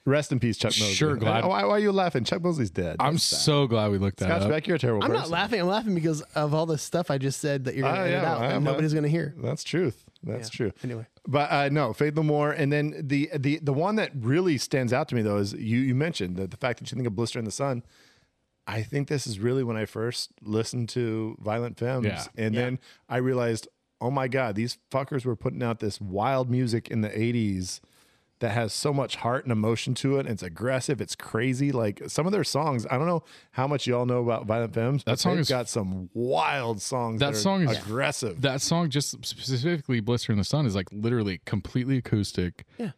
Speaker 5: Rest in peace, Chuck Mosley.
Speaker 2: Sure, glad-
Speaker 5: Why, why are you laughing? Chuck Mosley's dead.
Speaker 2: I'm so glad we looked that
Speaker 5: Scotch
Speaker 2: up.
Speaker 5: back. You're a terrible
Speaker 3: I'm
Speaker 5: person.
Speaker 3: not laughing. I'm laughing because of all the stuff I just said that you're going to
Speaker 5: Ah,
Speaker 3: edit
Speaker 5: yeah,
Speaker 3: out
Speaker 5: I'm
Speaker 3: and
Speaker 5: not-
Speaker 3: nobody's going to hear.
Speaker 5: That's truth. That's
Speaker 3: Yeah.
Speaker 5: true.
Speaker 3: Anyway.
Speaker 5: but uh, no, Faith No More, and then the the the one that really stands out to me though is you you mentioned the, the fact that you think of Blister in the Sun. I think this is really when I first listened to Violent Femmes,
Speaker 2: Yeah.
Speaker 5: and then I realized, oh my god, these fuckers were putting out this wild music in the '80s that has so much heart and emotion to it. And it's aggressive. It's crazy. Like some of their songs, I don't know how much y'all know about Violent Femmes. but
Speaker 2: That song
Speaker 5: they've
Speaker 2: is-
Speaker 5: got some wild songs.
Speaker 2: That
Speaker 5: are
Speaker 2: song is-
Speaker 5: aggressive.
Speaker 2: That song just specifically Blister in the Sun is like literally completely acoustic.
Speaker 3: Yeah.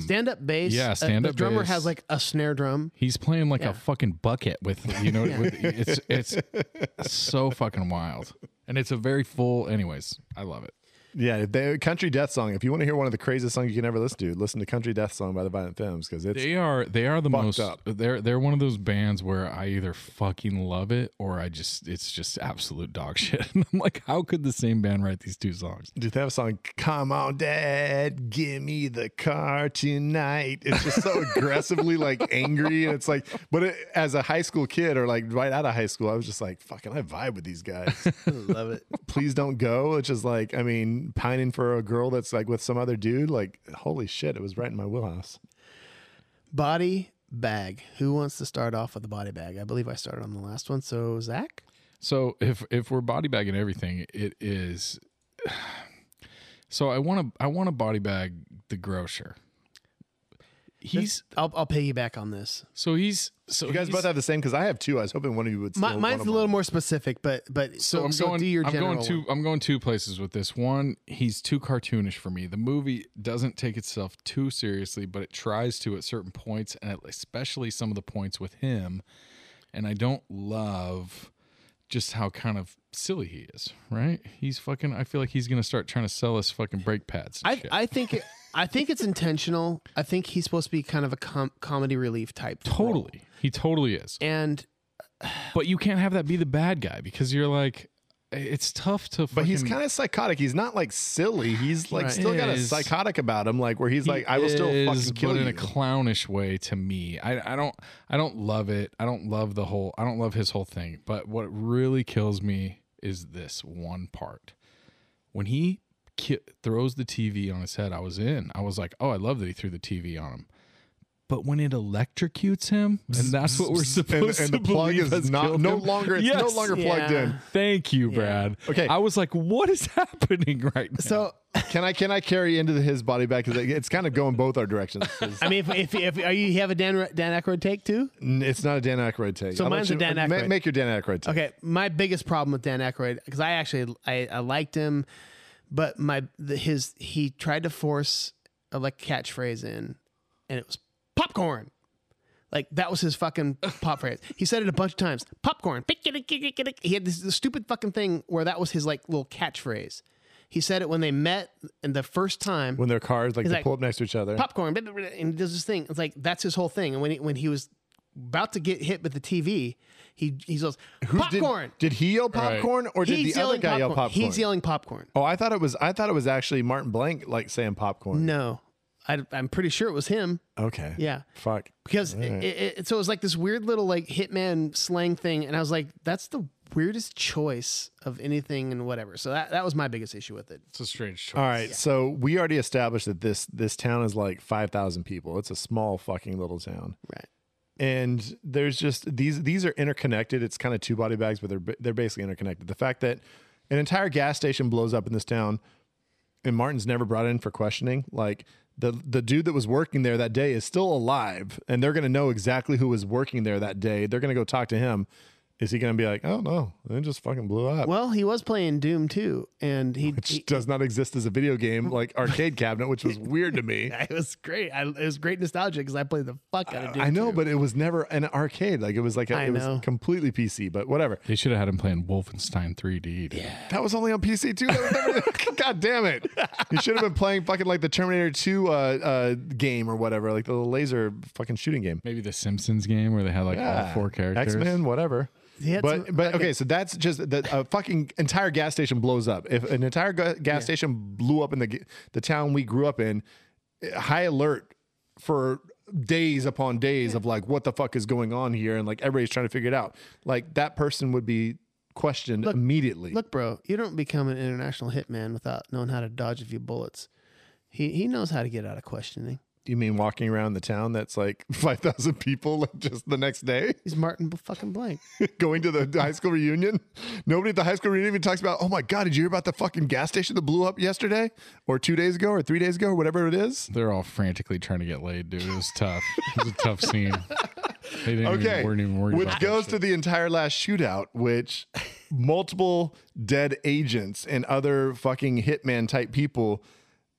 Speaker 3: stand up bass.
Speaker 2: yeah,
Speaker 3: uh,
Speaker 2: stand-up
Speaker 3: The drummer
Speaker 2: bass.
Speaker 3: has like a snare drum.
Speaker 2: He's playing like
Speaker 3: Yeah.
Speaker 2: a fucking bucket with you know with, it's it's so fucking wild. And it's a very full anyways, I love it.
Speaker 5: Yeah, the country death song. If you want to hear one of the craziest songs you can ever listen to, listen to "Country Death Song" by the Violent Femmes because it's
Speaker 2: They are they are the
Speaker 5: fucked
Speaker 2: most
Speaker 5: up.
Speaker 2: they're they're one of those bands where I either fucking love it or I just it's just absolute dog shit. And I'm like, how could the same band write these two songs?
Speaker 5: dude. They have a song "Come on, Dad, give me the car tonight." It's just so aggressively like angry, and it's like, but it, as a high school kid or like right out of high school, I was just like, "Fucking, I vibe with these guys."
Speaker 3: Love it.
Speaker 5: Please don't go. It's just like, I mean, pining for a girl that's like with some other dude. Like, holy shit, it was right in my wheelhouse.
Speaker 3: Body bag. Who wants to start off with the body bag? I believe I started on the last one. So Zach,
Speaker 2: So if if we're body bagging everything, it is so I wanna I wanna body bag the grocer. He's
Speaker 3: I'll I'll pay you back on this.
Speaker 2: so he's so
Speaker 5: You guys
Speaker 2: he's-
Speaker 5: both have the same because I have two. I was hoping one of you would.
Speaker 3: My,
Speaker 5: steal one
Speaker 3: mine's
Speaker 5: of
Speaker 3: a little
Speaker 5: mine.
Speaker 3: more specific, but but so,
Speaker 2: so I'm
Speaker 3: so
Speaker 2: going.
Speaker 3: do your
Speaker 2: I'm
Speaker 3: general
Speaker 2: going two.
Speaker 3: one.
Speaker 2: I'm going two places with this. One, he's too cartoonish for me. The movie doesn't take itself too seriously, but it tries to at certain points, and at- especially some of the points with him. And I don't love just how kind of silly he is. Right? He's fucking. I feel like he's gonna start trying to sell us fucking brake pads. and
Speaker 3: I
Speaker 2: shit.
Speaker 3: I think it, I think it's intentional. I think he's supposed to be kind of a com- comedy relief type. role.
Speaker 2: totally. He totally is.
Speaker 3: And
Speaker 2: But you can't have that be the bad guy because you're like, it's tough to.
Speaker 5: But he's
Speaker 2: fucking-
Speaker 5: kind of psychotic. He's not like silly. He's like
Speaker 3: Right.
Speaker 5: still got a
Speaker 2: Is-
Speaker 5: psychotic about him, like where he's like, I will
Speaker 2: He
Speaker 5: still
Speaker 2: is,
Speaker 5: fucking kill
Speaker 2: but
Speaker 5: you.
Speaker 2: in a clownish way to me. I, I don't I don't love it. I don't love the whole I don't love his whole thing. But what really kills me is this one part. When he ki- throws the TV on his head, I was in. I was like, "Oh, I love that he threw the TV on him." But when it electrocutes him, and that's what we're
Speaker 5: and,
Speaker 2: supposed
Speaker 5: and
Speaker 2: to
Speaker 5: the plug
Speaker 2: believe has
Speaker 5: is not
Speaker 2: killed
Speaker 5: no
Speaker 2: him.
Speaker 5: longer it's no
Speaker 2: Yes.
Speaker 5: longer plugged
Speaker 3: Yeah.
Speaker 5: in.
Speaker 2: Thank you, Brad.
Speaker 5: Okay.
Speaker 2: I was like, what is happening right now?
Speaker 5: So can I can I carry into the, his body back? 'Cause it's kind of going both our directions. 'Cause
Speaker 3: I mean, if, if, if are you have a Dan Dan Aykroyd take too?
Speaker 5: n- it's not a Dan Aykroyd take.
Speaker 3: So
Speaker 5: I'll let
Speaker 3: mine's a
Speaker 5: you-
Speaker 3: Dan
Speaker 5: ma-
Speaker 3: Aykroyd.
Speaker 5: make your Dan Aykroyd take.
Speaker 3: Okay, my biggest problem with Dan Aykroyd because I actually I, I liked him, but my the, his he tried to force a like catchphrase in, and it was popcorn. Like that was his fucking pop phrase. He said it a bunch of times. Popcorn. He had this, this stupid fucking thing where that was his like little catchphrase. He said it when they met and the first time
Speaker 5: When their cars like
Speaker 3: He's
Speaker 5: they
Speaker 3: like,
Speaker 5: pull up next to each other.
Speaker 3: popcorn blah, blah, blah, and he does this thing it's like that's his whole thing and when he, when he was about to get hit with the tv he he goes
Speaker 5: did-
Speaker 3: popcorn
Speaker 5: Did, he yell popcorn or did
Speaker 3: He's
Speaker 5: the other
Speaker 3: yelling
Speaker 5: guy yell popcorn?
Speaker 3: he's yelling popcorn
Speaker 5: Oh, I thought it was I thought it was actually Martin Blank like saying popcorn.
Speaker 3: no I, i'm pretty sure it was him
Speaker 5: Okay.
Speaker 3: yeah
Speaker 5: Fuck.
Speaker 3: because it, it, it- so it was like this weird little like hitman slang thing and i was like that's the weirdest choice of anything and whatever so that, that was my biggest issue with it
Speaker 2: It's a strange choice.
Speaker 5: All right. So we already established that this this town is like five thousand people. It's a small fucking little town.
Speaker 3: right
Speaker 5: and there's just these these are interconnected it's kind of two body bags but they're ba- they're basically interconnected the fact that an entire gas station blows up in this town and martin's never brought in for questioning like the the dude that was working there that day is still alive and they're going to know exactly who was working there that day they're going to go talk to him is he going to be like oh no it just fucking blew up
Speaker 3: well he was playing doom too and he,
Speaker 5: which
Speaker 3: he
Speaker 5: does not exist as a video game like arcade cabinet which was weird to me
Speaker 3: it was great I, it was great nostalgia because i played the fuck out of doom
Speaker 5: I know,
Speaker 3: 2.
Speaker 5: but it was never an arcade. Like it was like a,
Speaker 3: I
Speaker 5: it was
Speaker 3: know.
Speaker 5: completely PC. But whatever.
Speaker 2: They should have had him playing Wolfenstein 3D. dude.
Speaker 5: That was only on PC too. That was never- God damn it! You should have been playing fucking like the Terminator Two uh, uh, game or whatever, like the laser fucking shooting game.
Speaker 2: Maybe the Simpsons game where they had like all four characters.
Speaker 5: X Men, Ah, whatever.
Speaker 3: He had
Speaker 5: but
Speaker 3: some-
Speaker 5: but okay, so that's just the a fucking entire gas station blows up. If an entire ga- gas station blew up in the g- the town we grew up in, eh, high alert for days upon days of like what the fuck is going on here, and like everybody's trying to figure it out. Like that person would be questioned immediately.
Speaker 3: Look, bro, you don't become an international hitman without knowing how to dodge a few bullets. He he knows how to get out of questioning.
Speaker 5: You mean walking around the town that's like 5,000 people like just the next day
Speaker 3: He's Martin B- fucking blank.
Speaker 5: going to the high school reunion? Nobody at the high school reunion even talks about, oh my God, did you hear about the fucking gas station that blew up yesterday or two days ago or three days ago or whatever it is?
Speaker 2: They're all frantically trying to get laid, dude. It was tough. it was a tough scene. They didn't
Speaker 5: Okay.
Speaker 2: even, weren't even worried
Speaker 5: Which
Speaker 2: about
Speaker 5: goes
Speaker 2: that
Speaker 5: to
Speaker 2: shit.
Speaker 5: the entire last shootout, which multiple dead agents and other fucking hitman type people.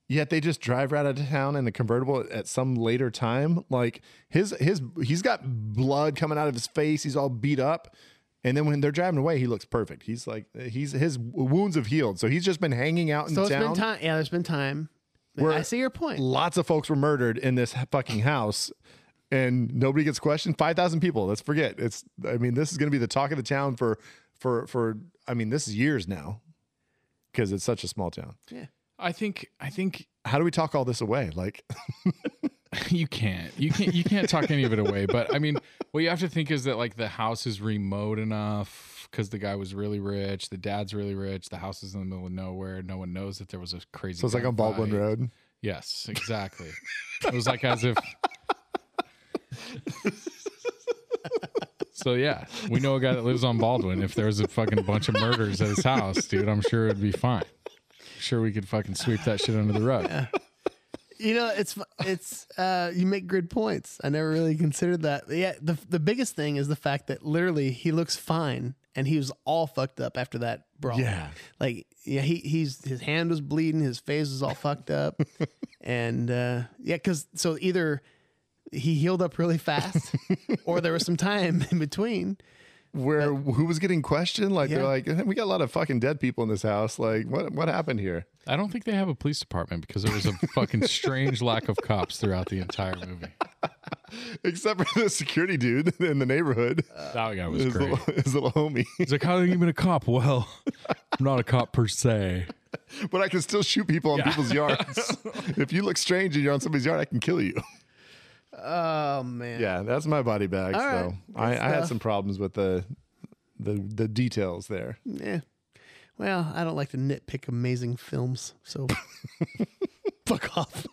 Speaker 5: Yet they just drive right out of town in a convertible at some later time. Like his his he's got blood coming out of his face. He's all beat up. And then when they're driving away, he looks perfect. He's like he's his wounds have healed. So he's just been hanging out in
Speaker 3: So it's
Speaker 5: town.
Speaker 3: been time. Yeah, there's been time.
Speaker 5: We're-
Speaker 3: I see your point.
Speaker 5: Lots of folks were murdered in this fucking house, and nobody gets questioned. Five thousand people. Let's forget. It's. I mean, this is going to be the talk of the town for for for. I mean, this is years now, because it's such a small town.
Speaker 2: I think I think
Speaker 5: How do we talk all this away? Like,
Speaker 2: you can't you can't you can't talk any of it away but i mean what you have to think is that like the house is remote enough because the guy was really rich the dad's really rich the house is in the middle of nowhere no one knows that there was a crazy
Speaker 5: so it's like on Baldwin
Speaker 2: gunfight.
Speaker 5: Road.
Speaker 2: yes exactly it was like as if so yeah we know a guy that lives on baldwin if there was a fucking bunch of murders at his house dude i'm sure it'd be fine sure we could fucking sweep that shit under the rug
Speaker 3: You know, it's fu- it's uh, you make good points. I never really considered that. Yeah, the the biggest thing is the fact that literally he looks fine and he was all fucked up after that brawl.
Speaker 5: Yeah.
Speaker 3: like yeah, he he's his hand was bleeding, his face was all fucked up, and uh, yeah, because so either he healed up really fast, or there was some time in between.
Speaker 5: Where who was getting questioned? Like
Speaker 3: Yeah.
Speaker 5: they're like, we got a lot of fucking dead people in this house. Like, what what happened here?
Speaker 2: I don't think they have a police department because there was a fucking strange lack of cops throughout the entire movie.
Speaker 5: Except for the security dude in the neighborhood,
Speaker 2: That guy was
Speaker 5: his,
Speaker 2: great.
Speaker 5: little, his little homie.
Speaker 2: He's like, how are you even a cop? Well, I'm not a cop per se.
Speaker 5: but I can still shoot people on people's yards. if you look strange and you're on somebody's yard, I can kill you.
Speaker 3: Oh man,
Speaker 5: Yeah, that's my body bag.
Speaker 3: All
Speaker 5: so
Speaker 3: right.
Speaker 5: I, I had
Speaker 3: stuff.
Speaker 5: some problems with the the the details there.
Speaker 3: yeah. Well, I don't like to nitpick amazing films, so fuck off.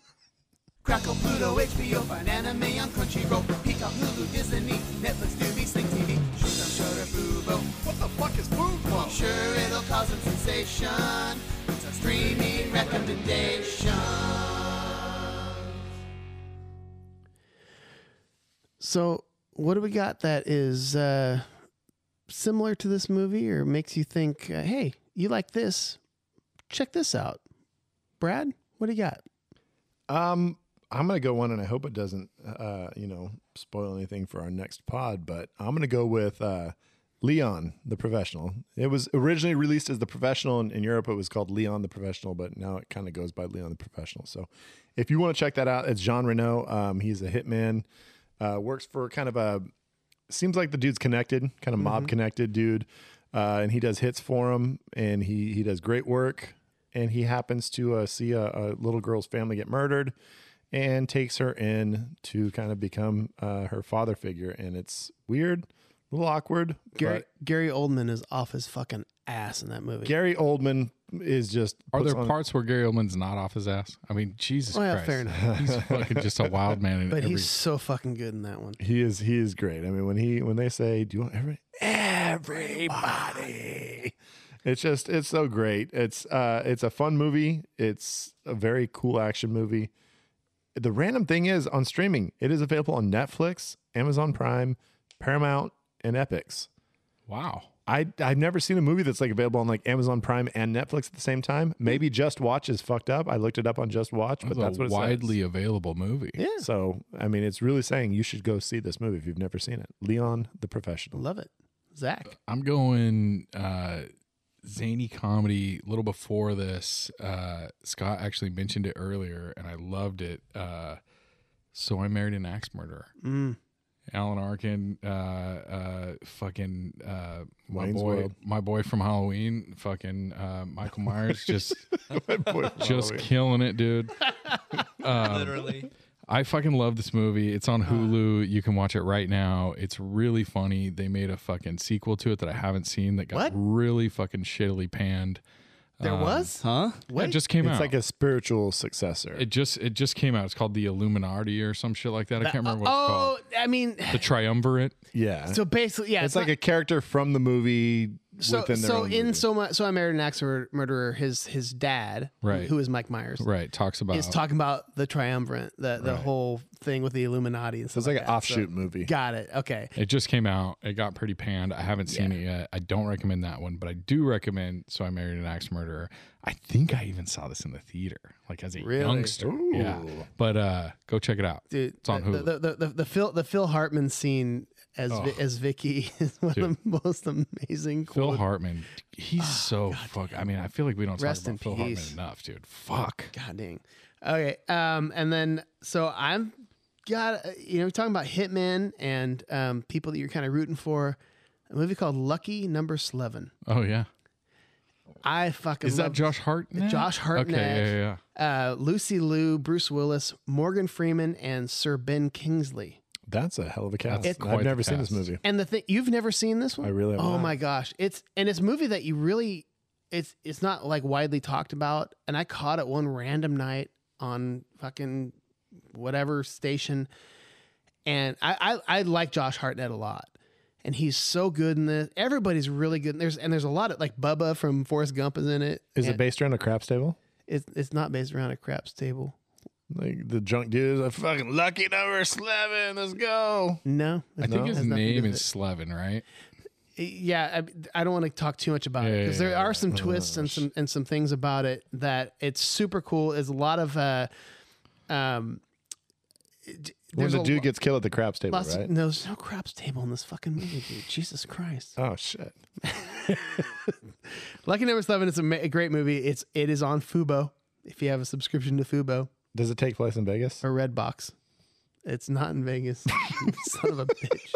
Speaker 8: Crackle, Pluto, HBO, find anime on Crunchyroll, Peacock, Hulu, Disney, Netflix, Tubi, Sling TV, Showtime, Shudder, Fubo. What the fuck is Fubo? I'm sure it'll cause some sensation. It's a streaming recommendation.
Speaker 3: So, what do we got that is uh, similar to this movie or makes you think, uh, hey, you like this? Check this out. Brad, what do you got?
Speaker 5: Um, I'm gonna go one, and I hope it doesn't, uh, you know, spoil anything for our next pod. But I'm gonna go with uh, Leon the Professional. It was originally released as the Professional in, in Europe. It was called Leon the Professional, but now it kind of goes by Leon the Professional. So, if you want to check that out, it's Jean Reno. Um, he's a hitman. Uh, works for kind of a seems like the dude's connected, kind of
Speaker 2: Mm-hmm.
Speaker 5: mob connected dude, uh, and he does hits for him, and he he does great work, and he happens to uh, see a, a little girl's family get murdered, and takes her in to kind of become uh, her father figure, and it's weird, a little awkward.
Speaker 3: Gary,
Speaker 5: but
Speaker 3: Gary Oldman is off his fucking ass in that movie.
Speaker 5: Gary Oldman is just
Speaker 2: Are
Speaker 5: puts
Speaker 2: there
Speaker 5: on-
Speaker 2: parts where Gary Oldman's not off his ass? I mean, Jesus
Speaker 3: Well,
Speaker 2: Christ,
Speaker 3: fair enough.
Speaker 2: he's fucking just a wild man in
Speaker 3: but
Speaker 2: every.
Speaker 3: he's so fucking good in that one.
Speaker 5: He is he is great. I mean, when he when they say, "Do you want every everybody?" It's just it's so great. It's uh it's a fun movie. It's a very cool action movie. The random thing is on streaming. It is available on Netflix, Amazon Prime, Paramount, and Epix.
Speaker 2: wow,
Speaker 5: I I've never seen a movie that's like available on like Amazon Prime and Netflix at the same time. Maybe Just Watch is fucked up. I looked it up on Just Watch, but
Speaker 2: that's,
Speaker 5: that's
Speaker 2: a
Speaker 5: what it says.
Speaker 2: widely available movie.
Speaker 5: Yeah. So, I mean, it's really saying you should go see this movie if you've never seen it. Leon the Professional.
Speaker 3: Love it. Zach.
Speaker 2: I'm going uh zany comedy a little before this. Uh Scott actually mentioned it earlier and I loved it. Uh so I married an axe murderer.
Speaker 3: Mm.
Speaker 2: Alan Arkin, uh uh fucking uh my
Speaker 5: Wayne's
Speaker 2: boy
Speaker 5: World.
Speaker 2: my boy from Halloween, fucking uh Michael Myers just
Speaker 5: Boy,
Speaker 2: just
Speaker 5: Halloween.
Speaker 2: killing it, dude.
Speaker 4: Literally.
Speaker 2: I fucking love this movie. It's
Speaker 3: Uh.
Speaker 2: on Hulu. You can watch it right now. It's really funny. They made a fucking sequel to it that I haven't seen that got
Speaker 3: What?
Speaker 2: really fucking shittily panned.
Speaker 5: Uh,
Speaker 3: There was?
Speaker 4: Huh?
Speaker 2: Yeah, It just came
Speaker 5: it's
Speaker 2: out.
Speaker 5: like a spiritual successor.
Speaker 2: it just it just came out. It's called the Illuminati or some shit like that. I can't remember what it's
Speaker 3: Oh,
Speaker 2: called.
Speaker 3: I mean,
Speaker 2: The Triumvirate.
Speaker 5: yeah.
Speaker 3: so basically, yeah,
Speaker 5: it's, like a character from the movie
Speaker 3: so
Speaker 5: within their
Speaker 3: so
Speaker 5: own
Speaker 3: in
Speaker 5: movie.
Speaker 3: so much so I married an axe Mur- murderer. His his dad,
Speaker 2: Right.
Speaker 3: who is Mike Myers,
Speaker 2: Right. Talks about
Speaker 3: is talking about the triumvirate, the the
Speaker 2: Uh-huh. Right.
Speaker 3: whole thing with the Illuminati and
Speaker 5: So
Speaker 3: stuff.
Speaker 5: it's
Speaker 3: that.
Speaker 5: like an
Speaker 3: So-
Speaker 5: offshoot movie.
Speaker 3: got it. Okay.
Speaker 2: it just came out. It got pretty panned. I haven't seen it yet. I don't recommend that one, but I do recommend So I Married an Axe Murderer. I think I even saw this in the theater, like as a
Speaker 3: Really?
Speaker 2: youngster. Yeah. But uh go check it out.
Speaker 3: Dude,
Speaker 2: It's on
Speaker 3: the,
Speaker 2: Hulu.
Speaker 3: the, the, the, the Phil the Phil Hartman scene as Vi- as Vicky is one of the most amazing.
Speaker 2: Phil
Speaker 3: cool-
Speaker 2: Hartman, he's so fuck. I mean, I feel like we don't talk
Speaker 3: Rest in
Speaker 2: about Phil Hartman
Speaker 3: peace.
Speaker 2: enough, dude. Fuck.
Speaker 3: God dang. Okay. Um, and then so I'm got uh, you know we're talking about hitmen and um, people that you're kind of rooting for. A movie called Lucky Number Eleven.
Speaker 2: Oh yeah.
Speaker 3: I fucking
Speaker 2: Is that
Speaker 3: love-
Speaker 2: Josh Hartnett?
Speaker 3: Josh Hartnett.
Speaker 2: Okay. Yeah, yeah. yeah.
Speaker 3: Uh, Lucy Liu, Bruce Willis, Morgan Freeman, and Sir Ben Kingsley.
Speaker 5: That's a hell of a cast.
Speaker 2: That's quite
Speaker 5: I've
Speaker 2: the
Speaker 5: never seen this
Speaker 2: cast.
Speaker 5: movie.
Speaker 3: And the thing you've never seen this one?
Speaker 5: I really have
Speaker 3: Oh
Speaker 5: not.
Speaker 3: my gosh. It's and it's a movie that you really it's it's not like widely talked about. And I caught it one random night on fucking whatever station. And I I, I like Josh Hartnett a lot. And he's so good in this. Everybody's really good. And there's and there's a lot of like Bubba from Forrest Gump is in it.
Speaker 5: Is
Speaker 3: And
Speaker 5: it based around a craps table?
Speaker 3: it's it's not based around a craps table.
Speaker 5: Like the drunk dude is a fucking lucky number eleven. Let's go.
Speaker 3: No.
Speaker 2: I think his name
Speaker 3: is.
Speaker 2: is Slevin, right?
Speaker 3: yeah i, I don't want to talk too much about it
Speaker 2: Yeah,
Speaker 3: because
Speaker 2: yeah,
Speaker 3: there are some twists and some and some things about it that it's super cool there's a lot of uh um it-
Speaker 5: When
Speaker 3: there's
Speaker 5: the
Speaker 3: a
Speaker 5: dude
Speaker 3: lo-
Speaker 5: gets killed at the craps table,
Speaker 3: lots-
Speaker 5: right?
Speaker 3: no, there's no craps table in this fucking movie dude jesus christ
Speaker 5: Oh shit.
Speaker 3: lucky number seven is a, ma- a great movie it's it is on fubo if you have a subscription to fubo
Speaker 5: Does it take place in Vegas?
Speaker 3: or redbox it's not in vegas you son of a bitch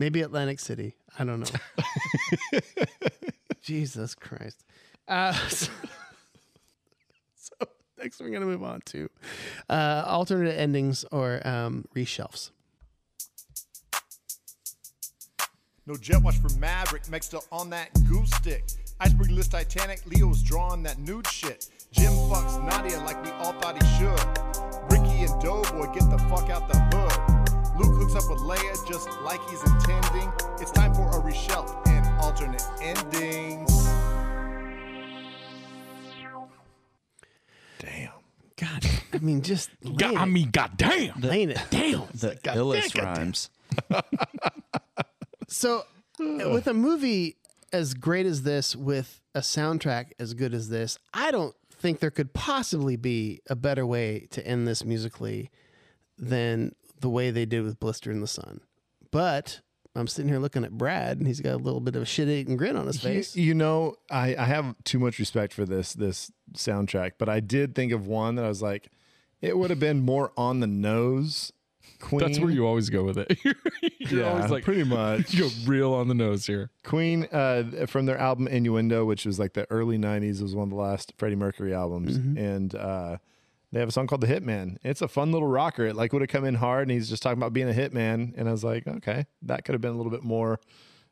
Speaker 3: maybe atlantic city i don't know jesus christ Uh, so, so next we're gonna move on to uh, alternate endings or um, reshelves.
Speaker 10: No jet watch for Maverick, mixed up on that goose stick. Iceberg list Titanic, Leo's drawing that nude shit. Jim fucks Nadia like we all thought he should. Ricky saying, Doughboy, get the fuck out the hood. Luke hooks up with Leia just like he's intending. It's time for a reshelf and alternate endings.
Speaker 3: God, I mean, just laying,
Speaker 2: God, I
Speaker 3: it,
Speaker 2: mean, goddamn.
Speaker 3: laying it down.
Speaker 4: The illest rhymes.
Speaker 3: So, with a movie as great as this, with a soundtrack as good as this, I don't think there could possibly be a better way to end this musically than the way they did with Blister in the Sun. But I'm sitting here looking at Brad, and he's got a little bit of a shit eating grin on his
Speaker 5: You,
Speaker 3: face.
Speaker 5: you know, I, I have too much respect for this this soundtrack, but I did think of one that I was like, it would have been more on the nose. Queen.
Speaker 2: That's where you always go with it. You're,
Speaker 5: Yeah,
Speaker 2: always like
Speaker 5: pretty much.
Speaker 2: You go real on the nose here.
Speaker 5: Queen uh, from their album Innuendo, which was like the early '90s, was one of the last Freddie Mercury albums,
Speaker 2: Mm-hmm.
Speaker 5: and uh, they have a song called "The Hitman." It's a fun little rocker. It like would have come in hard, and he's just talking about being a hitman, and I was like, okay, that could have been a little bit more,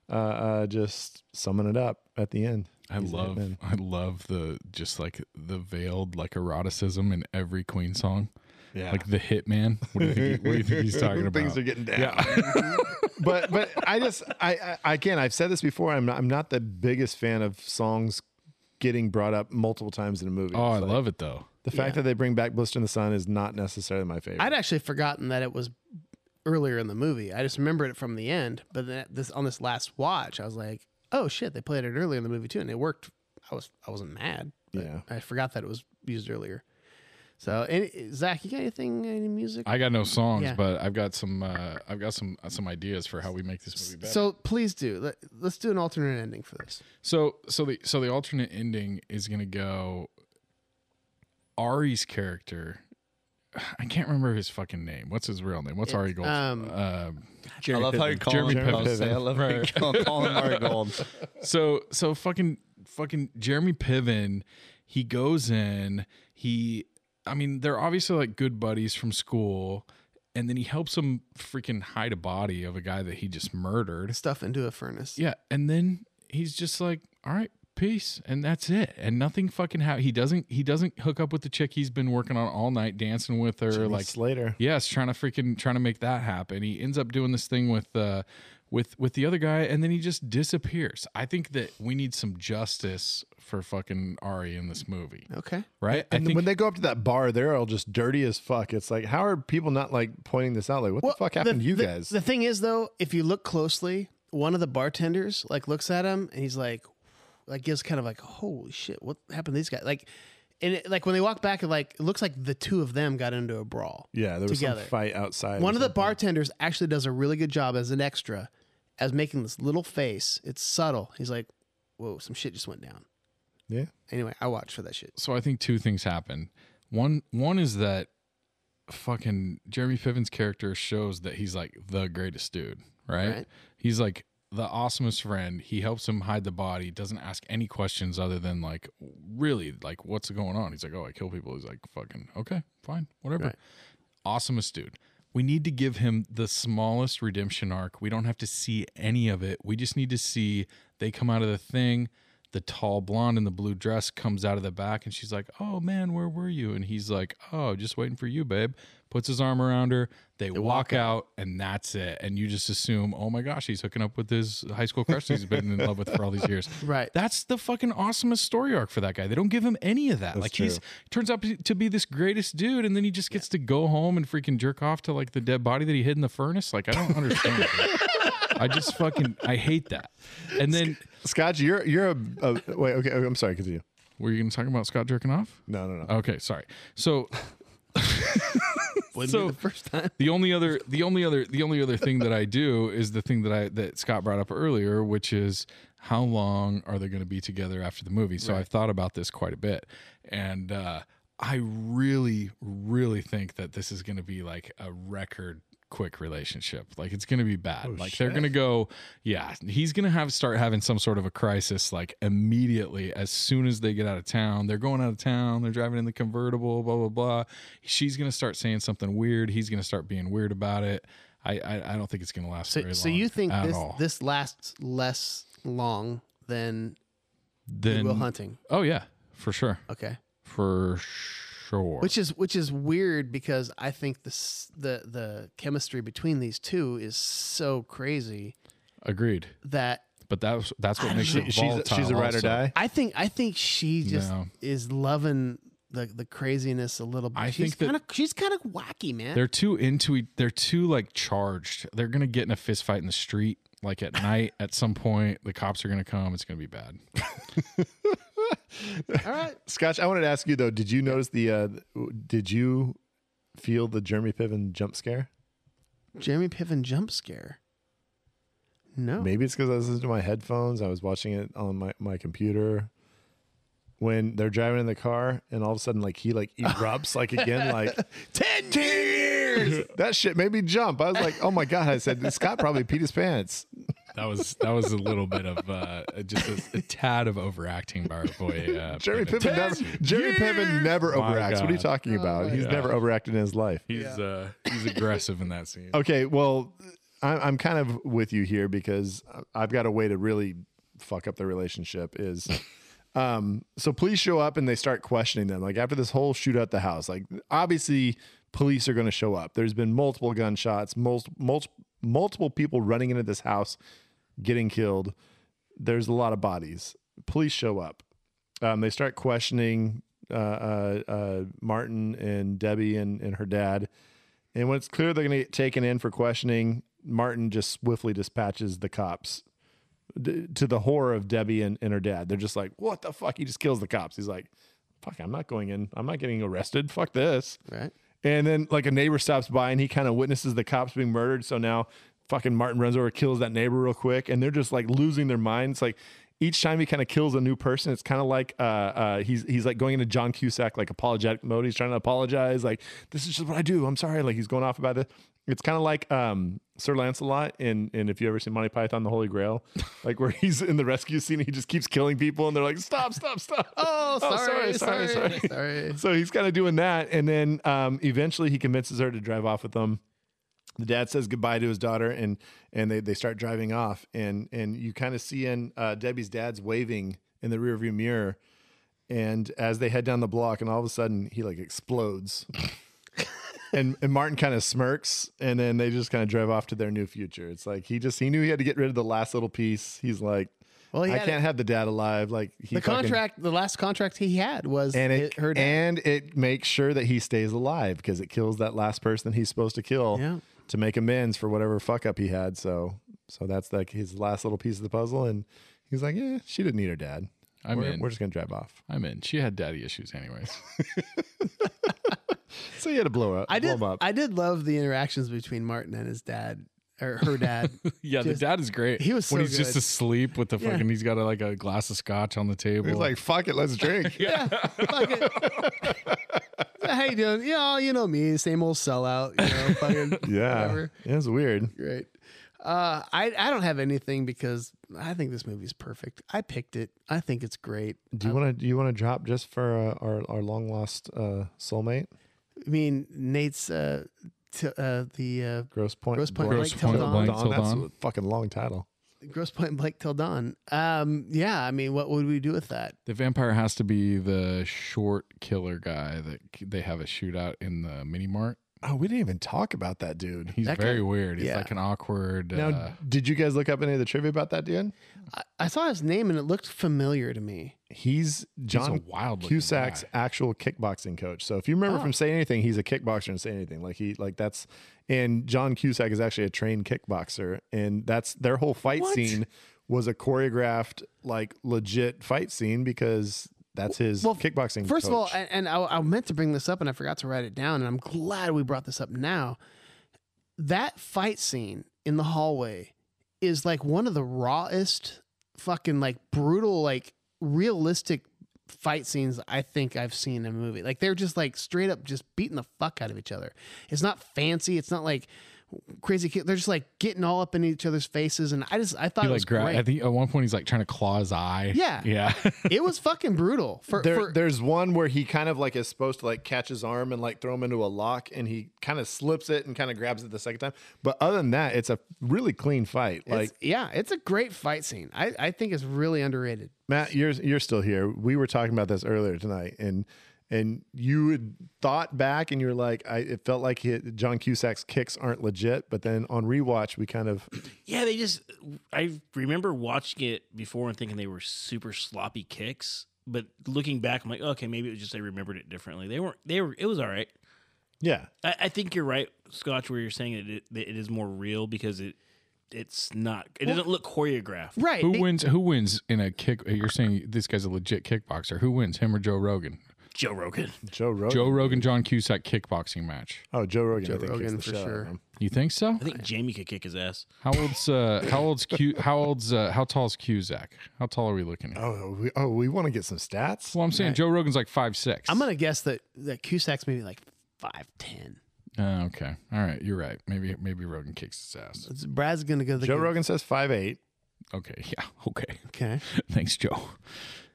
Speaker 5: uh, uh, just summing it up at the end.
Speaker 2: I
Speaker 5: He's a
Speaker 2: love,
Speaker 5: hitman.
Speaker 2: I love the just like the veiled like eroticism in every Queen song.
Speaker 5: Yeah.
Speaker 2: like the Hitman. What do you think? He, what do you think he's talking about?
Speaker 5: Things are getting down. Mm-hmm.
Speaker 2: yeah,
Speaker 5: but but I just I, I again I've said this before. I'm not, I'm not the biggest fan of songs getting brought up multiple times in a movie.
Speaker 2: oh, I
Speaker 5: It's like-
Speaker 2: love it though.
Speaker 5: the fact that they bring back Blister in the Sun is not necessarily my favorite.
Speaker 3: I'd actually forgotten that it was earlier in the movie. I just remembered it from the end, but then at this on this last watch, I was like, "Oh shit, they played it earlier in the movie too, and it worked." I was I wasn't mad. but
Speaker 5: Yeah.
Speaker 3: I forgot that it was used earlier. So, any, Zach, you got anything? Any music?
Speaker 2: I got no songs,
Speaker 3: Yeah.
Speaker 2: but I've got some. Uh, I've got some some ideas for how we make this movie better.
Speaker 3: so please do. Let, let's do an alternate ending for this.
Speaker 2: So so the so the alternate ending is gonna go. Ari's character, I can't remember his fucking name. What's his real name? What's Ari Gold?
Speaker 3: um,
Speaker 4: I love how you call
Speaker 2: Jeremy
Speaker 4: him. I was
Speaker 2: Piven.
Speaker 4: saying, I love how you
Speaker 2: Right.
Speaker 4: call, call him Ari Gold.
Speaker 2: so so fucking fucking Jeremy Piven, he goes in, he I mean, they're obviously like good buddies from school, and then he helps him freaking hide a body of a guy that he just murdered.
Speaker 3: Stuff into a furnace.
Speaker 2: Yeah, and then he's just like, "All right, peace," and that's it. And nothing fucking how he doesn't he doesn't hook up with the chick he's been working on all night, dancing with her, like
Speaker 5: Slater.
Speaker 2: yes, trying to freaking trying to make that happen. He ends up doing this thing with uh with with the other guy, and then he just disappears. I think that we need some justice for fucking Ari in this movie,
Speaker 3: Okay.
Speaker 2: right? I
Speaker 5: And
Speaker 2: think
Speaker 5: when they go up to that bar, they're all just dirty as fuck. It's like, how are people not like pointing this out? Like, what the fuck happened to you
Speaker 3: the-
Speaker 5: guys?
Speaker 3: The thing is, though, if you look closely, one of the bartenders like looks at him and he's like, like gives kind of like, holy shit, what happened to these guys? Like, and it, like when they walk back, it, like it looks like the two of them got into a brawl.
Speaker 5: yeah, there was
Speaker 3: together.
Speaker 5: some fight outside.
Speaker 3: One
Speaker 5: or
Speaker 3: of the
Speaker 5: something.
Speaker 3: bartenders actually does a really good job as an extra, as making this little face. It's subtle. He's like, whoa, some shit just went down.
Speaker 5: Yeah.
Speaker 3: Anyway, I watched for that shit.
Speaker 2: so I think two things happen. One one is that fucking Jeremy Piven's character shows that he's like the greatest dude, right?
Speaker 3: Right.
Speaker 2: He's like the awesomest friend. He helps him hide the body, doesn't ask any questions other than like really like what's going on. He's like, "Oh, I kill people." He's like, "Fucking okay, fine, whatever."
Speaker 3: Right.
Speaker 2: Awesomest dude. We need to give him the smallest redemption arc. We don't have to see any of it. We just need to see they come out of the thing. The tall blonde in the blue dress comes out of the back and she's like, Oh man, where were you? And he's like, Oh, just waiting for you, babe. Puts his arm around her. They, walk, out and that's it. And you just assume, Oh my gosh, he's hooking up with his high school crush that he's been in love with for all these years.
Speaker 3: Right.
Speaker 2: That's the fucking awesomest story arc for that guy. They don't give him any of that. like he's turns out to be this greatest dude, and then he just gets to go home and freaking jerk off to like the dead body that he hid in the furnace. Like I don't understand. that. I just fucking I hate that. And then
Speaker 5: Scotch, you're you're a, a wait. Okay, okay, I'm sorry. Continue.
Speaker 2: were you going to talk about Scott jerking off?
Speaker 5: No, no, no.
Speaker 2: Okay, sorry. So
Speaker 3: Wouldn't
Speaker 2: So-
Speaker 3: be the first time.
Speaker 2: the only other the only other the only other thing that I do is the thing that I that Scott brought up earlier, which is how long are they going to be together after the movie? So I've thought about this quite a bit, and uh, I really really think that this is going to be like a record quick relationship like it's gonna be
Speaker 3: Oh,
Speaker 2: bad like they're gonna go yeah he's gonna have start having some sort of a crisis like immediately as soon as they get out of town they're going out of town they're driving in the convertible blah blah blah she's gonna start saying something weird he's gonna start being weird about it i i, I don't think it's gonna last
Speaker 3: So,
Speaker 2: very
Speaker 3: so
Speaker 2: long
Speaker 3: you think
Speaker 2: at
Speaker 3: this
Speaker 2: all.
Speaker 3: this lasts less long than
Speaker 2: then
Speaker 3: Will Hunting?
Speaker 2: oh yeah for sure
Speaker 3: Okay.
Speaker 2: for sh- sure.
Speaker 3: which is which is weird because I think the s- the the chemistry between these two is so crazy
Speaker 2: Agreed.
Speaker 3: that
Speaker 2: But that's that's what makes it
Speaker 5: She's
Speaker 2: volatile.
Speaker 5: she's a ride
Speaker 2: also.
Speaker 5: or die.
Speaker 3: I think I think she just
Speaker 2: No.
Speaker 3: is loving the the craziness a little bit.
Speaker 2: I
Speaker 3: she's
Speaker 2: think that-
Speaker 3: kind of she's kind of wacky, man.
Speaker 2: They're too into e- they're too like charged. They're gonna get in a fist fight in the street, like at night at some point. The cops are gonna come. It's gonna be bad.
Speaker 3: All right.
Speaker 5: Scotch, I wanted to ask you though. Did you notice the? Uh, did you feel the Jeremy Piven jump scare?
Speaker 3: Jeremy Piven jump scare. No.
Speaker 5: Maybe it's because I listened to my headphones. I was watching it on my, my computer. When they're driving in the car, and all of a sudden, like he like erupts like again, like ten years. That shit made me jump. I was like, oh my god! I said Scott probably peed his pants.
Speaker 2: That was that was a little bit of uh, just a, a tad of overacting by our boy uh,
Speaker 5: Jerry
Speaker 2: Piven.
Speaker 5: Piven never. Jerry Piven never
Speaker 2: My
Speaker 5: overacts. What are you
Speaker 2: God.
Speaker 5: talking about? He's never overacted in his life.
Speaker 2: He's uh, he's aggressive in that scene.
Speaker 5: Okay, well, I- I'm kind of with you here because I've got a way to really fuck up the relationship. Is um, so police show up and they start questioning them. Like after this whole shoot at the house, like obviously police are going to show up. There's been multiple gunshots, most multiple multiple people running into this house, getting killed. There's a lot of bodies. Police show up. Um, they start questioning uh, uh, uh, Martin and Debbie and, and her dad. And when it's clear they're going to get taken in for questioning, Martin just swiftly dispatches the cops D- to the horror of Debbie and, and her dad. They're just like, what the fuck? He just kills the cops. He's like, fuck, I'm not going in. I'm not getting arrested. Fuck this.
Speaker 3: Right.
Speaker 5: And then like a neighbor stops by and he kind of witnesses the cops being murdered. So now fucking Martin runs over, kills that neighbor real quick, and they're just like losing their minds. Like each time he kind of kills a new person, it's kind of like uh, uh, he's he's like going into John Cusack like apologetic mode. He's trying to apologize, like this is just what I do. I'm sorry. Like he's going off about this. It's kind of like um, Sir Lancelot in and if you ever seen Monty Python the Holy Grail, like where he's in the rescue scene, he just keeps killing people, and they're like, stop, stop, stop.
Speaker 3: Oh, sorry, sorry, sorry,
Speaker 5: So he's kind of doing that, and then um, eventually he convinces her to drive off with them. The dad says goodbye to his daughter, and and they they start driving off, and and you kind of see in uh, Debbie's dad's waving in the rearview mirror, and as they head down the block, and all of a sudden he like explodes. And, and Martin kind of smirks, and then they just kind of drive off to their new future. It's like he just he knew he had to get rid of the last little piece. He's like,
Speaker 3: Well, he
Speaker 5: I
Speaker 3: had
Speaker 5: can't
Speaker 3: it.
Speaker 5: have the dad alive. Like he
Speaker 3: The
Speaker 5: fucking-
Speaker 3: contract, the last contract he had was
Speaker 5: and it,
Speaker 3: her dad.
Speaker 5: and it makes sure that he stays alive because it kills that last person he's supposed to kill
Speaker 3: Yeah.
Speaker 5: to make amends for whatever fuck up he had. So so that's like his last little piece of the puzzle, and he's like, yeah, she didn't need her dad.
Speaker 2: I'm
Speaker 5: we're,
Speaker 2: in.
Speaker 5: we're just gonna drive off.
Speaker 2: I'm in. She had daddy issues, anyways.
Speaker 5: So you had to blow up.
Speaker 3: I
Speaker 5: blow
Speaker 3: did.
Speaker 5: him up.
Speaker 3: I did love the interactions between Martin and his dad or her dad.
Speaker 2: yeah,
Speaker 3: Just-
Speaker 2: the dad is great.
Speaker 3: he was
Speaker 2: when
Speaker 3: so
Speaker 2: he's just
Speaker 3: good.
Speaker 2: asleep with the
Speaker 3: Yeah.
Speaker 2: fucking. He's got a, like a glass of scotch on the table.
Speaker 5: he's like, fuck it, let's drink.
Speaker 3: Fuck it. How you doing? Yeah, you know me, same old sellout. You know, fucking
Speaker 5: yeah,
Speaker 3: whatever.
Speaker 5: it was weird.
Speaker 3: Great. Uh, I I don't have anything because I think this movie's perfect. I picked it. I think it's great.
Speaker 5: Do you want to do you want to drop just for uh, our our long lost uh, soulmate?
Speaker 3: I mean, Nate's uh, t- uh the
Speaker 5: Gross point.
Speaker 3: Gross Point
Speaker 2: Gross Blank Till Point Dawn. Blank Till
Speaker 5: That's
Speaker 2: Dawn.
Speaker 5: a fucking long title.
Speaker 3: uh, gross point blank till dawn. Um, yeah, I mean, what would we do with that?
Speaker 2: the vampire has to be the short killer guy that k- they have a shootout in the mini mart.
Speaker 5: Oh, we didn't even talk about that dude.
Speaker 2: He's
Speaker 3: That
Speaker 2: very
Speaker 3: guy-
Speaker 2: weird. He's
Speaker 3: yeah.
Speaker 2: like an awkward.
Speaker 5: Now,
Speaker 2: uh,
Speaker 5: did you guys look up any of the trivia about that dude?
Speaker 3: I, I saw his name and it looked familiar to me.
Speaker 5: He's John
Speaker 2: wild-looking
Speaker 5: Cusack's
Speaker 2: guy.
Speaker 5: actual kickboxing coach. So if you remember from Say Anything, he's a kickboxer and Say Anything. Like he, like that's, and John Cusack is actually a trained kickboxer, and that's their whole fight scene was a choreographed, like legit fight scene because that's his
Speaker 3: Well,
Speaker 5: kickboxing.
Speaker 3: First of all,
Speaker 5: coach.
Speaker 3: and, and I, I meant to bring this up and I forgot to write it down, and I'm glad we brought this up now. That fight scene in the hallway is like one of the rawest, fucking like brutal, like realistic fight scenes I think I've seen in a movie. Like they're just like straight up just beating the fuck out of each other. It's not fancy. It's not like crazy. ki- They're just like getting all up in each other's faces, and I just I thought
Speaker 2: he
Speaker 3: it was
Speaker 2: like gra-
Speaker 3: great.
Speaker 2: I think at one point he's like trying to claw his eye.
Speaker 3: Yeah.
Speaker 2: yeah.
Speaker 3: it was fucking brutal. For,
Speaker 5: There,
Speaker 3: for
Speaker 5: there's one where he kind of like is supposed to like catch his arm and like throw him into a lock, and he kind of slips it and kind of grabs it the second time. But other than that, it's a really clean fight. Like
Speaker 3: It's- yeah, it's a great fight scene. I, I think it's really underrated.
Speaker 5: Matt, you're you're still here. We were talking about this earlier tonight, and and you had thought back and you're like, I it felt like he, John Cusack's kicks aren't legit, but then on rewatch we kind of
Speaker 7: Yeah, they just. I remember watching it before and thinking they were super sloppy kicks, but looking back, I'm like, okay, maybe it was just I remembered it differently. They weren't. They were. It was all right.
Speaker 5: yeah
Speaker 7: I, I think you're right, Scotch, where you're saying it, it, that it is more real because it it's not. It doesn't look choreographed.
Speaker 11: Right.
Speaker 2: Who
Speaker 11: be-
Speaker 2: wins? Who wins in a kick? You're saying this guy's a legit kickboxer. Who wins? Him or Joe Rogan?
Speaker 7: Joe Rogan.
Speaker 5: Joe Rogan.
Speaker 2: Joe Rogan, John Cusack kickboxing match.
Speaker 5: oh Joe Rogan.
Speaker 3: Joe
Speaker 5: I think kicks
Speaker 3: Rogan
Speaker 5: the
Speaker 3: for
Speaker 5: shit out of
Speaker 3: sure.
Speaker 5: him.
Speaker 2: You think so?
Speaker 7: I think Jamie could kick his ass.
Speaker 2: How old's uh, how old's Q? How old's uh, how tall's Cusack? How tall are we looking at?
Speaker 5: Oh, we, oh, we want to get some stats.
Speaker 2: Well, I'm saying Joe Rogan's like five six.
Speaker 3: I'm gonna guess that that Cusack's maybe like five ten.
Speaker 2: Uh, okay. All right. You're right. Maybe maybe Rogan kicks his ass.
Speaker 3: Brad's gonna go the
Speaker 5: Joe Rogan says five eight.
Speaker 2: Okay. Yeah. Okay.
Speaker 3: Okay,
Speaker 2: Thanks, Joe.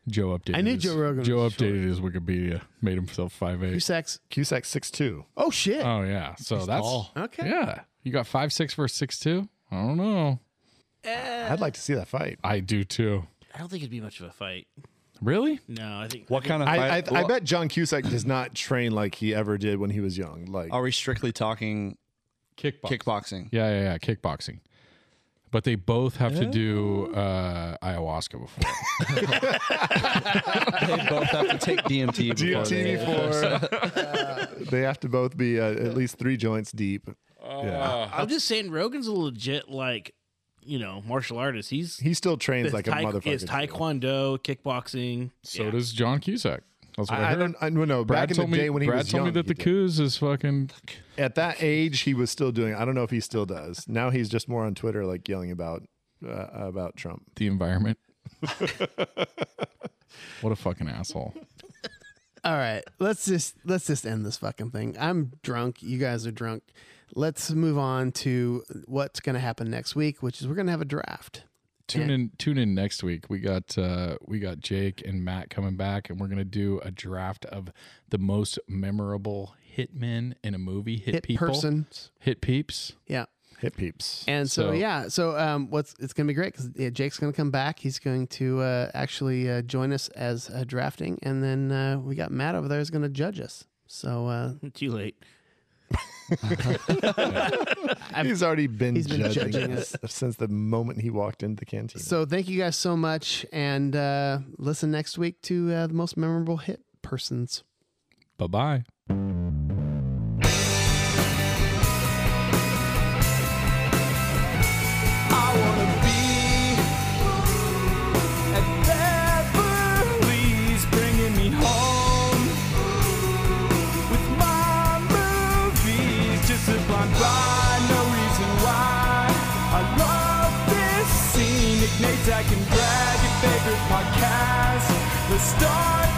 Speaker 2: Joe updated.
Speaker 3: I knew
Speaker 2: his-
Speaker 3: Joe Rogan was
Speaker 2: Joe
Speaker 3: short.
Speaker 2: updated his Wikipedia. Made himself five eight.
Speaker 3: Cusack's.
Speaker 5: Cusack six two.
Speaker 3: Oh shit.
Speaker 2: Oh yeah. So that's
Speaker 3: Okay.
Speaker 2: yeah. You got five six versus six two. I don't know.
Speaker 3: Uh,
Speaker 5: I'd like to see that fight.
Speaker 2: I do too.
Speaker 7: I don't think it'd be much of a fight.
Speaker 2: Really?
Speaker 7: No, I think.
Speaker 4: What kind of
Speaker 5: I, I,
Speaker 4: fight?
Speaker 5: I bet John Cusack does not train like he ever did when he was young. Like
Speaker 4: Are we strictly talking
Speaker 2: Kickboxing.
Speaker 4: kickboxing?
Speaker 2: Yeah, yeah, yeah. Kickboxing. But they both have to do uh, ayahuasca before.
Speaker 4: they both have to take DMT. Before
Speaker 5: DMT
Speaker 4: they-
Speaker 5: before they have to both be uh, at least three joints deep. yeah,
Speaker 7: I'm just saying, Rogan's a legit like, you know, martial artist. He's
Speaker 5: he still trains
Speaker 7: his
Speaker 5: like
Speaker 7: tai-
Speaker 5: a motherfucker.
Speaker 7: his taekwondo, kickboxing.
Speaker 2: so
Speaker 7: Yeah.
Speaker 2: does John Cusack. That's what I,
Speaker 5: I, I
Speaker 2: heard.
Speaker 5: don't. I don't know.
Speaker 2: Brad
Speaker 5: back in
Speaker 2: told
Speaker 5: the day
Speaker 2: me.
Speaker 5: when he
Speaker 2: Brad
Speaker 5: was
Speaker 2: told
Speaker 5: young,
Speaker 2: me that the
Speaker 5: he did.
Speaker 2: coos is fucking.
Speaker 5: at that age he was still doing. it. I don't know if he still does. Now he's just more on Twitter, like yelling about uh, about Trump.
Speaker 2: the environment. what a fucking asshole.
Speaker 3: All right, let's just let's just end this fucking thing. I'm drunk. You guys are drunk. Let's move on to what's going to happen next week, which is we're going to have a draft.
Speaker 2: Tune in tune in next week. We got uh we got Jake and Matt coming back and we're going to do a draft of the most memorable hitmen in a movie, hit,
Speaker 3: Hit
Speaker 2: people,
Speaker 3: persons.
Speaker 2: hit peeps.
Speaker 3: Yeah.
Speaker 5: Hit peeps.
Speaker 3: And so,
Speaker 2: So-
Speaker 3: yeah, so um, what's it's going to be great because yeah, Jake's going to come back. He's going to uh, actually uh, join us as uh, drafting, and then uh, we got Matt over there who's going to judge us. So uh,
Speaker 7: Too late.
Speaker 5: he's already been,
Speaker 3: He's been
Speaker 5: judging,
Speaker 3: judging
Speaker 5: us since the moment he walked into the canteen.
Speaker 3: so thank you guys so much, and uh, listen next week to uh, the most memorable hit persons.
Speaker 2: Bye-bye.
Speaker 6: I wanna be at Beverly's, bringing me home with my movies. Just a blind by, no reason why. I love this scene. Nick Natak and Brad, your favorite podcast. Let's start